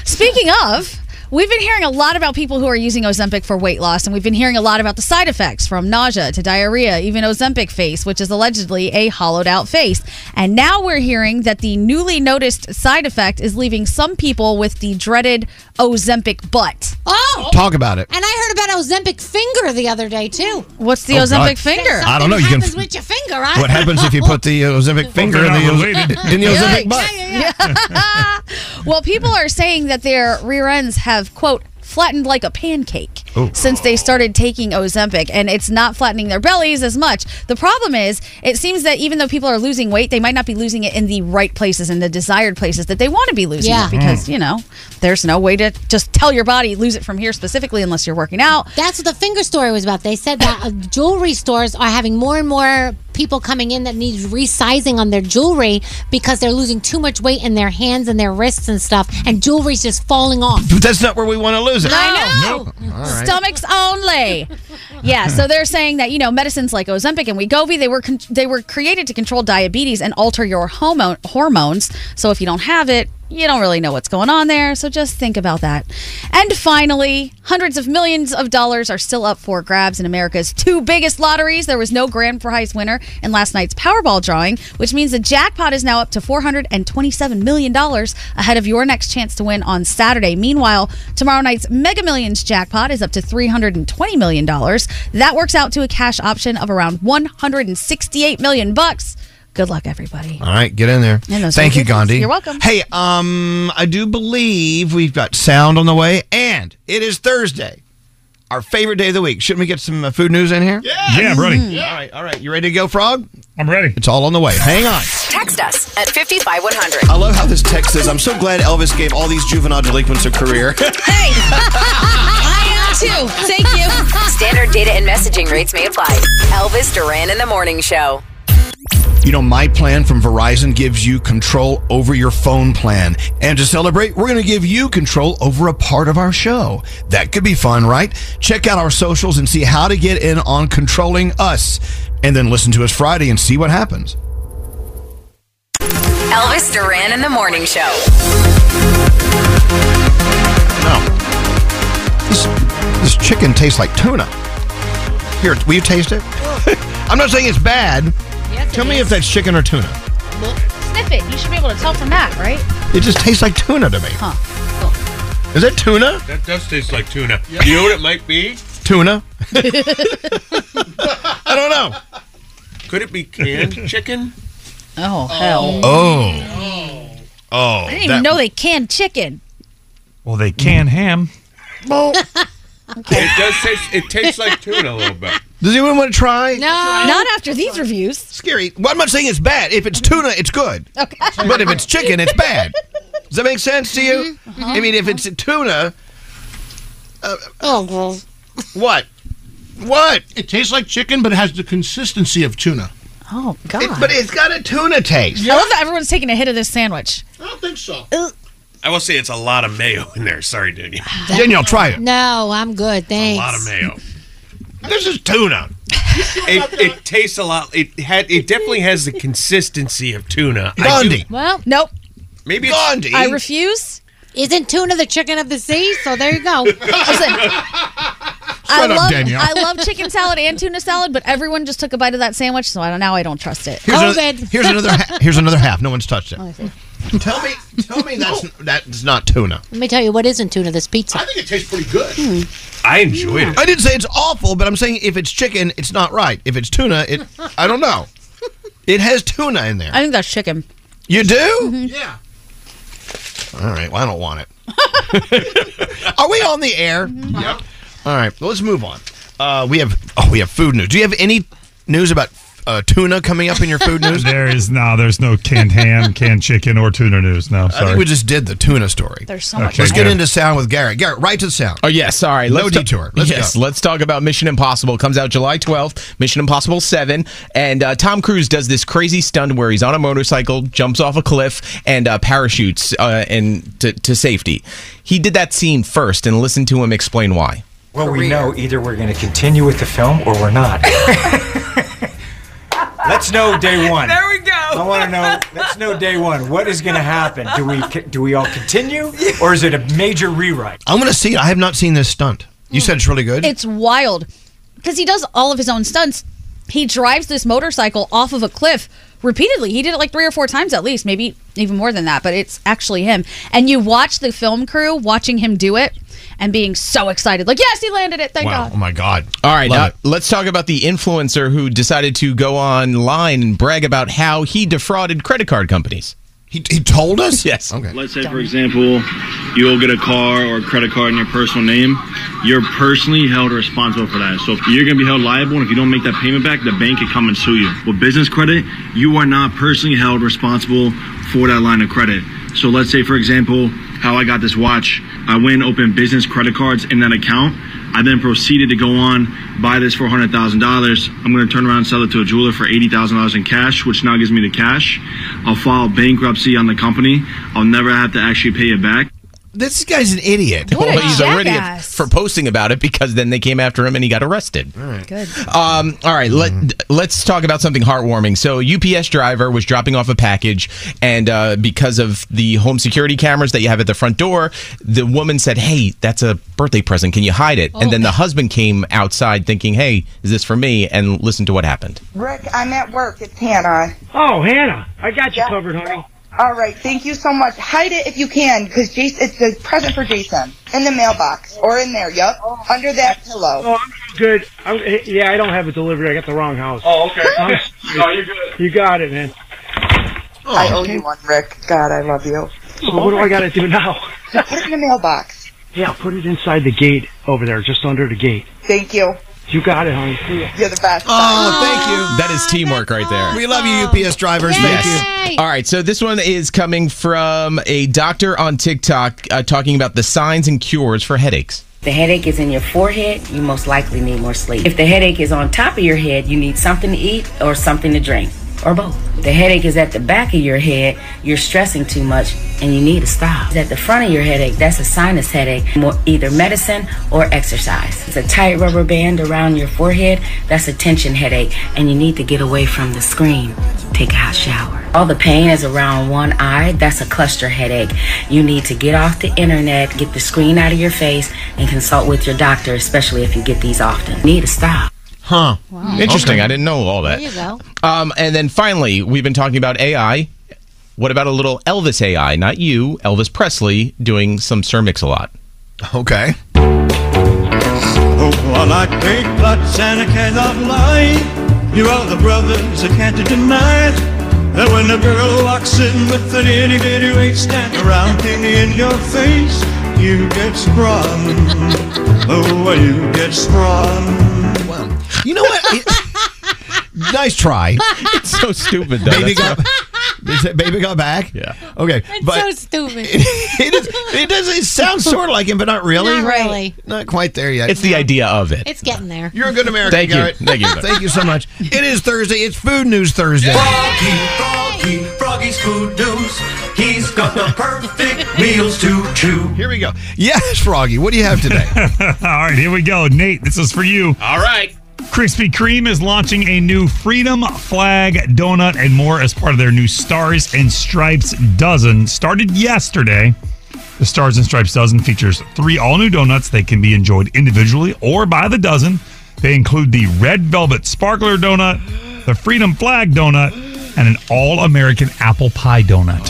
[SPEAKER 5] Speaking of, we've been hearing a lot about people who are using Ozempic for weight loss, and we've been hearing a lot about the side effects from nausea to diarrhea, even Ozempic face, which is allegedly a hollowed out face. And now we're hearing that the newly noticed side effect is leaving some people with the dreaded Ozempic butt.
[SPEAKER 7] Oh!
[SPEAKER 1] Talk about it.
[SPEAKER 7] And I heard about Ozempic finger the other day too.
[SPEAKER 5] What's the
[SPEAKER 1] Oh,
[SPEAKER 5] Ozempic
[SPEAKER 1] God.
[SPEAKER 5] finger?
[SPEAKER 1] I don't know. You
[SPEAKER 7] What
[SPEAKER 1] can-
[SPEAKER 7] happens with your finger? I-
[SPEAKER 1] What happens if you put the Ozempic finger in
[SPEAKER 11] they're
[SPEAKER 1] the,
[SPEAKER 11] not
[SPEAKER 1] Oz- in the Ozempic
[SPEAKER 5] Yikes.
[SPEAKER 1] butt?
[SPEAKER 5] well, people are saying that their rear ends have quote flattened like a pancake
[SPEAKER 9] Ooh.
[SPEAKER 5] since they started taking Ozempic, and it's not flattening their bellies as much. The problem is, it seems that even though people are losing weight, they might not be losing it in the right places, in the desired places that they want to be losing
[SPEAKER 16] Yeah.
[SPEAKER 5] it because,
[SPEAKER 16] Mm.
[SPEAKER 5] you know, there's no way to just tell your body, lose it from here specifically unless you're working out.
[SPEAKER 7] That's what the finger story was about. They said that uh, jewelry stores are having more and more people coming in that need resizing on their jewelry because they're losing too much weight in their hands and their wrists and stuff, and jewelry's just falling off.
[SPEAKER 1] But that's not where we want to lose it.
[SPEAKER 5] I know.
[SPEAKER 1] Nope. All right.
[SPEAKER 5] Stomachs only. Yeah, so they're saying that you know medicines like Ozempic and Wegovy they were con- they were created to control diabetes and alter your hormone hormones. So if you don't have it, you don't really know what's going on there. So just think about that. And finally, hundreds of millions of dollars are still up for grabs in America's two biggest lotteries. There was no grand prize winner in last night's Powerball drawing, which means the jackpot is now up to $427 million ahead of your next chance to win on Saturday. Meanwhile, tomorrow night's Mega Millions jackpot is up to $320 million. That works out to a cash option of around 168 million bucks. Good luck, everybody.
[SPEAKER 1] All right, get in there.
[SPEAKER 5] And those
[SPEAKER 1] Thank
[SPEAKER 5] are
[SPEAKER 1] you,
[SPEAKER 5] good ones.
[SPEAKER 1] Gandhi.
[SPEAKER 5] You're welcome.
[SPEAKER 1] Hey, um, I do believe we've got sound on the way, and it is Thursday, our favorite day of the week. Shouldn't we get some uh, food news in here? Yeah,
[SPEAKER 11] Yeah, I'm ready. Mhm.
[SPEAKER 1] All right, all right. You ready to go, Frog?
[SPEAKER 11] I'm ready.
[SPEAKER 1] It's all on the way. Hang on.
[SPEAKER 14] Text us at 55100.
[SPEAKER 2] I love how this text says, I'm so glad Elvis gave all these juvenile delinquents a career.
[SPEAKER 5] Hey! I am too. Thank you.
[SPEAKER 14] Standard data and messaging rates may apply. Elvis Duran in the Morning Show.
[SPEAKER 2] You know, my plan from Verizon gives you control over your phone plan. And to celebrate, we're going to give you control over a part of our show. That could be fun, right? Check out our socials and see how to get in on controlling us. And then listen to us Friday and see what happens.
[SPEAKER 14] Elvis Duran in the Morning Show.
[SPEAKER 1] No. This, this chicken tastes like tuna. Here, will you taste it? I'm not saying it's bad.
[SPEAKER 5] Yes, it
[SPEAKER 1] Tell me
[SPEAKER 5] is.
[SPEAKER 1] if that's chicken or tuna.
[SPEAKER 5] Sniff it. You should be able to tell from that, right?
[SPEAKER 1] It just tastes like tuna to me.
[SPEAKER 5] Huh.
[SPEAKER 1] Is it tuna?
[SPEAKER 10] That does taste like tuna. You know what it might be?
[SPEAKER 1] Tuna?
[SPEAKER 10] I
[SPEAKER 1] don't know.
[SPEAKER 10] Could it be canned chicken?
[SPEAKER 5] Oh, hell.
[SPEAKER 1] Oh.
[SPEAKER 5] I didn't even know they canned chicken.
[SPEAKER 11] Well, they can ham.
[SPEAKER 10] It does taste. It tastes like tuna a little bit.
[SPEAKER 1] Does anyone want to try? No.
[SPEAKER 5] Not after these reviews.
[SPEAKER 1] Scary. Well, I'm not saying it's bad. If it's tuna, it's good.
[SPEAKER 5] Okay.
[SPEAKER 1] But if it's chicken, it's bad. Does that make sense to you?
[SPEAKER 5] Mm-hmm. Uh-huh.
[SPEAKER 1] I mean, if it's tuna. Uh,
[SPEAKER 7] oh, girl.
[SPEAKER 1] What? What?
[SPEAKER 8] It tastes like chicken, but it has the consistency of tuna.
[SPEAKER 5] Oh God!
[SPEAKER 1] but it's got a tuna taste.
[SPEAKER 5] I love that everyone's taking a hit of this sandwich.
[SPEAKER 8] I don't think so.
[SPEAKER 10] I will say it's a lot of mayo in there. Sorry, Daniel.
[SPEAKER 1] Danielle, try it.
[SPEAKER 7] No, I'm good. Thanks.
[SPEAKER 10] A lot of mayo.
[SPEAKER 1] This is tuna.
[SPEAKER 10] It, it tastes a lot. It had. It definitely has the consistency of tuna. I do-
[SPEAKER 5] Well, nope.
[SPEAKER 10] maybe it's,
[SPEAKER 5] I refuse.
[SPEAKER 7] Isn't tuna the chicken of the sea? So there you go.
[SPEAKER 5] I
[SPEAKER 7] Shut up,
[SPEAKER 5] love
[SPEAKER 7] Danielle.
[SPEAKER 5] I love chicken salad and tuna salad, but everyone just took a bite of that sandwich, so I don't, now I don't trust it.
[SPEAKER 1] Here's another, here's another ha- here's another half. No one's touched it.
[SPEAKER 5] Oh,
[SPEAKER 1] tell me, tell me that's that's not tuna.
[SPEAKER 7] Let me tell you what isn't tuna. This pizza. I think
[SPEAKER 1] it tastes pretty good.
[SPEAKER 5] Hmm.
[SPEAKER 10] I enjoyed
[SPEAKER 1] I didn't say it's awful, but I'm saying if it's chicken, it's not right. If it's tuna, it I don't know. It has tuna in there.
[SPEAKER 5] I think that's chicken. Mm-hmm.
[SPEAKER 1] You do?
[SPEAKER 8] Yeah.
[SPEAKER 1] All right. Well, I don't want it. Are we on the air? Yep. All right. Well, let's move on. Uh, we have oh, we have food news. Do you have any news about uh, tuna coming up in your food news?
[SPEAKER 11] There is no, there's no canned ham, canned chicken, or tuna news. No,
[SPEAKER 1] I
[SPEAKER 11] sorry.
[SPEAKER 1] think we just did the tuna story.
[SPEAKER 5] There's
[SPEAKER 11] so much Okay,
[SPEAKER 1] Let's get
[SPEAKER 11] good.
[SPEAKER 1] into sound with Garrett. Garrett, right to the sound.
[SPEAKER 18] Oh yeah, sorry.
[SPEAKER 1] No
[SPEAKER 18] ta-
[SPEAKER 1] detour. Let's
[SPEAKER 18] yes,
[SPEAKER 1] go.
[SPEAKER 18] let's talk about Mission Impossible. Comes out July 12th. Mission Impossible 7, and uh, Tom Cruise does this crazy stunt where he's on a motorcycle, jumps off a cliff, and uh, parachutes uh, and to, to safety. He did that scene first, and listen to him explain why.
[SPEAKER 13] Well, we know either we're going to continue with the film or we're not. let's know day one. There we go. I want to know. Let's know day one. What is going to happen? Do we do we all continue, or is it a major rewrite?
[SPEAKER 1] I'm going to see. it. I have not seen this stunt. You said it's really good.
[SPEAKER 5] It's wild because he does all of his own stunts. He drives this motorcycle off of a cliff repeatedly. He did it like three or four times at least, maybe even more than that, but it's actually him. And you watch the film crew watching him do it and being so excited. Like, yes, he landed it. Thank God.
[SPEAKER 1] Oh, my God.
[SPEAKER 18] All right, now let's talk about the influencer who decided to go online and brag about how he defrauded credit card companies.
[SPEAKER 1] He, he told us? Yes. Okay.
[SPEAKER 9] Let's say, for example, you'll get a car or a credit card in your personal name. You're personally held responsible for that. So if you're going to be held liable, and if you don't make that payment back, the bank can come and sue you. With business credit, you are not personally held responsible for that line of credit. So let's say, for example, how I got this watch. I went and opened business credit cards in that account. I then proceeded to go on buy this for hundred thousand dollars. I'm going to turn around and sell it to a jeweler for eighty thousand dollars in cash, which now gives me the cash. I'll file bankruptcy on the company. I'll never have to actually pay it back.
[SPEAKER 12] This guy's an idiot.
[SPEAKER 9] What a
[SPEAKER 12] well, he's already
[SPEAKER 9] jackass.
[SPEAKER 12] for posting about it because then they came after him and he got arrested. All right.
[SPEAKER 16] Good.
[SPEAKER 12] Um, all right, let, let's talk about something heartwarming. So, UPS driver was dropping off a package, and uh, because of the home security cameras that you have at the front door, the woman said, "Hey, that's a birthday present. Can you hide it?"
[SPEAKER 9] Oh.
[SPEAKER 12] And then the husband came outside thinking, "Hey, is this for me?" And listen to what happened.
[SPEAKER 15] Rick, I'm at work. It's Hannah.
[SPEAKER 9] Oh, Hannah, I got
[SPEAKER 15] you covered, honey. All right. Thank you so much. Hide it if you can, because Jason, it's a present for Jason in the mailbox or in there. Yep, under that pillow.
[SPEAKER 9] Oh, I'm good. I'm, eh, yeah, I don't have a delivery. I got the wrong house.
[SPEAKER 15] Oh, okay.
[SPEAKER 9] oh, you're good. You got it, man.
[SPEAKER 15] I owe you one, Rick. God, I love you.
[SPEAKER 9] So what do I got to do now?
[SPEAKER 15] So put it in the mailbox.
[SPEAKER 9] Yeah, I'll put it inside the gate over there, just under the gate.
[SPEAKER 15] Thank you.
[SPEAKER 9] You got it, honey. See ya.
[SPEAKER 15] You're the best.
[SPEAKER 12] Oh, thank you. That is teamwork right there.
[SPEAKER 1] We love you, UPS drivers. Thank you.
[SPEAKER 12] All right, so this one is coming from a doctor on TikTok uh, talking about the signs and cures for headaches.
[SPEAKER 27] the headache is in your forehead, you most likely need more sleep. If the headache is on top of your head, you need something to eat or something to drink, or both. The headache is at the back of your head, you're stressing too much and you need to stop. It's at the front of your headache, that's a sinus headache, more either medicine or exercise. It's a tight rubber band around your forehead, that's a tension headache, and you need to get away from the screen. Take a hot shower. All the pain is around one eye, that's a cluster headache. You need to get off the internet, get the screen out of your face, and consult with your doctor, especially if you get these often. Need to stop.
[SPEAKER 12] Huh.
[SPEAKER 27] Wow.
[SPEAKER 12] Interesting.
[SPEAKER 27] Okay.
[SPEAKER 12] I didn't know all that.
[SPEAKER 27] There you go.
[SPEAKER 12] Um, and then finally, we've been talking about AI. What about a little Elvis AI? Not you, Elvis Presley, doing some Sir Mix-a-Lot.
[SPEAKER 2] Okay.
[SPEAKER 28] Oh, I like big butts and I cannot lie. You are the brothers, I can't deny it. That when a girl walks in with an itty bitty waist and a round thing in your face, you get sprung. Oh, you get sprung.
[SPEAKER 1] You know what? It- nice try.
[SPEAKER 12] It's so stupid,
[SPEAKER 1] though. Baby got, is it baby got back? Yeah. Okay.
[SPEAKER 7] It's
[SPEAKER 1] but
[SPEAKER 7] so stupid.
[SPEAKER 1] it, is, it does. It sounds sort of like him, but not really.
[SPEAKER 7] Not really.
[SPEAKER 1] Not quite there yet.
[SPEAKER 12] It's the idea of it.
[SPEAKER 7] It's getting there.
[SPEAKER 1] You're a good American.
[SPEAKER 12] Thank you.
[SPEAKER 1] Garrett.
[SPEAKER 12] Thank you, brother.
[SPEAKER 1] Thank you so much. It is Thursday. It's Food News Thursday.
[SPEAKER 28] Froggy, Froggy, Froggy's food news. He's got the perfect meals to chew.
[SPEAKER 1] Here we go. Yes, Froggy. What do you have today?
[SPEAKER 11] All right, here we go. Nate, this is for you.
[SPEAKER 28] All right.
[SPEAKER 11] Krispy Kreme is launching a new Freedom Flag donut and more as part of their new Stars and Stripes dozen. Started yesterday. The Stars and Stripes dozen features three all new donuts. They can be enjoyed individually or by the dozen. They include the Red Velvet Sparkler donut, the Freedom Flag donut, and an all American apple pie donut.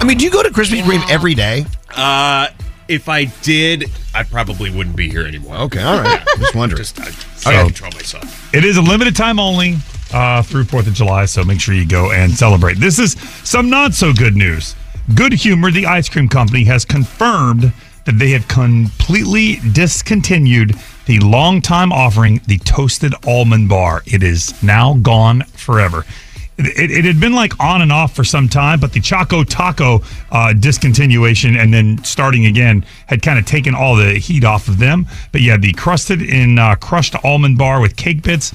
[SPEAKER 1] I mean, do you go to Krispy Kreme every day?
[SPEAKER 10] Uh, if I did, I probably wouldn't be here anymore. Okay,
[SPEAKER 1] all right.
[SPEAKER 10] just wondering. Just, uh, I can't control myself.
[SPEAKER 11] It is a limited time only uh, through 4th of July, so make sure you go and celebrate. This is some not so good news. Good Humor, the ice cream company, has confirmed that they have completely discontinued the long-time offering, the Toasted Almond Bar. It is now gone forever. It, it had been like on and off for some time, but the Choco Taco uh, discontinuation and then starting again had kind of taken all the heat off of them. But yeah, the crusted in uh, crushed almond bar with cake bits.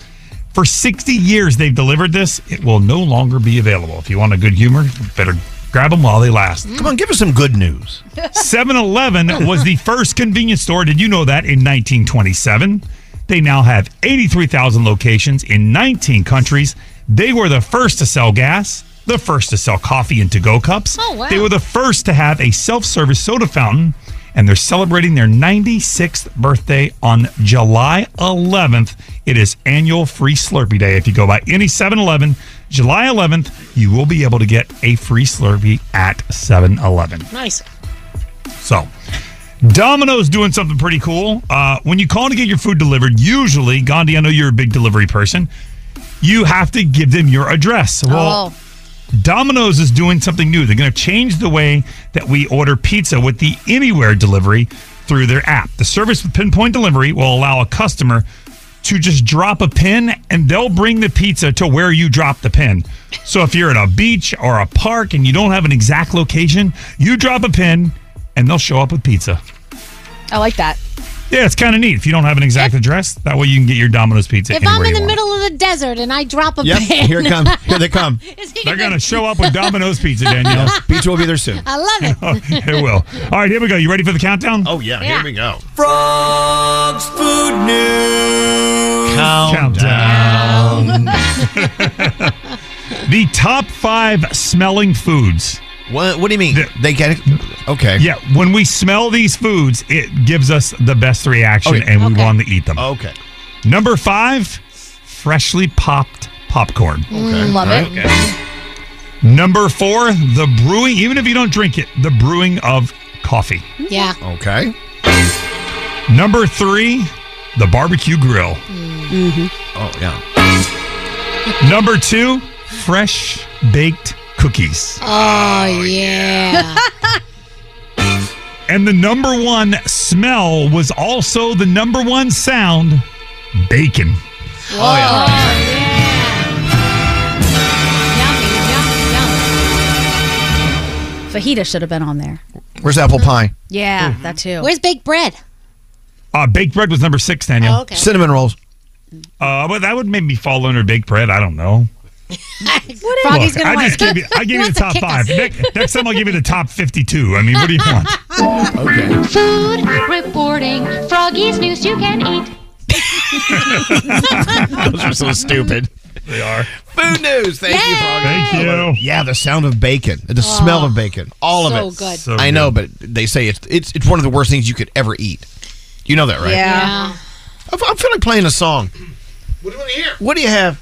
[SPEAKER 11] For 60 years, they've delivered this. It will no longer be available. If you want a good humor, better grab them while they last.
[SPEAKER 1] Come on, give us some good news.
[SPEAKER 11] 7 Eleven was the first convenience store. Did you know that in 1927? They now have 83,000 locations in 19 countries. They were the first to sell gas, the first to sell coffee in to go cups.
[SPEAKER 29] Oh, wow.
[SPEAKER 11] They were the first to have a self service soda fountain, and they're celebrating their 96th birthday on July 11th. It is annual free Slurpee Day. If you go by any 7 Eleven, July 11th, you will be able to get a free Slurpee at 7 Eleven.
[SPEAKER 7] Nice.
[SPEAKER 11] So, Domino's doing something pretty cool. Uh, when you call to get your food delivered, usually,
[SPEAKER 7] Oh.
[SPEAKER 11] Gandhi, I know you're a big delivery person, you have to give them your address. Well, Domino's is doing something new. They're going to change the way that we order pizza with the anywhere delivery through their app. The service with Pinpoint Delivery will allow a customer to just drop a pin and they'll bring the pizza to where you drop the pin. So if you're at a beach or a park and you don't have an exact location, you drop a pin and they'll show up with pizza.
[SPEAKER 16] I like that.
[SPEAKER 11] Yeah, it's kind of neat. If you don't have an exact address, that way you can get your Domino's pizza
[SPEAKER 7] If
[SPEAKER 11] anywhere
[SPEAKER 7] I'm in
[SPEAKER 11] you
[SPEAKER 7] the
[SPEAKER 11] want.
[SPEAKER 7] middle of the desert and I drop a
[SPEAKER 11] Yep,
[SPEAKER 7] pin,
[SPEAKER 11] here it comes. Here they come.
[SPEAKER 7] Is he
[SPEAKER 11] They're
[SPEAKER 7] gonna-
[SPEAKER 11] going to show up with Domino's Pizza, Danielle. Pizza will be there soon.
[SPEAKER 7] I love it.
[SPEAKER 11] it will. All right, here we go. You ready for the countdown? Oh, yeah.
[SPEAKER 7] Yeah.
[SPEAKER 11] we go.
[SPEAKER 22] Frog's Food News.
[SPEAKER 11] Countdown. the top five smelling foods. What, what do you mean? they get it? Okay. Yeah. When we smell these foods, it gives us the best reaction
[SPEAKER 1] Oh, yeah.
[SPEAKER 11] and we
[SPEAKER 1] Okay.
[SPEAKER 11] want to eat them. Okay. Number five, freshly popped popcorn.
[SPEAKER 16] Mm, love
[SPEAKER 11] All
[SPEAKER 16] it.
[SPEAKER 11] Number four, the brewing, even if you don't drink it, the brewing of coffee.
[SPEAKER 7] Yeah.
[SPEAKER 11] Okay. Number three, the barbecue grill.
[SPEAKER 7] Mm-hmm.
[SPEAKER 11] Oh, yeah. Number two, fresh baked cookies.
[SPEAKER 7] Oh, yeah.
[SPEAKER 11] And the number one smell was also the number one sound bacon.
[SPEAKER 7] Oh, yeah.
[SPEAKER 5] Fajita should have been on there.
[SPEAKER 11] Where's apple pie?
[SPEAKER 5] Yeah,
[SPEAKER 1] Hmm.
[SPEAKER 5] that too.
[SPEAKER 7] Where's baked bread?
[SPEAKER 11] Uh, baked bread was number six, Daniel.
[SPEAKER 7] Oh, okay. Cinnamon
[SPEAKER 11] rolls. Uh, but that would maybe fall under baked bread. I don't know.
[SPEAKER 7] Froggy's
[SPEAKER 11] Look,
[SPEAKER 7] gonna
[SPEAKER 11] I
[SPEAKER 7] win.
[SPEAKER 11] just gave you, I gave you the top five. Next, next time I'll give you the top fifty-two. I mean, what do you want? Okay.
[SPEAKER 3] Food reporting. Froggy's news you can eat.
[SPEAKER 1] Those are so stupid.
[SPEAKER 11] They are.
[SPEAKER 1] Food news. Thank you, Froggy.
[SPEAKER 11] Thank
[SPEAKER 1] you. Yeah, the sound of bacon, the
[SPEAKER 2] Oh,
[SPEAKER 1] smell of bacon, all
[SPEAKER 2] so
[SPEAKER 1] of it.
[SPEAKER 2] good. So
[SPEAKER 1] I know,
[SPEAKER 2] good.
[SPEAKER 1] but they say it's it's it's one of the worst things you could ever eat. You know that, right?
[SPEAKER 2] Yeah.
[SPEAKER 1] I f- I feel like playing a song. What do you want to hear? What do you have?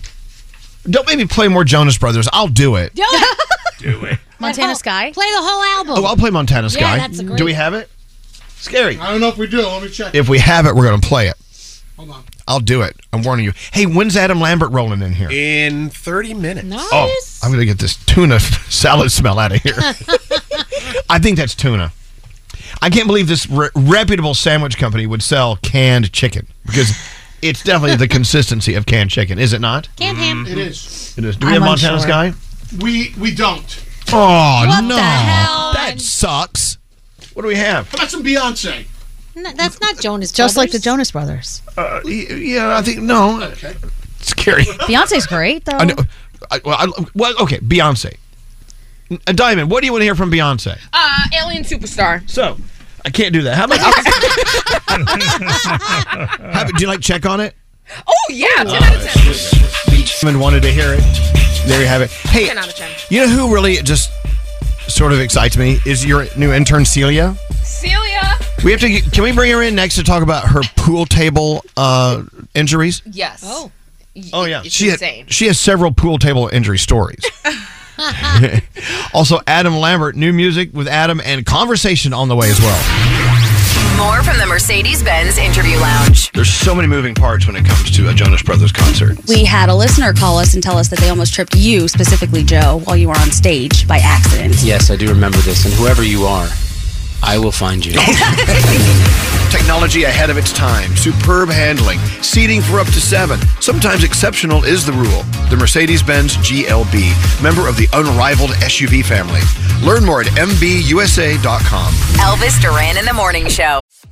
[SPEAKER 1] Don't make me play more Jonas Brothers. I'll do it.
[SPEAKER 7] Do it.
[SPEAKER 1] Do it.
[SPEAKER 5] Montana Sky?
[SPEAKER 7] oh, Play the whole album.
[SPEAKER 1] Oh, I'll play Montana
[SPEAKER 7] Yeah,
[SPEAKER 1] Sky.
[SPEAKER 7] that's a great-
[SPEAKER 1] Do we have it? Scary.
[SPEAKER 8] I don't know if we do. Let me check.
[SPEAKER 1] If we have it, we're going to play it. Hold on. I'll do it. I'm warning you. Hey, when's Adam Lambert rolling in here?
[SPEAKER 10] In 30 minutes.
[SPEAKER 1] Oh, I'm going to get this tuna salad smell out of here. I think that's tuna. I can't believe this re- reputable sandwich company would sell canned chicken because it's definitely the consistency of canned chicken, is it not?
[SPEAKER 7] Can't ham.
[SPEAKER 8] It is.
[SPEAKER 1] It is. Do we have Montana Sky?
[SPEAKER 8] We we don't.
[SPEAKER 1] Oh,
[SPEAKER 8] What the
[SPEAKER 1] no.
[SPEAKER 8] hell?
[SPEAKER 1] That sucks. What do we have?
[SPEAKER 8] How about some Beyonce?
[SPEAKER 7] No, that's not Jonas.
[SPEAKER 5] Just like the
[SPEAKER 7] Brothers.
[SPEAKER 5] Jonas Brothers.
[SPEAKER 1] Uh, yeah, I think no. uh, Scary.
[SPEAKER 5] Beyonce's great though.
[SPEAKER 1] I know. I, well, I, well, okay, Beyonce. Uh, Diamond, what do you want to hear from Beyonce?
[SPEAKER 4] Uh, Alien Superstar.
[SPEAKER 1] So, I can't do that. How about? How, do you like check on it?
[SPEAKER 4] Oh yeah, ten out of ten.
[SPEAKER 1] Diamond wanted to hear it. There you have it. Hey,
[SPEAKER 4] ten out of ten.
[SPEAKER 1] you know who really just sort of excites me is your new intern Celia.
[SPEAKER 4] Celia.
[SPEAKER 1] We have to. get- Can we bring her in next to talk about her pool table uh, injuries?
[SPEAKER 4] Yes. Oh.
[SPEAKER 1] Oh yeah,
[SPEAKER 4] It's
[SPEAKER 1] she had,
[SPEAKER 4] insane.
[SPEAKER 1] she has several pool table injury stories. also, Adam Lambert, new music with Adam and conversation on the way as well.
[SPEAKER 14] More from the Mercedes Benz interview lounge.
[SPEAKER 1] There's so many moving parts when it comes to a Jonas Brothers concert.
[SPEAKER 5] We had a listener call us and tell us that they almost tripped you, specifically Joe, while you were on stage by accident.
[SPEAKER 17] Yes, I do remember this. And whoever you are, I will find you.
[SPEAKER 2] Technology ahead of its time, superb handling, seating for up to seven. Sometimes exceptional is the rule. The Mercedes Benz GLB, member of the unrivaled SUV family. Learn more at MBUSA.com.
[SPEAKER 14] Elvis Duran in the morning show.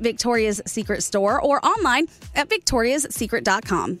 [SPEAKER 5] Victoria's Secret store or online at victoriassecret.com.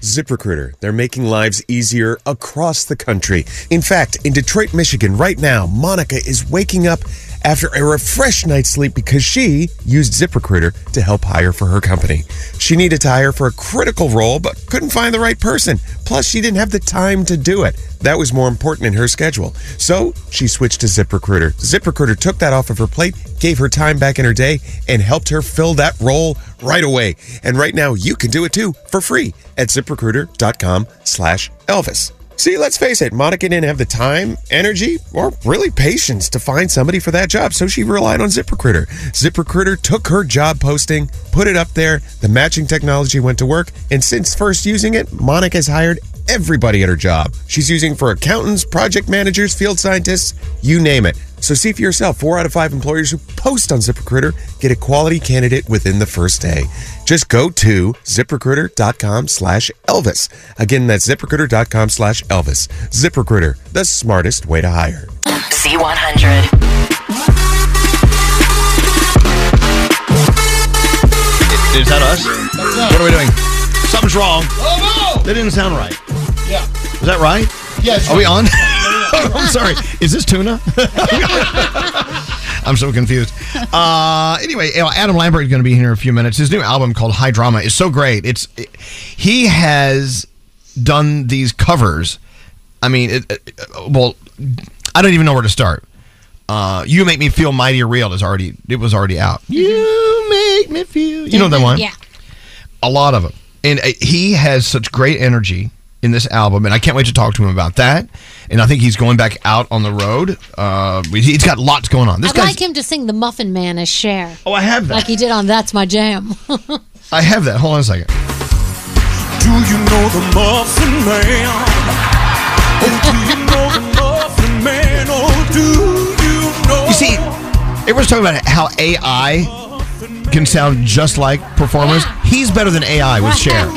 [SPEAKER 10] ZipRecruiter. They're making lives easier across the country. In fact, in Detroit, Michigan, right now, Monica is waking up after a refreshed night's sleep because she used ZipRecruiter to help hire for her company. She needed to hire for a critical role, but couldn't find the right person. Plus, she didn't have the time to do it. That was more important in her schedule. So she switched to ZipRecruiter. ZipRecruiter took that off of her plate, gave her time back in her day, and helped her fill that role right away. And right now, you can do it too for free at ziprecruiter.com slash Elvis. See, let's face it, Monica didn't have the time, energy, or really patience to find somebody for that job, so she relied on ZipRecruiter. ZipRecruiter took her job posting, put it up there, the matching technology went to work, and since first using it, Monica has hired everybody at her job. She's using for accountants, project managers, field scientists, you name it. So see for yourself, four out of five employers who post on ZipRecruiter get a quality candidate within the first day. Just go to ziprecruiter.com slash Elvis. Again, that's ziprecruiter.com slash Elvis. ZipRecruiter, the smartest way to hire.
[SPEAKER 14] Z100.
[SPEAKER 1] Is that us? What are we doing? Something's wrong. Oh no! That didn't sound right.
[SPEAKER 8] Yeah.
[SPEAKER 1] Is that right?
[SPEAKER 8] Yes.
[SPEAKER 1] Are we on? I'm sorry. Is this tuna? I'm so confused. Uh, anyway, you know, Adam Lambert is going to be here in a few minutes. His new album called High Drama is so great. It's it- he has done these covers. I mean, it, it- well, I don't even know where to start. Uh, you make me feel mighty real is already it was already out. You make me feel. You know that one?
[SPEAKER 22] Yeah.
[SPEAKER 1] A lot of them. And uh, he has such great energy in this album, and I can't wait to talk to him about that. And I think he's going back out on the road. Uh, he's got lots going on. This
[SPEAKER 7] I'd
[SPEAKER 1] guy's
[SPEAKER 7] like him to sing the Muffin Man as Cher.
[SPEAKER 1] Oh, I have that.
[SPEAKER 7] Like he did on That's My Jam.
[SPEAKER 1] I have that. Hold on a second.
[SPEAKER 28] Do you know the Muffin Man? Oh, do you know the Muffin Man? Oh, do you know?
[SPEAKER 1] You see, everyone's talking about how AI can sound just like performers. He's better than AI with Cher.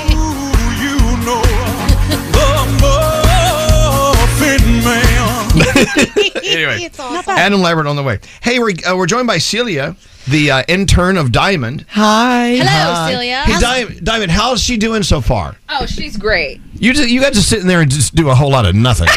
[SPEAKER 28] Muffin Man.
[SPEAKER 1] anyway, Adam Lambert on the way. Hey, we're, uh, we're joined by Celia, the uh, intern of Diamond. Hi.
[SPEAKER 4] Hello, Celia.
[SPEAKER 1] Hey, Diamond, Diamond, how's she doing so far?
[SPEAKER 4] Oh, she's great.
[SPEAKER 1] You just, you got to sit in there and just do a whole lot of nothing.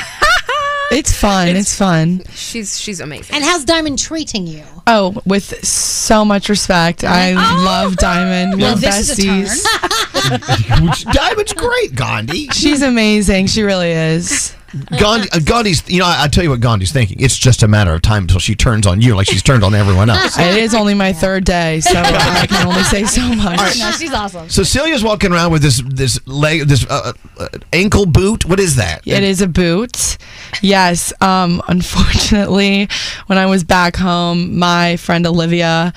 [SPEAKER 13] It's fun. It's, fun.
[SPEAKER 4] She's she's amazing.
[SPEAKER 7] and how's Diamond treating you?
[SPEAKER 13] Oh, with so much respect. I love Diamond.
[SPEAKER 7] Oh. Well,
[SPEAKER 13] We're
[SPEAKER 7] this is a turn.
[SPEAKER 13] besties.
[SPEAKER 1] Diamond's great, Gandhi.
[SPEAKER 13] She's amazing. She really is.
[SPEAKER 1] Gandhi, uh, Gandhi's, you know, I, I tell you what Gandhi's thinking. It's just a matter of time until she turns on you like she's turned on everyone else.
[SPEAKER 13] It is only my third day, so I can only say so much.
[SPEAKER 7] No, she's awesome.
[SPEAKER 1] So Celia's walking around with this this leg this uh, uh, ankle boot. What is that?
[SPEAKER 13] It is a boot. Yes. Um, unfortunately, when I was back home, my friend Olivia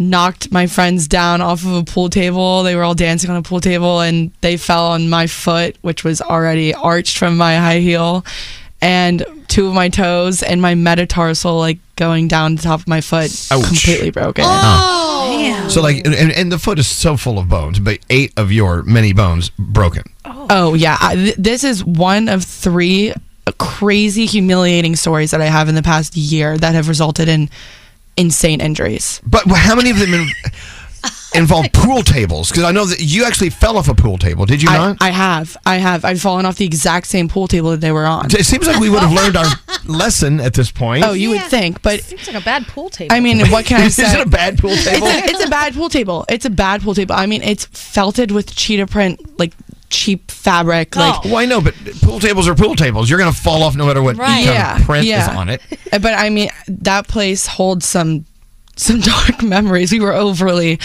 [SPEAKER 13] knocked my friends down off of a pool table. They were all dancing on a pool table and they fell on my foot, which was already arched from my high heel, and two of my toes and my metatarsal like going down the top of my foot
[SPEAKER 1] Ouch.
[SPEAKER 13] completely broken.
[SPEAKER 7] Oh,
[SPEAKER 1] So like, and, and the foot is so full of bones, but eight of your many bones broken.
[SPEAKER 13] Oh yeah, I, th- this is one of three crazy, humiliating stories that I have in the past year that have resulted in insane injuries.
[SPEAKER 1] But how many of them in, involve pool tables? Because I know that you actually fell off a pool table. Did you
[SPEAKER 13] I,
[SPEAKER 1] not?
[SPEAKER 13] I have, I have, I've fallen off the exact same pool table that they were on.
[SPEAKER 1] It seems like we would have learned our lesson at this point.
[SPEAKER 13] Oh, you would think, but
[SPEAKER 16] Seems like a bad pool table.
[SPEAKER 13] I mean, what can I
[SPEAKER 1] Is
[SPEAKER 13] say?
[SPEAKER 1] it a bad pool table?
[SPEAKER 13] It's a, it's a bad pool table. It's a bad pool table. I mean, it's felted with cheetah print, like cheap fabric, like
[SPEAKER 1] well, I know, but pool tables are pool tables. You're going to fall off no matter what kind
[SPEAKER 13] Right. Yeah.
[SPEAKER 1] of print
[SPEAKER 13] Yeah.
[SPEAKER 1] is on it.
[SPEAKER 13] Uh, but I mean, that place holds some some dark memories. We were overly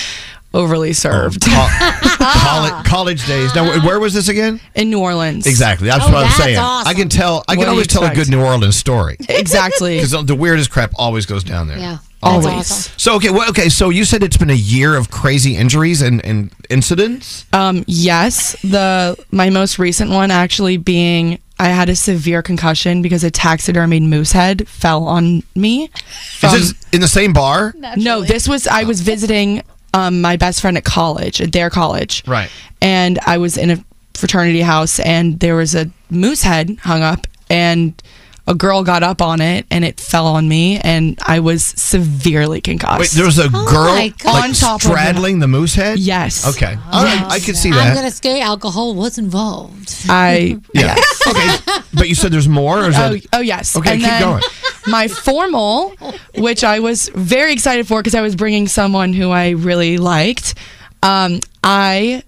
[SPEAKER 13] overly served
[SPEAKER 1] Oh, College, college days. Now, where was this again?
[SPEAKER 13] in New Orleans.
[SPEAKER 1] Exactly.
[SPEAKER 13] Oh,
[SPEAKER 1] That's what I'm saying. I can tell. I
[SPEAKER 13] What
[SPEAKER 1] can
[SPEAKER 13] do
[SPEAKER 1] always
[SPEAKER 13] you
[SPEAKER 1] tell a
[SPEAKER 13] expect?
[SPEAKER 1] good New Orleans story.
[SPEAKER 13] Exactly.
[SPEAKER 1] Because the weirdest crap always goes down there.
[SPEAKER 13] Yeah.
[SPEAKER 1] Always.
[SPEAKER 13] That's awesome.
[SPEAKER 1] So okay, well, okay. So you said it's been a year of crazy injuries and, and incidents.
[SPEAKER 13] Um, yes, the my most recent one actually being I had a severe concussion because a taxidermied moose head fell on me.
[SPEAKER 1] Is this in the same bar?
[SPEAKER 13] No, this was I
[SPEAKER 1] Oh.
[SPEAKER 13] was visiting um, my best friend at college, at their college.
[SPEAKER 1] Right.
[SPEAKER 13] And I was in a fraternity house and there was a moose head hung up and a girl got up on it and it fell on me and I was severely concussed.
[SPEAKER 1] Wait, there was a girl like,
[SPEAKER 13] Oh on top of
[SPEAKER 1] straddling the moose head.
[SPEAKER 13] Yes.
[SPEAKER 1] Okay. All right. I can see
[SPEAKER 7] I'm
[SPEAKER 1] that.
[SPEAKER 7] gonna say alcohol was involved.
[SPEAKER 13] I
[SPEAKER 1] yeah. okay. But you said there's more. Or is
[SPEAKER 13] Oh,
[SPEAKER 1] that-
[SPEAKER 13] oh yes.
[SPEAKER 1] Okay.
[SPEAKER 13] And
[SPEAKER 1] keep
[SPEAKER 13] then
[SPEAKER 1] going.
[SPEAKER 13] My formal, which I was very excited for because I was bringing someone who I really liked. Um, I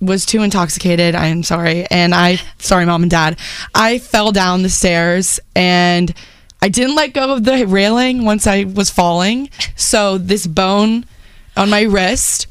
[SPEAKER 13] was too intoxicated. I am sorry, and I sorry, mom and dad. I fell down the stairs and I didn't let go of the railing once I was falling. So this bone on my wrist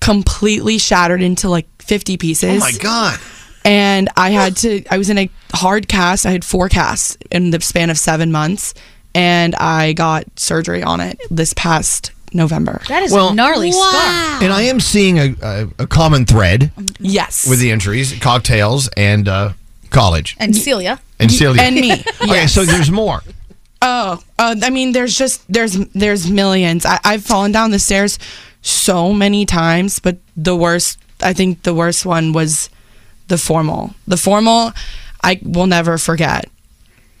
[SPEAKER 13] completely shattered into like 50 pieces.
[SPEAKER 1] Oh my god.
[SPEAKER 13] And I had to, I was in a hard cast. I had four casts in the span of seven months. And I got surgery on it this past November.
[SPEAKER 16] That is
[SPEAKER 1] Well-
[SPEAKER 16] a gnarly scar.
[SPEAKER 1] And I am seeing a, a, a common thread
[SPEAKER 13] Um, Yes.
[SPEAKER 1] with the injuries, cocktails, and uh, college.
[SPEAKER 16] And Celia.
[SPEAKER 1] And Celia.
[SPEAKER 13] And me.
[SPEAKER 1] Okay,
[SPEAKER 13] yes.
[SPEAKER 1] so there's more.
[SPEAKER 13] Oh, uh, I mean, there's just there's there's millions. I, I've fallen down the stairs so many times, but the worst, I think, the worst one was the formal. The formal, I will never forget.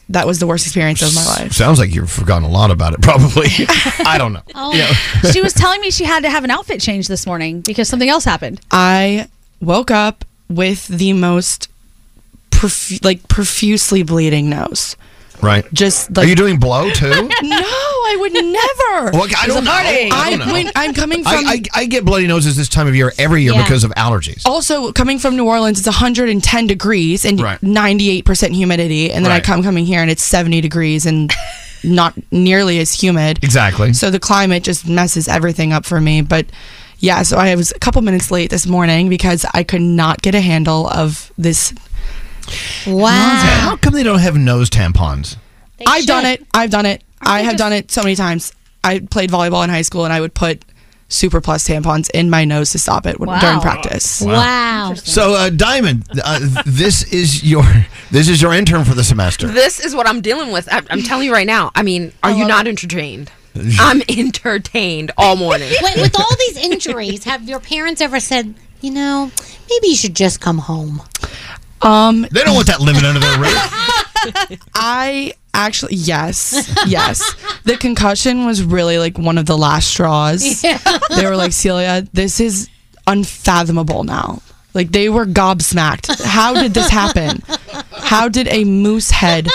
[SPEAKER 13] That was the worst experience of my life.
[SPEAKER 1] Sounds like you've forgotten a lot about it, probably. I don't know.
[SPEAKER 16] Oh.
[SPEAKER 1] Yeah.
[SPEAKER 16] she was telling me she had to have an outfit change this morning because something else happened.
[SPEAKER 13] I woke up with the most profu- like profusely bleeding nose.
[SPEAKER 1] Right.
[SPEAKER 13] Just
[SPEAKER 1] Are
[SPEAKER 13] like-
[SPEAKER 1] you doing blow too?
[SPEAKER 13] No, I would never.
[SPEAKER 1] Well, I don't know. I don't know.
[SPEAKER 13] I, when, I'm coming from.
[SPEAKER 1] I, I, I get bloody noses this time of year every year
[SPEAKER 13] Yeah.
[SPEAKER 1] because of allergies.
[SPEAKER 13] also coming from New Orleans, it's 110 degrees and
[SPEAKER 1] Right.
[SPEAKER 13] 98% humidity, and then
[SPEAKER 1] Right.
[SPEAKER 13] I come coming here and it's 70 degrees and not nearly as humid.
[SPEAKER 1] Exactly.
[SPEAKER 13] So the climate just messes everything up for me. But yeah, so I was a couple minutes late this morning because I could not get a handle of this
[SPEAKER 7] Wow.
[SPEAKER 1] How come they don't have nose tampons?
[SPEAKER 13] I've done it. I've done it. I have done it so many times. I played volleyball in high school, and I would put Super Plus tampons in my nose to stop it when, during practice.
[SPEAKER 1] So, uh, Diamond, uh, th- this is your this is your intern for the semester.
[SPEAKER 4] This is what I'm dealing with. I'm, I'm telling you right now. I mean, are you not entertained? I'm entertained all morning.
[SPEAKER 7] Wait, with all these injuries, have your parents ever said, you know, maybe you should just come home?
[SPEAKER 13] Um,
[SPEAKER 1] they don't want that living under their roof.
[SPEAKER 13] I actually yes, yes. The concussion was really like one of the last straws.
[SPEAKER 16] Yeah.
[SPEAKER 13] They were like, Celia, this is unfathomable now. Like they were gobsmacked. How did this happen? How did a moose head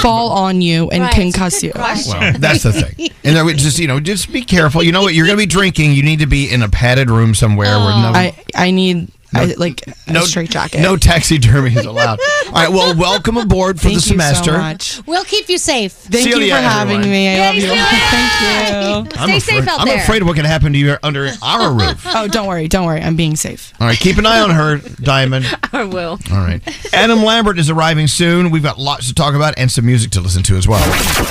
[SPEAKER 13] fall on you and
[SPEAKER 1] Right.
[SPEAKER 13] concuss you?
[SPEAKER 1] Well, that's the thing. And I would just you know, just be careful. You know what? You're going to be drinking. You need to be in a padded room somewhere where no
[SPEAKER 13] Oh, I I need I,
[SPEAKER 1] No-
[SPEAKER 13] like
[SPEAKER 1] no
[SPEAKER 13] a straight jacket.
[SPEAKER 1] no taxidermy is allowed. All right. Well, welcome aboard for
[SPEAKER 13] Thank
[SPEAKER 1] the
[SPEAKER 13] you so
[SPEAKER 1] semester.
[SPEAKER 13] much.
[SPEAKER 7] We'll keep you safe.
[SPEAKER 13] Thank you
[SPEAKER 1] Celia,
[SPEAKER 13] for having
[SPEAKER 1] everyone.
[SPEAKER 13] me. I love you.
[SPEAKER 7] Thank
[SPEAKER 13] you.
[SPEAKER 1] I'm afraid, I'm afraid of what can happen to you under our roof.
[SPEAKER 13] Oh, don't worry, don't worry. I'm being safe.
[SPEAKER 1] All right, keep an eye on her, Diamond.
[SPEAKER 4] I will.
[SPEAKER 1] All right. Adam Lambert is arriving soon. We've got lots to talk about and some music to listen to as well.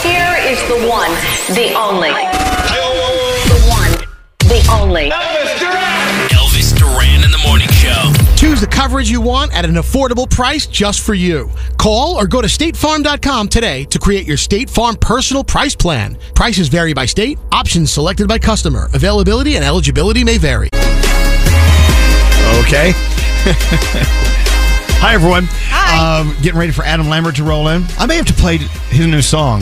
[SPEAKER 14] Here is the one, the only.
[SPEAKER 22] oh,
[SPEAKER 14] The one, the only.
[SPEAKER 9] Elvis Duran in the morning show.
[SPEAKER 8] Choose the coverage you want at an affordable price just for you. Call or go to statefarm.com today to create your State Farm personal price plan. Prices vary by state, options selected by customer. Availability and eligibility may vary.
[SPEAKER 1] Okay. Hi, everyone. Hi. Um, getting ready for Adam Lambert to roll in. I may have to play his new song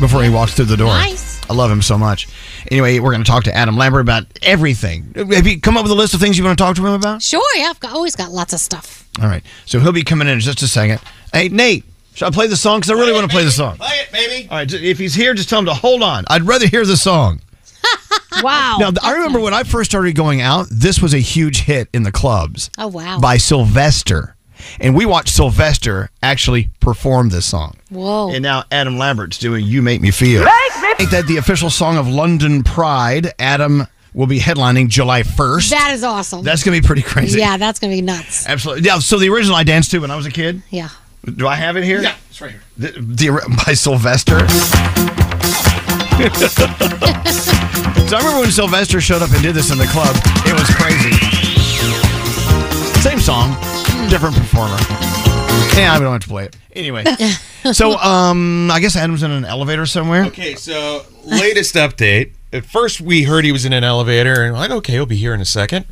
[SPEAKER 1] before he walks through the door.
[SPEAKER 22] Nice.
[SPEAKER 1] I love him so much. Anyway, we're going to talk to Adam Lambert about everything. Have you come up with a list of things you want to talk to him about?
[SPEAKER 7] Sure, yeah, I've got, always got lots of stuff.
[SPEAKER 1] All right. So he'll be coming in in just a second. Hey, Nate, should I play the song? Because I really want to play the song. Play it, baby. All right. j- If he's here, just tell him to hold on. I'd rather hear the song.
[SPEAKER 7] Wow.
[SPEAKER 1] Now, I remember when I first started going out, this was a huge hit in the clubs.
[SPEAKER 7] Oh, wow.
[SPEAKER 1] By Sylvester. And we watched Sylvester actually perform this song.
[SPEAKER 7] Whoa.
[SPEAKER 1] And now Adam Lambert's doing You Make Me Feel. Make that the official song of London Pride. Adam will be headlining July 1st.
[SPEAKER 7] That is awesome.
[SPEAKER 1] That's going to be pretty crazy.
[SPEAKER 7] Yeah, that's going to be nuts.
[SPEAKER 1] Absolutely. Yeah, so the original I danced to when I was a kid.
[SPEAKER 7] Yeah.
[SPEAKER 1] Do I have it here?
[SPEAKER 7] Yeah,
[SPEAKER 1] it's right here. The, the- by Sylvester. so I remember when Sylvester showed up and did this in the club. It was crazy. Same song, different performer. Yeah, I don't have to play it anyway. so um, I guess Adam's in an elevator somewhere.
[SPEAKER 10] Okay, so latest update. At first, we heard he was in an elevator, and we're like, okay, he'll be here in a second.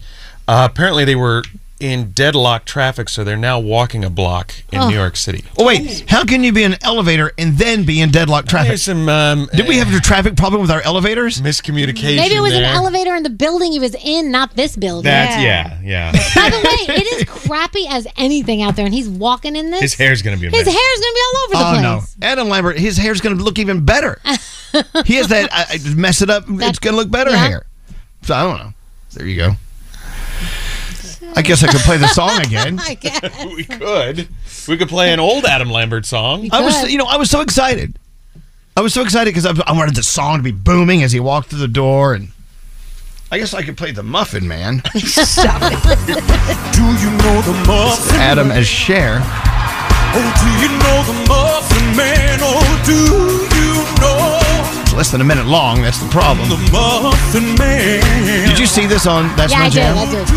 [SPEAKER 10] Uh, apparently, they were in deadlock traffic, so they're now walking a block in
[SPEAKER 1] Oh.
[SPEAKER 10] New York City.
[SPEAKER 1] Oh wait, how can you be in an elevator and then be in deadlock traffic?
[SPEAKER 10] There's some. Um,
[SPEAKER 1] Did we have a traffic problem with our elevators?
[SPEAKER 10] Miscommunication.
[SPEAKER 7] Maybe it was an
[SPEAKER 10] there.
[SPEAKER 7] elevator in the building he was in, not this building.
[SPEAKER 10] That's yeah, yeah.
[SPEAKER 7] By the way, it is crappy as anything out there, and he's walking in this.
[SPEAKER 10] His hair's gonna be a
[SPEAKER 7] His hair's
[SPEAKER 10] mess.
[SPEAKER 7] going to be all over the
[SPEAKER 1] oh
[SPEAKER 7] place.
[SPEAKER 1] no, Adam Lambert, his hair's going to look even better. he has that I, I mess it up. it's going to look better hair. So I don't know. There you go. I guess I could play the song again.
[SPEAKER 7] I guess.
[SPEAKER 10] we could. We could play an old Adam Lambert song.
[SPEAKER 1] I was, you know, I was so excited. I was so excited because I, I wanted the song to be booming as he walked through the door, and I guess I could play the Muffin Man.
[SPEAKER 22] Stop it. Do you know the muffin?
[SPEAKER 1] Adam as Cher.
[SPEAKER 22] Oh, do you know the muffin man? Oh, do you know
[SPEAKER 1] It's less than a minute long. That's the problem.
[SPEAKER 22] the muffin man?
[SPEAKER 1] Did you see this on That's
[SPEAKER 7] yeah,
[SPEAKER 1] My
[SPEAKER 7] I
[SPEAKER 1] Jam?
[SPEAKER 7] did. I did.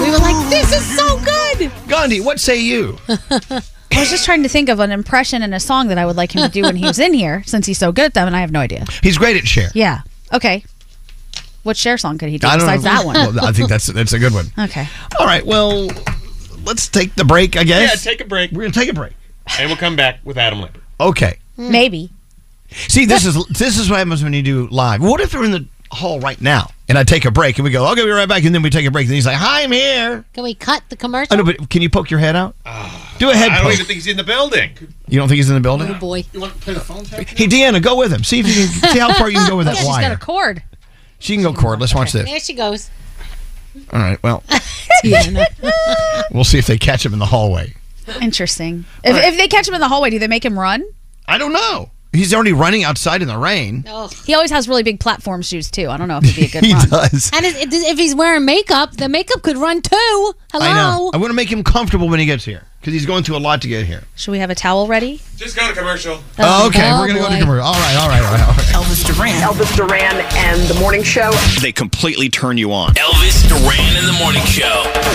[SPEAKER 7] We were like, this is so good.
[SPEAKER 1] Gandhi, what say you?
[SPEAKER 18] I was just trying to think of an impression and a song that I would like him to do when he was in here, since he's so good at them, and I have no idea.
[SPEAKER 1] He's great at Cher.
[SPEAKER 18] Yeah. Okay. What share song could he do
[SPEAKER 1] I don't
[SPEAKER 18] besides
[SPEAKER 1] know.
[SPEAKER 18] that one?
[SPEAKER 1] Well, I think that's that's a good one.
[SPEAKER 18] Okay.
[SPEAKER 1] All right, well,
[SPEAKER 15] Oh,
[SPEAKER 1] let's take the break, I guess.
[SPEAKER 10] Yeah, take a break. We're
[SPEAKER 1] gonna take a break,
[SPEAKER 10] and we'll come back with Adam Lambert.
[SPEAKER 1] Okay.
[SPEAKER 18] Hmm. Maybe.
[SPEAKER 1] See, this is this is what happens when you do live. What if we're in the hall right now and I take a break and we go, okay, we'll be right back, and then we take a break, and he's like, hi, I'm here.
[SPEAKER 7] Can we cut the commercial?
[SPEAKER 1] I know, but can you poke your head out? do a head
[SPEAKER 10] Ah, I don't
[SPEAKER 1] poke.
[SPEAKER 10] even think he's in the building.
[SPEAKER 1] you don't think he's in the building?
[SPEAKER 7] Oh, boy.
[SPEAKER 10] You want to play the phone tap?
[SPEAKER 1] Hey, Deanna, go with him. See if you can see how far you can go with that
[SPEAKER 7] Yeah, she's
[SPEAKER 1] wire.
[SPEAKER 7] got a
[SPEAKER 18] cord.
[SPEAKER 1] She can go cord. Let's watch this.
[SPEAKER 7] There she goes.
[SPEAKER 1] All right. Well,
[SPEAKER 7] Deanna.
[SPEAKER 1] we'll see if they catch him in the hallway.
[SPEAKER 18] Interesting. If, if they catch him in the hallway, do they make him run?
[SPEAKER 1] I don't know.
[SPEAKER 2] He's already running outside in the rain.
[SPEAKER 7] Oh.
[SPEAKER 18] He always has really big platform shoes too. I don't know if it'd be a good
[SPEAKER 2] He
[SPEAKER 18] run.
[SPEAKER 2] does.
[SPEAKER 7] And if- if he's wearing makeup, the makeup could run too. Hello.
[SPEAKER 2] I know. I want to make him comfortable when he gets here because he's going through a lot to get here.
[SPEAKER 18] Should we have a towel ready?
[SPEAKER 10] Just go to commercial.
[SPEAKER 2] Oh, okay, we're gonna go to commercial. All right, all right, all right. All right.
[SPEAKER 9] Elvis Duran. Elvis Duran and the Morning Show.
[SPEAKER 17] They completely turn you on.
[SPEAKER 9] Elvis Duran and the Morning Show.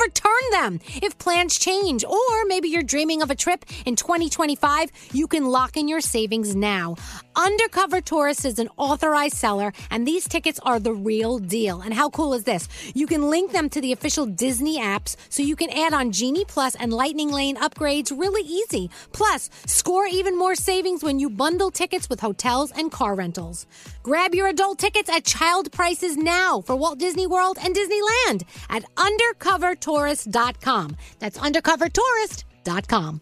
[SPEAKER 7] return them. If plans change, or maybe you're dreaming of a trip in 2025, you can lock in your savings now. Undercover Tourist is an authorized seller, and these tickets are the real deal. And how cool is this? You can link them to the official Disney apps so you can add on Genie Plus and Lightning Lane upgrades really easy. Plus, score even more savings when you bundle tickets with hotels and car rentals. Grab your adult tickets at child prices now for Walt Disney World and Disneyland at undercovertourist.com. That's undercovertourist.com.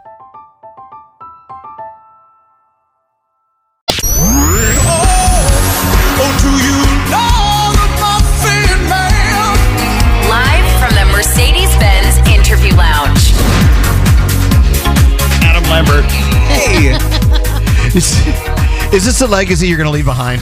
[SPEAKER 22] Oh, do you know the muffin man?
[SPEAKER 14] Live from the Mercedes Benz Interview Lounge.
[SPEAKER 1] Adam Lambert.
[SPEAKER 2] Hey. is, is this a legacy you're going to leave behind?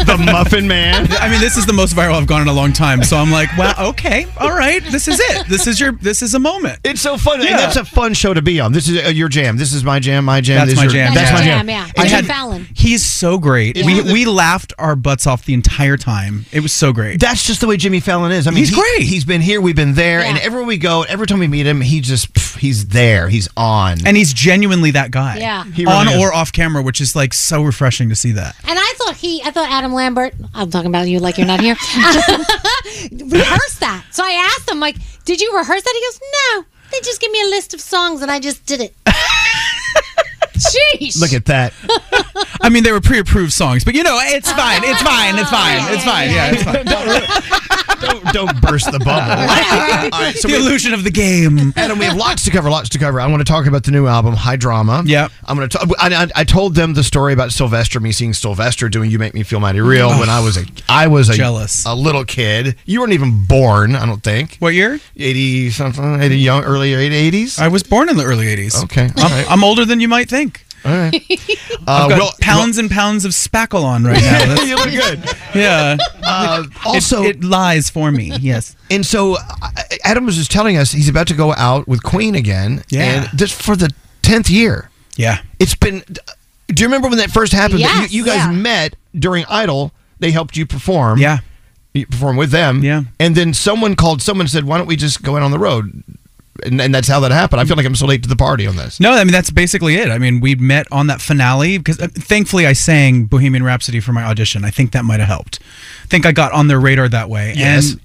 [SPEAKER 2] The Muffin Man.
[SPEAKER 15] I mean, this is the most viral I've gone in a long time. So I'm like, wow, okay, all right, this is it. This is your, this is a moment.
[SPEAKER 2] It's so fun. And that's a fun show to be on. This is uh, your jam. This is my jam. My jam.
[SPEAKER 15] That's
[SPEAKER 2] this
[SPEAKER 15] my
[SPEAKER 2] is your-
[SPEAKER 15] jam.
[SPEAKER 2] That's my jam.
[SPEAKER 15] I
[SPEAKER 2] It's-
[SPEAKER 15] had- He's so great.
[SPEAKER 2] Yeah.
[SPEAKER 15] We we laughed our butts off the entire time. It was so great.
[SPEAKER 2] That's just the way Jimmy Fallon is. I mean,
[SPEAKER 15] He's
[SPEAKER 2] he-
[SPEAKER 15] great.
[SPEAKER 2] He's been here. We've been there. And everywhere we go, every time we meet him, he just pff, he's there. He's on.
[SPEAKER 15] And he's genuinely that guy.
[SPEAKER 7] Yeah. He
[SPEAKER 15] on
[SPEAKER 7] really is.
[SPEAKER 15] or off camera, which is like so refreshing to see that.
[SPEAKER 7] And I thought he, I thought Adam Lambert, I'm talking about you like you're not here, rehearsed that. So I asked him, like, did you rehearse that? He goes, no. They just give me a list of songs and I just did it. Sheesh.
[SPEAKER 15] Look at that. I mean, they were pre-approved songs, but you know, it's fine. It's fine. It's fine. It's fine. Yeah, it's fine.
[SPEAKER 1] don't, don't burst the bubble. All right, so
[SPEAKER 15] the
[SPEAKER 1] we-
[SPEAKER 15] illusion of the game.
[SPEAKER 1] Adam, we have lots to cover, lots to cover. I want to talk about the new album, High Drama. Yeah, I'm going to. T- I, I, I told them the story about Sylvester, me seeing Sylvester doing "You Make Me Feel Mighty Real" when I was a, I was a
[SPEAKER 15] Oh. Jealous.
[SPEAKER 1] a little kid. You weren't even born, I don't think.
[SPEAKER 15] What year?
[SPEAKER 1] Eighty something, eighty young, early eighties.
[SPEAKER 15] I was born in the early eighties.
[SPEAKER 1] Okay, all
[SPEAKER 15] I'm,
[SPEAKER 1] right.
[SPEAKER 15] I'm older than you might think.
[SPEAKER 1] All right.
[SPEAKER 8] uh,
[SPEAKER 15] I've got
[SPEAKER 1] well-
[SPEAKER 15] pounds and pounds of spackle on right now. That's-
[SPEAKER 1] you look good.
[SPEAKER 15] Yeah.
[SPEAKER 1] Uh,
[SPEAKER 15] It-
[SPEAKER 1] also,
[SPEAKER 15] it, lies for me. Yes.
[SPEAKER 1] And so I- I- Adam was just telling us he's about to go out with Queen again.
[SPEAKER 15] Yeah.
[SPEAKER 1] And this for the tenth year.
[SPEAKER 15] Yeah.
[SPEAKER 1] It's been. Do you remember when that first happened? That
[SPEAKER 15] Yes,
[SPEAKER 1] you, you guys
[SPEAKER 15] yeah.
[SPEAKER 1] met during Idol. They helped you perform.
[SPEAKER 15] Yeah.
[SPEAKER 1] You perform with them. Yeah. And then someone called. Someone said, "Why don't we just go out on the road?" And, and that's how that happened. I feel like I'm so late to the party on this.
[SPEAKER 15] No, I mean that's basically it. I mean, we met on that finale because uh, thankfully I sang Bohemian Rhapsody for my audition. I think that might have helped. I think I got on their radar that way.
[SPEAKER 12] Yes.
[SPEAKER 15] And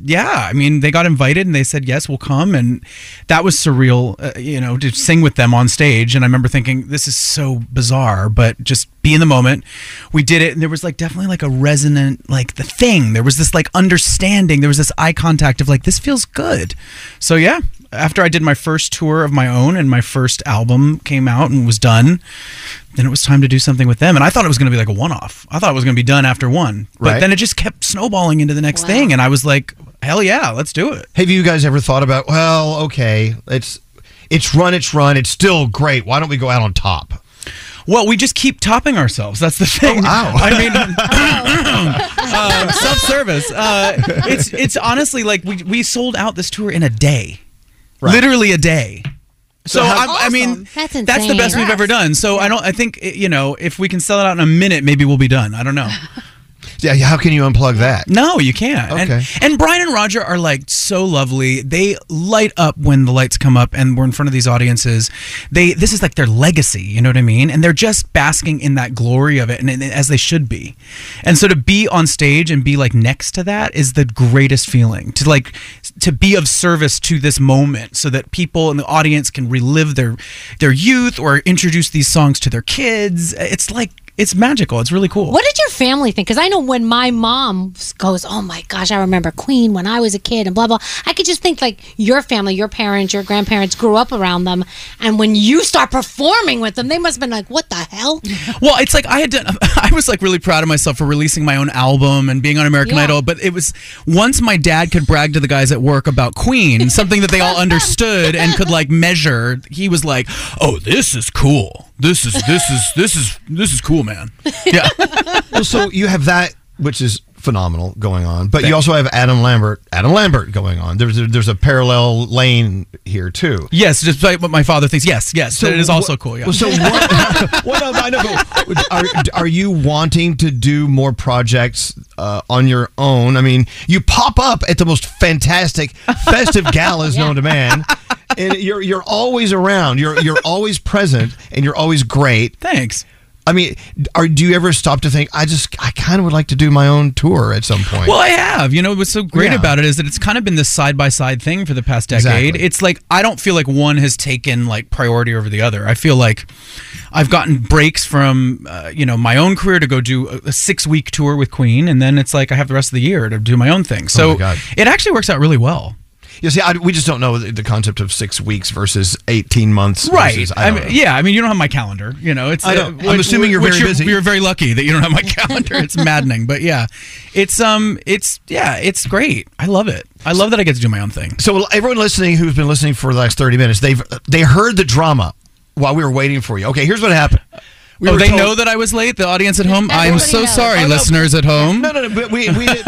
[SPEAKER 15] and yeah, I mean they got invited and they said yes, we'll come and that was surreal, uh, you know, to sing with them on stage and I remember thinking this is so bizarre, but just be in the moment. We did it and there was like definitely like a resonant like the thing. There was this like understanding, there was this eye contact of like this feels good. So yeah, after I did my first tour of my own and my first album came out and was done, then it was time to do something with them. And I thought it was going to be like a one off. I thought it was going to be done after one. But
[SPEAKER 1] Right.
[SPEAKER 15] then it just kept snowballing into the next thing. And I was like, hell yeah, let's do it.
[SPEAKER 1] Have you guys ever thought about? Well, okay, it's it's run, it's run, it's still great. Why don't we go out on top?
[SPEAKER 15] Well, we just keep topping ourselves. That's the thing.
[SPEAKER 1] wow.
[SPEAKER 15] I mean, um, self-service. Uh, it's it's honestly like we we sold out this tour in a day, literally a day. So,
[SPEAKER 7] That's
[SPEAKER 15] I'm, I mean,
[SPEAKER 7] awesome. that's insane.
[SPEAKER 15] That's the best we've ever done. So I don't. I think you know, if we can sell it out in a minute, maybe we'll be done. I don't know.
[SPEAKER 1] Yeah, how can you unplug that?
[SPEAKER 15] No, you can't.
[SPEAKER 1] Okay.
[SPEAKER 15] And, and Brian and Roger are like so lovely. They light up when the lights come up, and we're in front of these audiences. They this is like their legacy. You know what I mean? And they're just basking in that glory of it, and, and as they should be. And so to be on stage and be like next to that is the greatest feeling. To like to be of service to this moment, so that people in the audience can relive their their youth or introduce these songs to their kids. It's like it's magical. It's really cool.
[SPEAKER 7] What did your family think? Because I know when my mom goes, "Oh my gosh, I remember Queen when I was a kid," and blah blah. I could just think like your family, your parents, your grandparents grew up around them, and when you start performing with them, they must have been like, "What the hell?"
[SPEAKER 15] Well, it's like I had done. I was like really proud of myself for releasing my own album and being on American
[SPEAKER 7] Yeah.
[SPEAKER 15] Idol. But it was once my dad could brag to the guys at work about Queen, something that they all understood and could like measure. He was like, "Oh, this is cool. This is this is this is this is cool, man." Yeah.
[SPEAKER 1] well, so you have that, which is phenomenal going on, but you also have Adam Lambert, Adam Lambert going on. There's a, there's a parallel lane here too.
[SPEAKER 15] Yes, despite what my father thinks. Yes, yes,
[SPEAKER 1] So
[SPEAKER 15] it is also
[SPEAKER 1] what-
[SPEAKER 15] cool. Yeah.
[SPEAKER 1] well, so what, well, no, but I know, but are, are you wanting to do more projects uh, on your own? I mean, you pop up at the most fantastic festive galas known to man, and you're you're always around. You're you're always present, and you're always great.
[SPEAKER 15] Thanks.
[SPEAKER 1] I mean, are do you ever stop to think? I just I kind of would like to do my own tour at some point.
[SPEAKER 15] Well, I have. You know, what's so great
[SPEAKER 1] Yeah.
[SPEAKER 15] about it is that it's kind of been this side by side thing for the past decade.
[SPEAKER 1] Exactly.
[SPEAKER 15] It's like I don't feel like one has taken like priority over the other. I feel like I've gotten breaks from uh, you know my own career to go do a, a six week tour with Queen, and then it's like I have the rest of the year to do my own thing. So it actually works out really
[SPEAKER 1] Oh
[SPEAKER 15] well.
[SPEAKER 1] You see, I, we just don't know the, the concept of six weeks versus eighteen months.
[SPEAKER 15] Right.
[SPEAKER 1] versus-
[SPEAKER 15] I
[SPEAKER 1] I
[SPEAKER 15] mean, yeah. I mean, you don't have my calendar. You know, it's. uh,
[SPEAKER 1] I know. I'm assuming you're
[SPEAKER 15] which
[SPEAKER 1] very busy.
[SPEAKER 15] You're very lucky that you don't have my calendar. It's maddening, but yeah, it's um, it's yeah, it's great. I love it. I love that I get to do my own thing.
[SPEAKER 1] So everyone listening who's been listening for the last thirty minutes, they've they heard the drama while we were waiting for you. Okay, here's what happened. We
[SPEAKER 15] oh,
[SPEAKER 1] were
[SPEAKER 15] they
[SPEAKER 1] told-
[SPEAKER 15] know that I was late. The audience at home. I am so sorry,
[SPEAKER 1] Oh, no.
[SPEAKER 15] listeners at home.
[SPEAKER 1] No, no, no. But we we, did,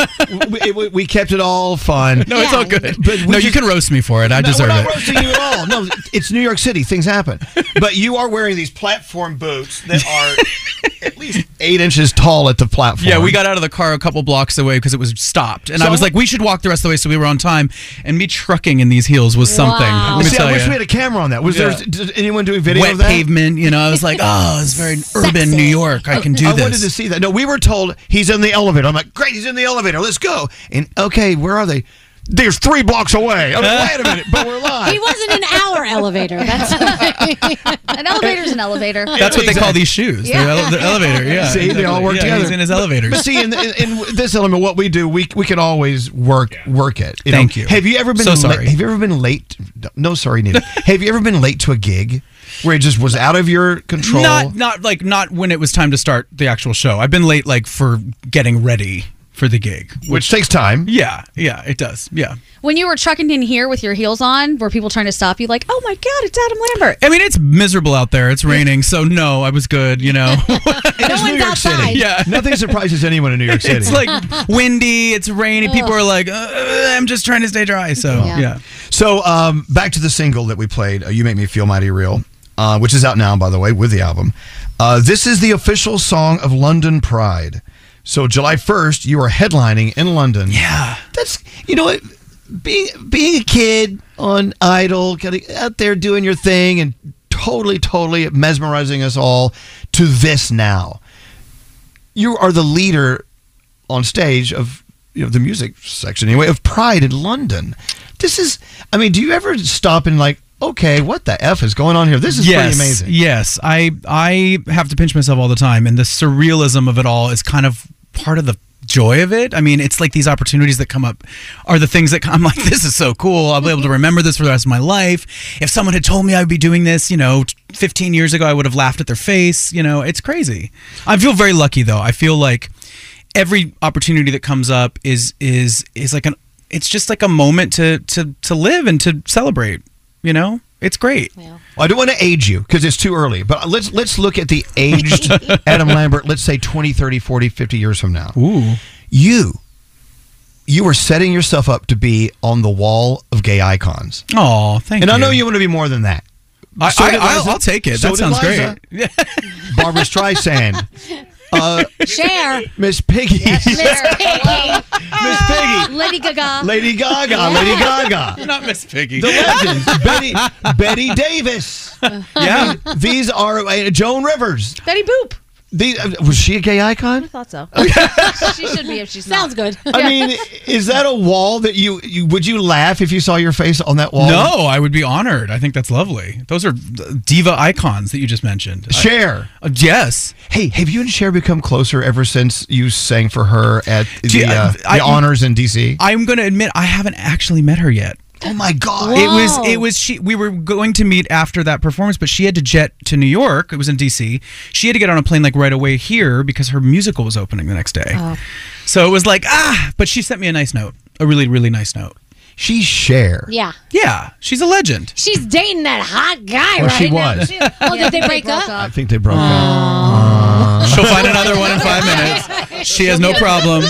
[SPEAKER 1] we, we we kept it all fun.
[SPEAKER 15] No, it's all good.
[SPEAKER 1] But we
[SPEAKER 15] no, you
[SPEAKER 1] just-
[SPEAKER 15] can roast me for it. I
[SPEAKER 1] No, we're
[SPEAKER 15] deserve
[SPEAKER 1] not
[SPEAKER 15] it.
[SPEAKER 1] roasting you at all. No, it's New York City. Things happen. But you are wearing these platform boots that are at least eight inches tall at the platform.
[SPEAKER 15] Yeah, we got out of the car a couple blocks away because it was stopped, and I
[SPEAKER 1] So-
[SPEAKER 15] was like, "We should walk the rest of the way," so we were on time. And me trucking in these heels was something. Let me
[SPEAKER 1] See,
[SPEAKER 15] tell
[SPEAKER 1] I wish
[SPEAKER 15] you.
[SPEAKER 1] we had a camera on that. Was
[SPEAKER 15] Yeah.
[SPEAKER 1] there? Did anyone do a video
[SPEAKER 15] Wet
[SPEAKER 1] of that?
[SPEAKER 15] pavement. You know, I was like, "Oh, it's very urban New York. I can do
[SPEAKER 1] I
[SPEAKER 15] this."
[SPEAKER 1] wanted to see that. No, we were told he's in the elevator. I'm like, great, he's in the elevator. Let's go. And okay, where are they? there's three blocks away. I mean, wait a minute, but we're live.
[SPEAKER 7] He wasn't in our elevator. That's
[SPEAKER 18] an elevator's an elevator.
[SPEAKER 15] That's what they call these shoes. They're
[SPEAKER 18] Yeah.
[SPEAKER 15] ele- the elevator. Yeah.
[SPEAKER 1] See, they all
[SPEAKER 15] exactly.
[SPEAKER 1] work
[SPEAKER 15] Yeah,
[SPEAKER 1] together.
[SPEAKER 15] He's in his
[SPEAKER 1] But-
[SPEAKER 15] elevators.
[SPEAKER 1] But see, in, the, in, in this element, what we do, we we can always work work it.
[SPEAKER 15] Thank you.
[SPEAKER 1] Have you ever been
[SPEAKER 15] So
[SPEAKER 1] late-
[SPEAKER 15] sorry.
[SPEAKER 1] Have you ever been late? No, sorry, Nina. have you ever been late to a gig where it just was out of your control?
[SPEAKER 15] Not not like not when it was time to start the actual show. I've been late like for getting ready for the gig, which,
[SPEAKER 1] takes time.
[SPEAKER 15] Yeah, yeah, it does. Yeah.
[SPEAKER 18] When you were trucking in here with your heels on, were people trying to stop you? Like, oh my god, it's Adam Lambert.
[SPEAKER 15] I mean, it's miserable out there. It's raining, so no, I was good. You know,
[SPEAKER 1] no one's New York City.
[SPEAKER 15] Yeah.
[SPEAKER 1] nothing surprises anyone in New York City.
[SPEAKER 15] it's like windy. It's rainy. People are like, uh, I'm just trying to stay dry. So yeah.
[SPEAKER 1] So um, back to the single that we played, uh, "You Make Me Feel Mighty Real," uh, which is out now, by the way, with the album. Uh, this is the official song of London Pride. So July first, you are headlining in London. Yeah, that's you know what. Being being a kid on Idol, kind of out there doing your thing, and totally, totally mesmerizing us all to this now. You are the leader on stage of you know the music section anyway of Pride in London. This is, I mean, do you ever stop and like, okay, what the f is going on here? This is
[SPEAKER 15] yes,
[SPEAKER 1] pretty amazing.
[SPEAKER 15] Yes, I I have to pinch myself all the time, and the surrealism of it all is kind of part of the joy of it. I mean, it's like these opportunities that come up are the things that come, I'm like, this is so cool. I'll be able to remember this for the rest of my life. If someone had told me I'd be doing this, you know, 15 years ago, I would have laughed at their face. You know, it's crazy. I feel very lucky though. I feel like every opportunity that comes up is is is like an it's just like a moment to to to live and to celebrate. You know, it's great.
[SPEAKER 1] I don't want to age you because it's too early, but let's let's look at the aged Adam Lambert, let's say 20, 30, 40, 50 years from now.
[SPEAKER 15] Ooh.
[SPEAKER 1] You you are setting yourself up to be on the wall of gay icons.
[SPEAKER 15] Oh, thank
[SPEAKER 1] and
[SPEAKER 15] you.
[SPEAKER 1] I know you want to be more than that.
[SPEAKER 15] I,
[SPEAKER 1] So
[SPEAKER 15] I,
[SPEAKER 1] did
[SPEAKER 15] I'll,
[SPEAKER 1] Liza.
[SPEAKER 15] I'll take it.
[SPEAKER 1] So
[SPEAKER 15] that
[SPEAKER 1] did
[SPEAKER 15] sounds
[SPEAKER 1] Liza.
[SPEAKER 15] great.
[SPEAKER 1] Barbara Streisand. Uh,
[SPEAKER 7] Cher.
[SPEAKER 1] Miss Piggy.
[SPEAKER 18] Miss
[SPEAKER 1] Piggy.
[SPEAKER 18] Lady Gaga.
[SPEAKER 1] Lady Gaga, Lady Gaga.
[SPEAKER 15] Not Miss Piggy.
[SPEAKER 1] The legends. Betty, Betty Davis.
[SPEAKER 15] Yeah.
[SPEAKER 1] These are uh, Joan Rivers.
[SPEAKER 18] Betty Boop.
[SPEAKER 1] These, uh, was she a gay icon?
[SPEAKER 18] Thought so. she should be if she's
[SPEAKER 7] Sounds good.
[SPEAKER 1] I mean, is that a wall that you, you would you laugh if you saw your face on that wall?
[SPEAKER 15] No, I would be honored. I think that's lovely. Those are diva icons that you just mentioned.
[SPEAKER 1] Cher.
[SPEAKER 15] Uh, yes.
[SPEAKER 1] Hey, have you and Cher become closer ever since you sang for her at the,
[SPEAKER 15] Gee, I-
[SPEAKER 1] uh,
[SPEAKER 15] I-
[SPEAKER 1] the honors in DC?
[SPEAKER 15] I, am going to admit I haven't actually met her yet.
[SPEAKER 1] Oh my god.
[SPEAKER 15] It was it was she we were going to meet after that performance but she had to jet to New York. It was in DC. She had to get on a plane like right away here because her musical was opening the next day.
[SPEAKER 22] Oh.
[SPEAKER 15] So it was like ah, but she sent me a nice note. A really really nice note.
[SPEAKER 1] She's Cher.
[SPEAKER 7] Yeah.
[SPEAKER 15] Yeah, she's a legend.
[SPEAKER 7] She's dating that hot guy
[SPEAKER 15] Well,
[SPEAKER 7] right
[SPEAKER 15] she
[SPEAKER 7] now.
[SPEAKER 15] was.
[SPEAKER 7] Oh,
[SPEAKER 18] Yeah,
[SPEAKER 7] did they break up?
[SPEAKER 1] I think they broke up.
[SPEAKER 15] She'll find another one in five minutes. She has no problem.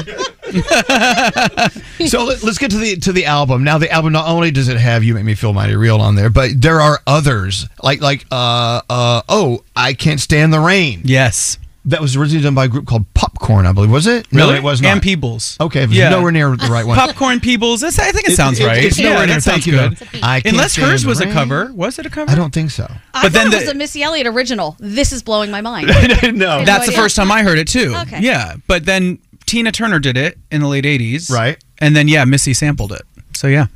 [SPEAKER 1] so let, us get to the to the album. Now the album not only does it have "You Make Me Feel Mighty Real" on there, but there are others like like uh uh oh I can't stand the rain.
[SPEAKER 15] Yes,
[SPEAKER 1] that was originally done by a group called Popcorn, I believe. Was it? No,
[SPEAKER 15] Really?
[SPEAKER 1] it was not.
[SPEAKER 15] And Peebles.
[SPEAKER 1] Okay, it was
[SPEAKER 15] Yeah.
[SPEAKER 1] nowhere near the right one.
[SPEAKER 15] Popcorn Peebles. That's, I think it, sounds
[SPEAKER 1] it-
[SPEAKER 15] right.
[SPEAKER 1] It's nowhere
[SPEAKER 15] that
[SPEAKER 1] near.
[SPEAKER 15] sounds
[SPEAKER 1] Thank you.
[SPEAKER 15] good.
[SPEAKER 1] though. I can't
[SPEAKER 15] Unless
[SPEAKER 1] stand
[SPEAKER 15] hers
[SPEAKER 1] the
[SPEAKER 15] was a
[SPEAKER 1] rain.
[SPEAKER 15] cover. Was it a cover?
[SPEAKER 1] I don't think so.
[SPEAKER 18] I thought
[SPEAKER 15] But then
[SPEAKER 18] it was a
[SPEAKER 15] the,
[SPEAKER 18] Missy Elliott original. This is blowing my mind.
[SPEAKER 1] no.
[SPEAKER 15] that's the
[SPEAKER 18] idea.
[SPEAKER 15] first time I heard it too.
[SPEAKER 18] Okay.
[SPEAKER 15] Yeah, but then Tina Turner did it in the late '80s.
[SPEAKER 1] Right.
[SPEAKER 15] And then yeah, Missy sampled it. So yeah.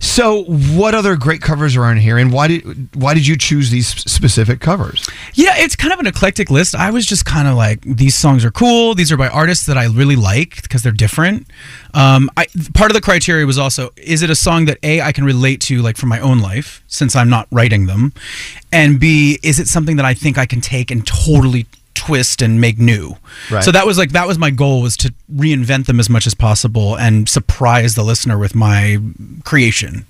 [SPEAKER 1] So what other great covers are on here, and why did why did you choose these specific covers?
[SPEAKER 15] Yeah, it's kind of an eclectic list. I was just kind of like, these songs are cool. These are by artists that I really like because they're different. Um, I, part of the criteria was also, is it a song that A, I can relate to, like from my own life, since I'm not writing them? And B, is it something that I think I can take and totally twist and make new?
[SPEAKER 1] Right.
[SPEAKER 15] So that was like, that was my goal was to reinvent them as much as possible and surprise the listener with my creation.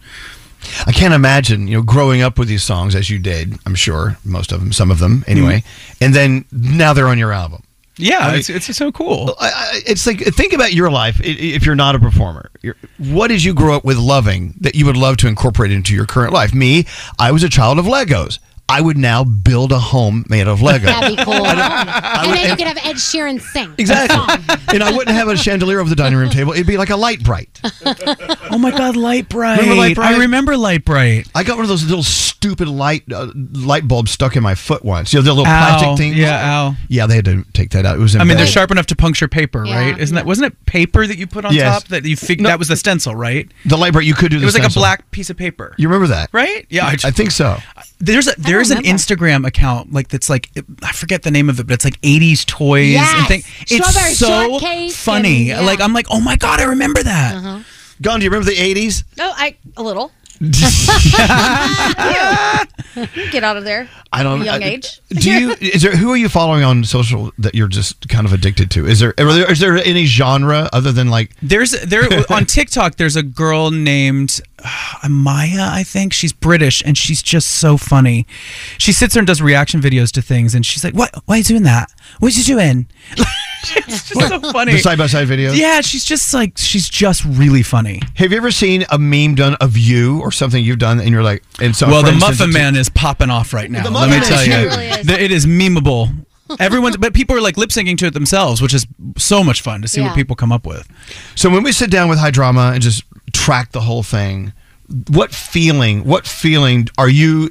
[SPEAKER 1] I can't imagine, you know, growing up with these songs as you did. I'm sure most of them, some of them, anyway. And then now they're on your album.
[SPEAKER 15] Mm-hmm. Yeah,
[SPEAKER 1] I mean-
[SPEAKER 15] it's, it's so cool.
[SPEAKER 1] I, I, it's like think about your life i- i- if you're not a performer. You're, what did you grow up with loving that you would love to incorporate into your current life? Me, I was a child of Legos. I would now build a home made of Lego.
[SPEAKER 7] That'd be cool.
[SPEAKER 1] And I-
[SPEAKER 7] and
[SPEAKER 1] would-
[SPEAKER 7] then you could have Ed Sheeran sing.
[SPEAKER 1] Exactly. and I wouldn't have a chandelier over the dining room table. It'd be like a light bright.
[SPEAKER 15] oh my God, light bright.
[SPEAKER 1] Remember light bright?
[SPEAKER 15] I remember light bright.
[SPEAKER 1] I got one of those little stupid light uh, light bulbs stuck in my foot once. You know, the little plastic things.
[SPEAKER 15] Yeah, ow.
[SPEAKER 1] Yeah, they had to take that out. It was.
[SPEAKER 15] I mean, they're
[SPEAKER 1] embedded.
[SPEAKER 15] sharp enough to puncture paper, right? Isn't that wasn't it paper that you put on
[SPEAKER 1] Yes.
[SPEAKER 15] top that you fig-
[SPEAKER 1] No.
[SPEAKER 15] that was the stencil, right?
[SPEAKER 1] The light bright. You could do.
[SPEAKER 15] It
[SPEAKER 1] the
[SPEAKER 15] was like a
[SPEAKER 1] stencil.
[SPEAKER 15] black piece of paper.
[SPEAKER 1] You remember that,
[SPEAKER 15] Right? Yeah,
[SPEAKER 1] I,
[SPEAKER 15] I just-
[SPEAKER 1] think so.
[SPEAKER 15] There's a there's an Instagram account like that's like I forget the name of it, but it's like 80s toys and
[SPEAKER 1] Yes.
[SPEAKER 15] things. It's
[SPEAKER 1] Strawberry
[SPEAKER 15] so
[SPEAKER 1] shortcake and-
[SPEAKER 15] funny.
[SPEAKER 1] yeah.
[SPEAKER 15] Like I'm like, oh my god, I remember that.
[SPEAKER 5] Uh-huh.
[SPEAKER 1] Gun, do you remember the 80s?
[SPEAKER 18] No, Uh-huh. Oh, I a little. Get out of there.
[SPEAKER 1] I don't.
[SPEAKER 18] Young
[SPEAKER 1] I-
[SPEAKER 18] age.
[SPEAKER 1] Do you? Is there? Who are you following on social that you're just kind of addicted to? Is there? Are there is there any genre other than like?
[SPEAKER 15] There's there on TikTok. There's a girl named uh, Maya, I think. She's British and she's just so funny. She sits there and does reaction videos to things, and she's like, "What? Why are you doing that? What are you doing?" it's just so funny.
[SPEAKER 1] The side by side videos.
[SPEAKER 15] Yeah, she's just like she's just really funny.
[SPEAKER 1] Have you ever seen a meme done of you or something you've done and you're like? And so
[SPEAKER 15] well, the Muffin Man is popping off right now.
[SPEAKER 1] The
[SPEAKER 15] Let me
[SPEAKER 1] Muffin
[SPEAKER 15] tell
[SPEAKER 1] Man
[SPEAKER 15] you,
[SPEAKER 1] is huge.
[SPEAKER 15] The- it is memeable. Everyone's, but people are like lip syncing to it themselves, which is so much fun to see
[SPEAKER 1] Yeah.
[SPEAKER 15] what people come up with.
[SPEAKER 1] So when we sit down with High Drama and just track the whole thing, what feeling? What feeling are you?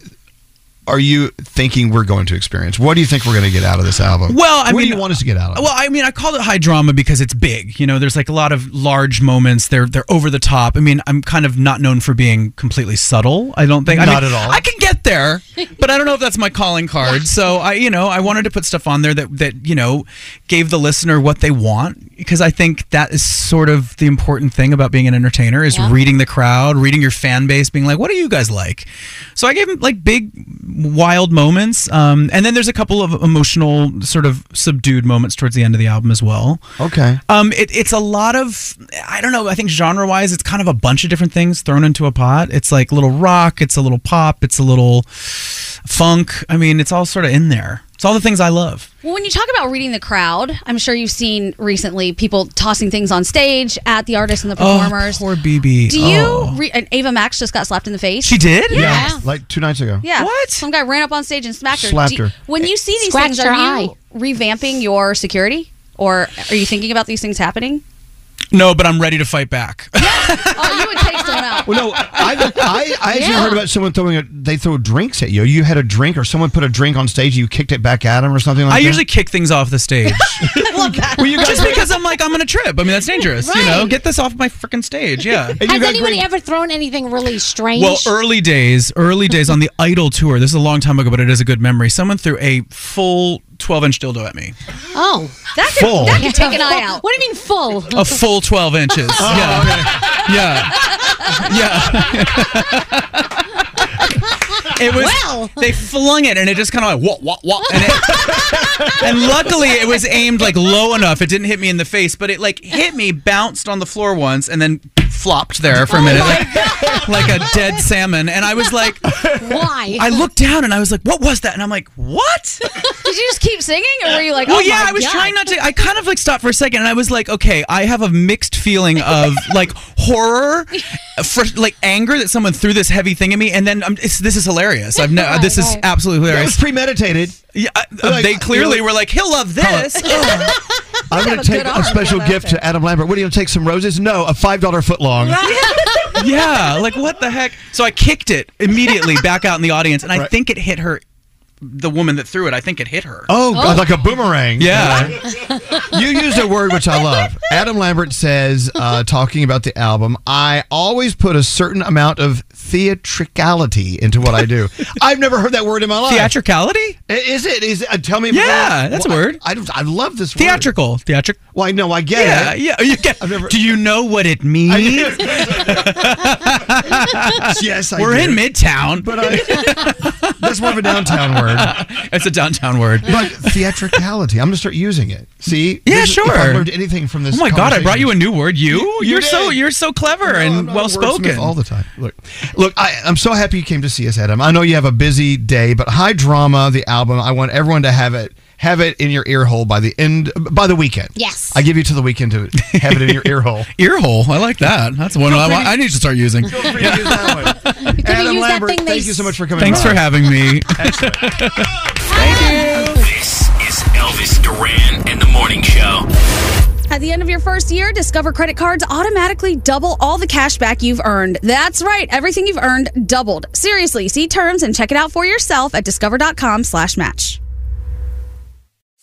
[SPEAKER 1] Are you thinking we're going to experience? What do you think we're going to get out of this album?
[SPEAKER 15] Well, I
[SPEAKER 1] what
[SPEAKER 15] mean,
[SPEAKER 1] do you want us to get out of? it?
[SPEAKER 15] Well, I mean, I called it high drama because it's big. You know, there's like a lot of large moments. They're they're over the top. I mean, I'm kind of not known for being completely subtle. I don't think. I
[SPEAKER 1] Not
[SPEAKER 15] mean,
[SPEAKER 1] at all.
[SPEAKER 15] I can get there, but I don't know if that's my calling card. So I, you know, I wanted to put stuff on there that that you know gave the listener what they want because I think that is sort of the important thing about being an entertainer is
[SPEAKER 12] Yeah.
[SPEAKER 15] reading the crowd, reading your fan base, being like, what do you guys like? So I gave them like big, wild moments, um, and then there's a couple of emotional, sort of subdued moments towards the end of the album as well.
[SPEAKER 1] Okay.
[SPEAKER 15] Um, it, it's a lot of I don't know. I think genre wise, it's kind of a bunch of different things thrown into a pot. It's like little rock, it's a little pop, it's a little funk. I mean, it's all sort of in there. It's all the things I love.
[SPEAKER 18] Well, when you talk about reading the crowd, I'm sure you've seen recently people tossing things on stage at the artists and the performers.
[SPEAKER 15] Oh, poor BB.
[SPEAKER 18] Do
[SPEAKER 15] Oh.
[SPEAKER 18] you? Re- and Ava Max just got slapped in the face.
[SPEAKER 15] She did?
[SPEAKER 18] Yeah. yeah.
[SPEAKER 1] like two nights ago.
[SPEAKER 18] What? Some guy ran up on stage and smacked her.
[SPEAKER 1] Slapped
[SPEAKER 18] Do-
[SPEAKER 1] her.
[SPEAKER 18] When you see these
[SPEAKER 7] Scratched
[SPEAKER 18] things, are
[SPEAKER 7] her
[SPEAKER 18] you revamping your security, or are you thinking about these things happening?
[SPEAKER 15] No, but I'm ready to fight back.
[SPEAKER 18] oh, you would take someone out.
[SPEAKER 1] Well, no, I, I, I actually heard about someone throwing a, they throw drinks at you. You had a drink, or someone put a drink on stage, you kicked it back at them, or something like
[SPEAKER 15] I
[SPEAKER 1] that.
[SPEAKER 15] usually kick things off the stage.
[SPEAKER 1] Well, you guys
[SPEAKER 15] Just because I'm like, I'm going to trip. I mean, that's dangerous. You know,
[SPEAKER 7] Right.
[SPEAKER 15] get this off my freaking stage. Yeah.
[SPEAKER 7] Has anyone ever thrown anything really strange?
[SPEAKER 15] Well, early days, early days on the Idol tour. This is a long time ago, but it is a good memory. Someone threw a full 12 inch dildo at me.
[SPEAKER 7] oh,
[SPEAKER 18] that
[SPEAKER 15] could- Full. that could
[SPEAKER 7] take an eye out. What do you mean full?
[SPEAKER 15] A full 12 inches.
[SPEAKER 7] Oh,
[SPEAKER 15] yeah. Yeah. Yeah. It was.
[SPEAKER 7] Well.
[SPEAKER 15] They flung it, and it just kind of like wah wah wah, and, it, and luckily it was aimed like low enough. It didn't hit me in the face, but it like hit me, bounced on the floor once, and then flopped there
[SPEAKER 7] Oh
[SPEAKER 15] for a minute, like, like a dead salmon. And I was like,
[SPEAKER 7] Why?
[SPEAKER 15] I looked down and I was like, what was that? And I'm like, what?
[SPEAKER 18] Did you just keep singing, or were you like,
[SPEAKER 15] well,
[SPEAKER 18] oh
[SPEAKER 15] yeah,
[SPEAKER 18] my
[SPEAKER 15] I was
[SPEAKER 18] God.
[SPEAKER 15] trying not to. I kind of like stopped for a second, and I was like, okay, I have a mixed feeling of like horror, fr- like anger that someone threw this heavy thing at me, and then um, it's, this is hilarious. I've no, this is absolutely
[SPEAKER 1] That
[SPEAKER 15] hilarious.
[SPEAKER 1] was premeditated.
[SPEAKER 15] Yeah, I-
[SPEAKER 1] Like,
[SPEAKER 15] they clearly
[SPEAKER 1] you-
[SPEAKER 15] were like, he'll love this. Ugh.
[SPEAKER 1] Oh. I'm going to take a special gift to Adam Lambert. What are you going to take? Some roses? No, a five dollar foot long.
[SPEAKER 15] yeah, like what the heck? So I kicked it immediately back out in the audience, and I think it hit her. The woman that threw it, I think it hit her.
[SPEAKER 1] Oh, God, like a boomerang.
[SPEAKER 15] Yeah.
[SPEAKER 1] you used a word which I love. Adam Lambert says, uh, talking about the album, I always put a certain amount of theatricality into what I do. I've never heard that word in my life.
[SPEAKER 15] Theatricality?
[SPEAKER 1] Is it? Is uh, tell me?
[SPEAKER 15] Yeah, that's a
[SPEAKER 1] Well,
[SPEAKER 15] word.
[SPEAKER 1] I, I, don't- I love this
[SPEAKER 15] Theatrical, theatric.
[SPEAKER 1] Well, I know, I get
[SPEAKER 15] yeah,
[SPEAKER 1] it.
[SPEAKER 15] Yeah, you get. do you know what it means?
[SPEAKER 1] yes, I
[SPEAKER 15] We're
[SPEAKER 1] do.
[SPEAKER 15] in Midtown,
[SPEAKER 1] but I, that's more of a downtown word.
[SPEAKER 15] It's a downtown word.
[SPEAKER 1] But theatricality, I'm going to start using it. See?
[SPEAKER 15] Yeah,
[SPEAKER 1] This is- if I
[SPEAKER 15] sure.
[SPEAKER 1] learned anything from this.
[SPEAKER 15] Oh my God! I brought you a new word. You,
[SPEAKER 1] You- you
[SPEAKER 15] you are so
[SPEAKER 1] did.
[SPEAKER 15] you're so clever
[SPEAKER 1] No, I'm
[SPEAKER 15] and
[SPEAKER 1] not a
[SPEAKER 15] well spoken.
[SPEAKER 1] wordsmith all the time. Look, look, I, I'm so happy you came to see us, Adam. I know you have a busy day, but High Drama, the album, I want everyone to have it, have it in your ear hole by the end, by the weekend.
[SPEAKER 7] Yes.
[SPEAKER 1] I give you to the weekend to have it in your ear hole.
[SPEAKER 15] Ear hole. I like that. That's one
[SPEAKER 1] Feel
[SPEAKER 15] I,
[SPEAKER 1] free to-
[SPEAKER 15] I need to start using.
[SPEAKER 1] Feel free to use that one.
[SPEAKER 7] You could have
[SPEAKER 1] Adam
[SPEAKER 7] used
[SPEAKER 15] Lambert,
[SPEAKER 7] that thing they
[SPEAKER 15] thank you so much for coming.
[SPEAKER 30] Thanks
[SPEAKER 15] by.
[SPEAKER 30] for having me.
[SPEAKER 8] This is Elvis Duran and the Morning Show.
[SPEAKER 5] At the end of your first year, Discover credit cards automatically double all the cash back you've earned. That's right, everything you've earned doubled. Seriously, see terms and check it out for yourself at discover.com/match. slash match.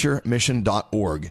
[SPEAKER 1] stbonaventuremission.org.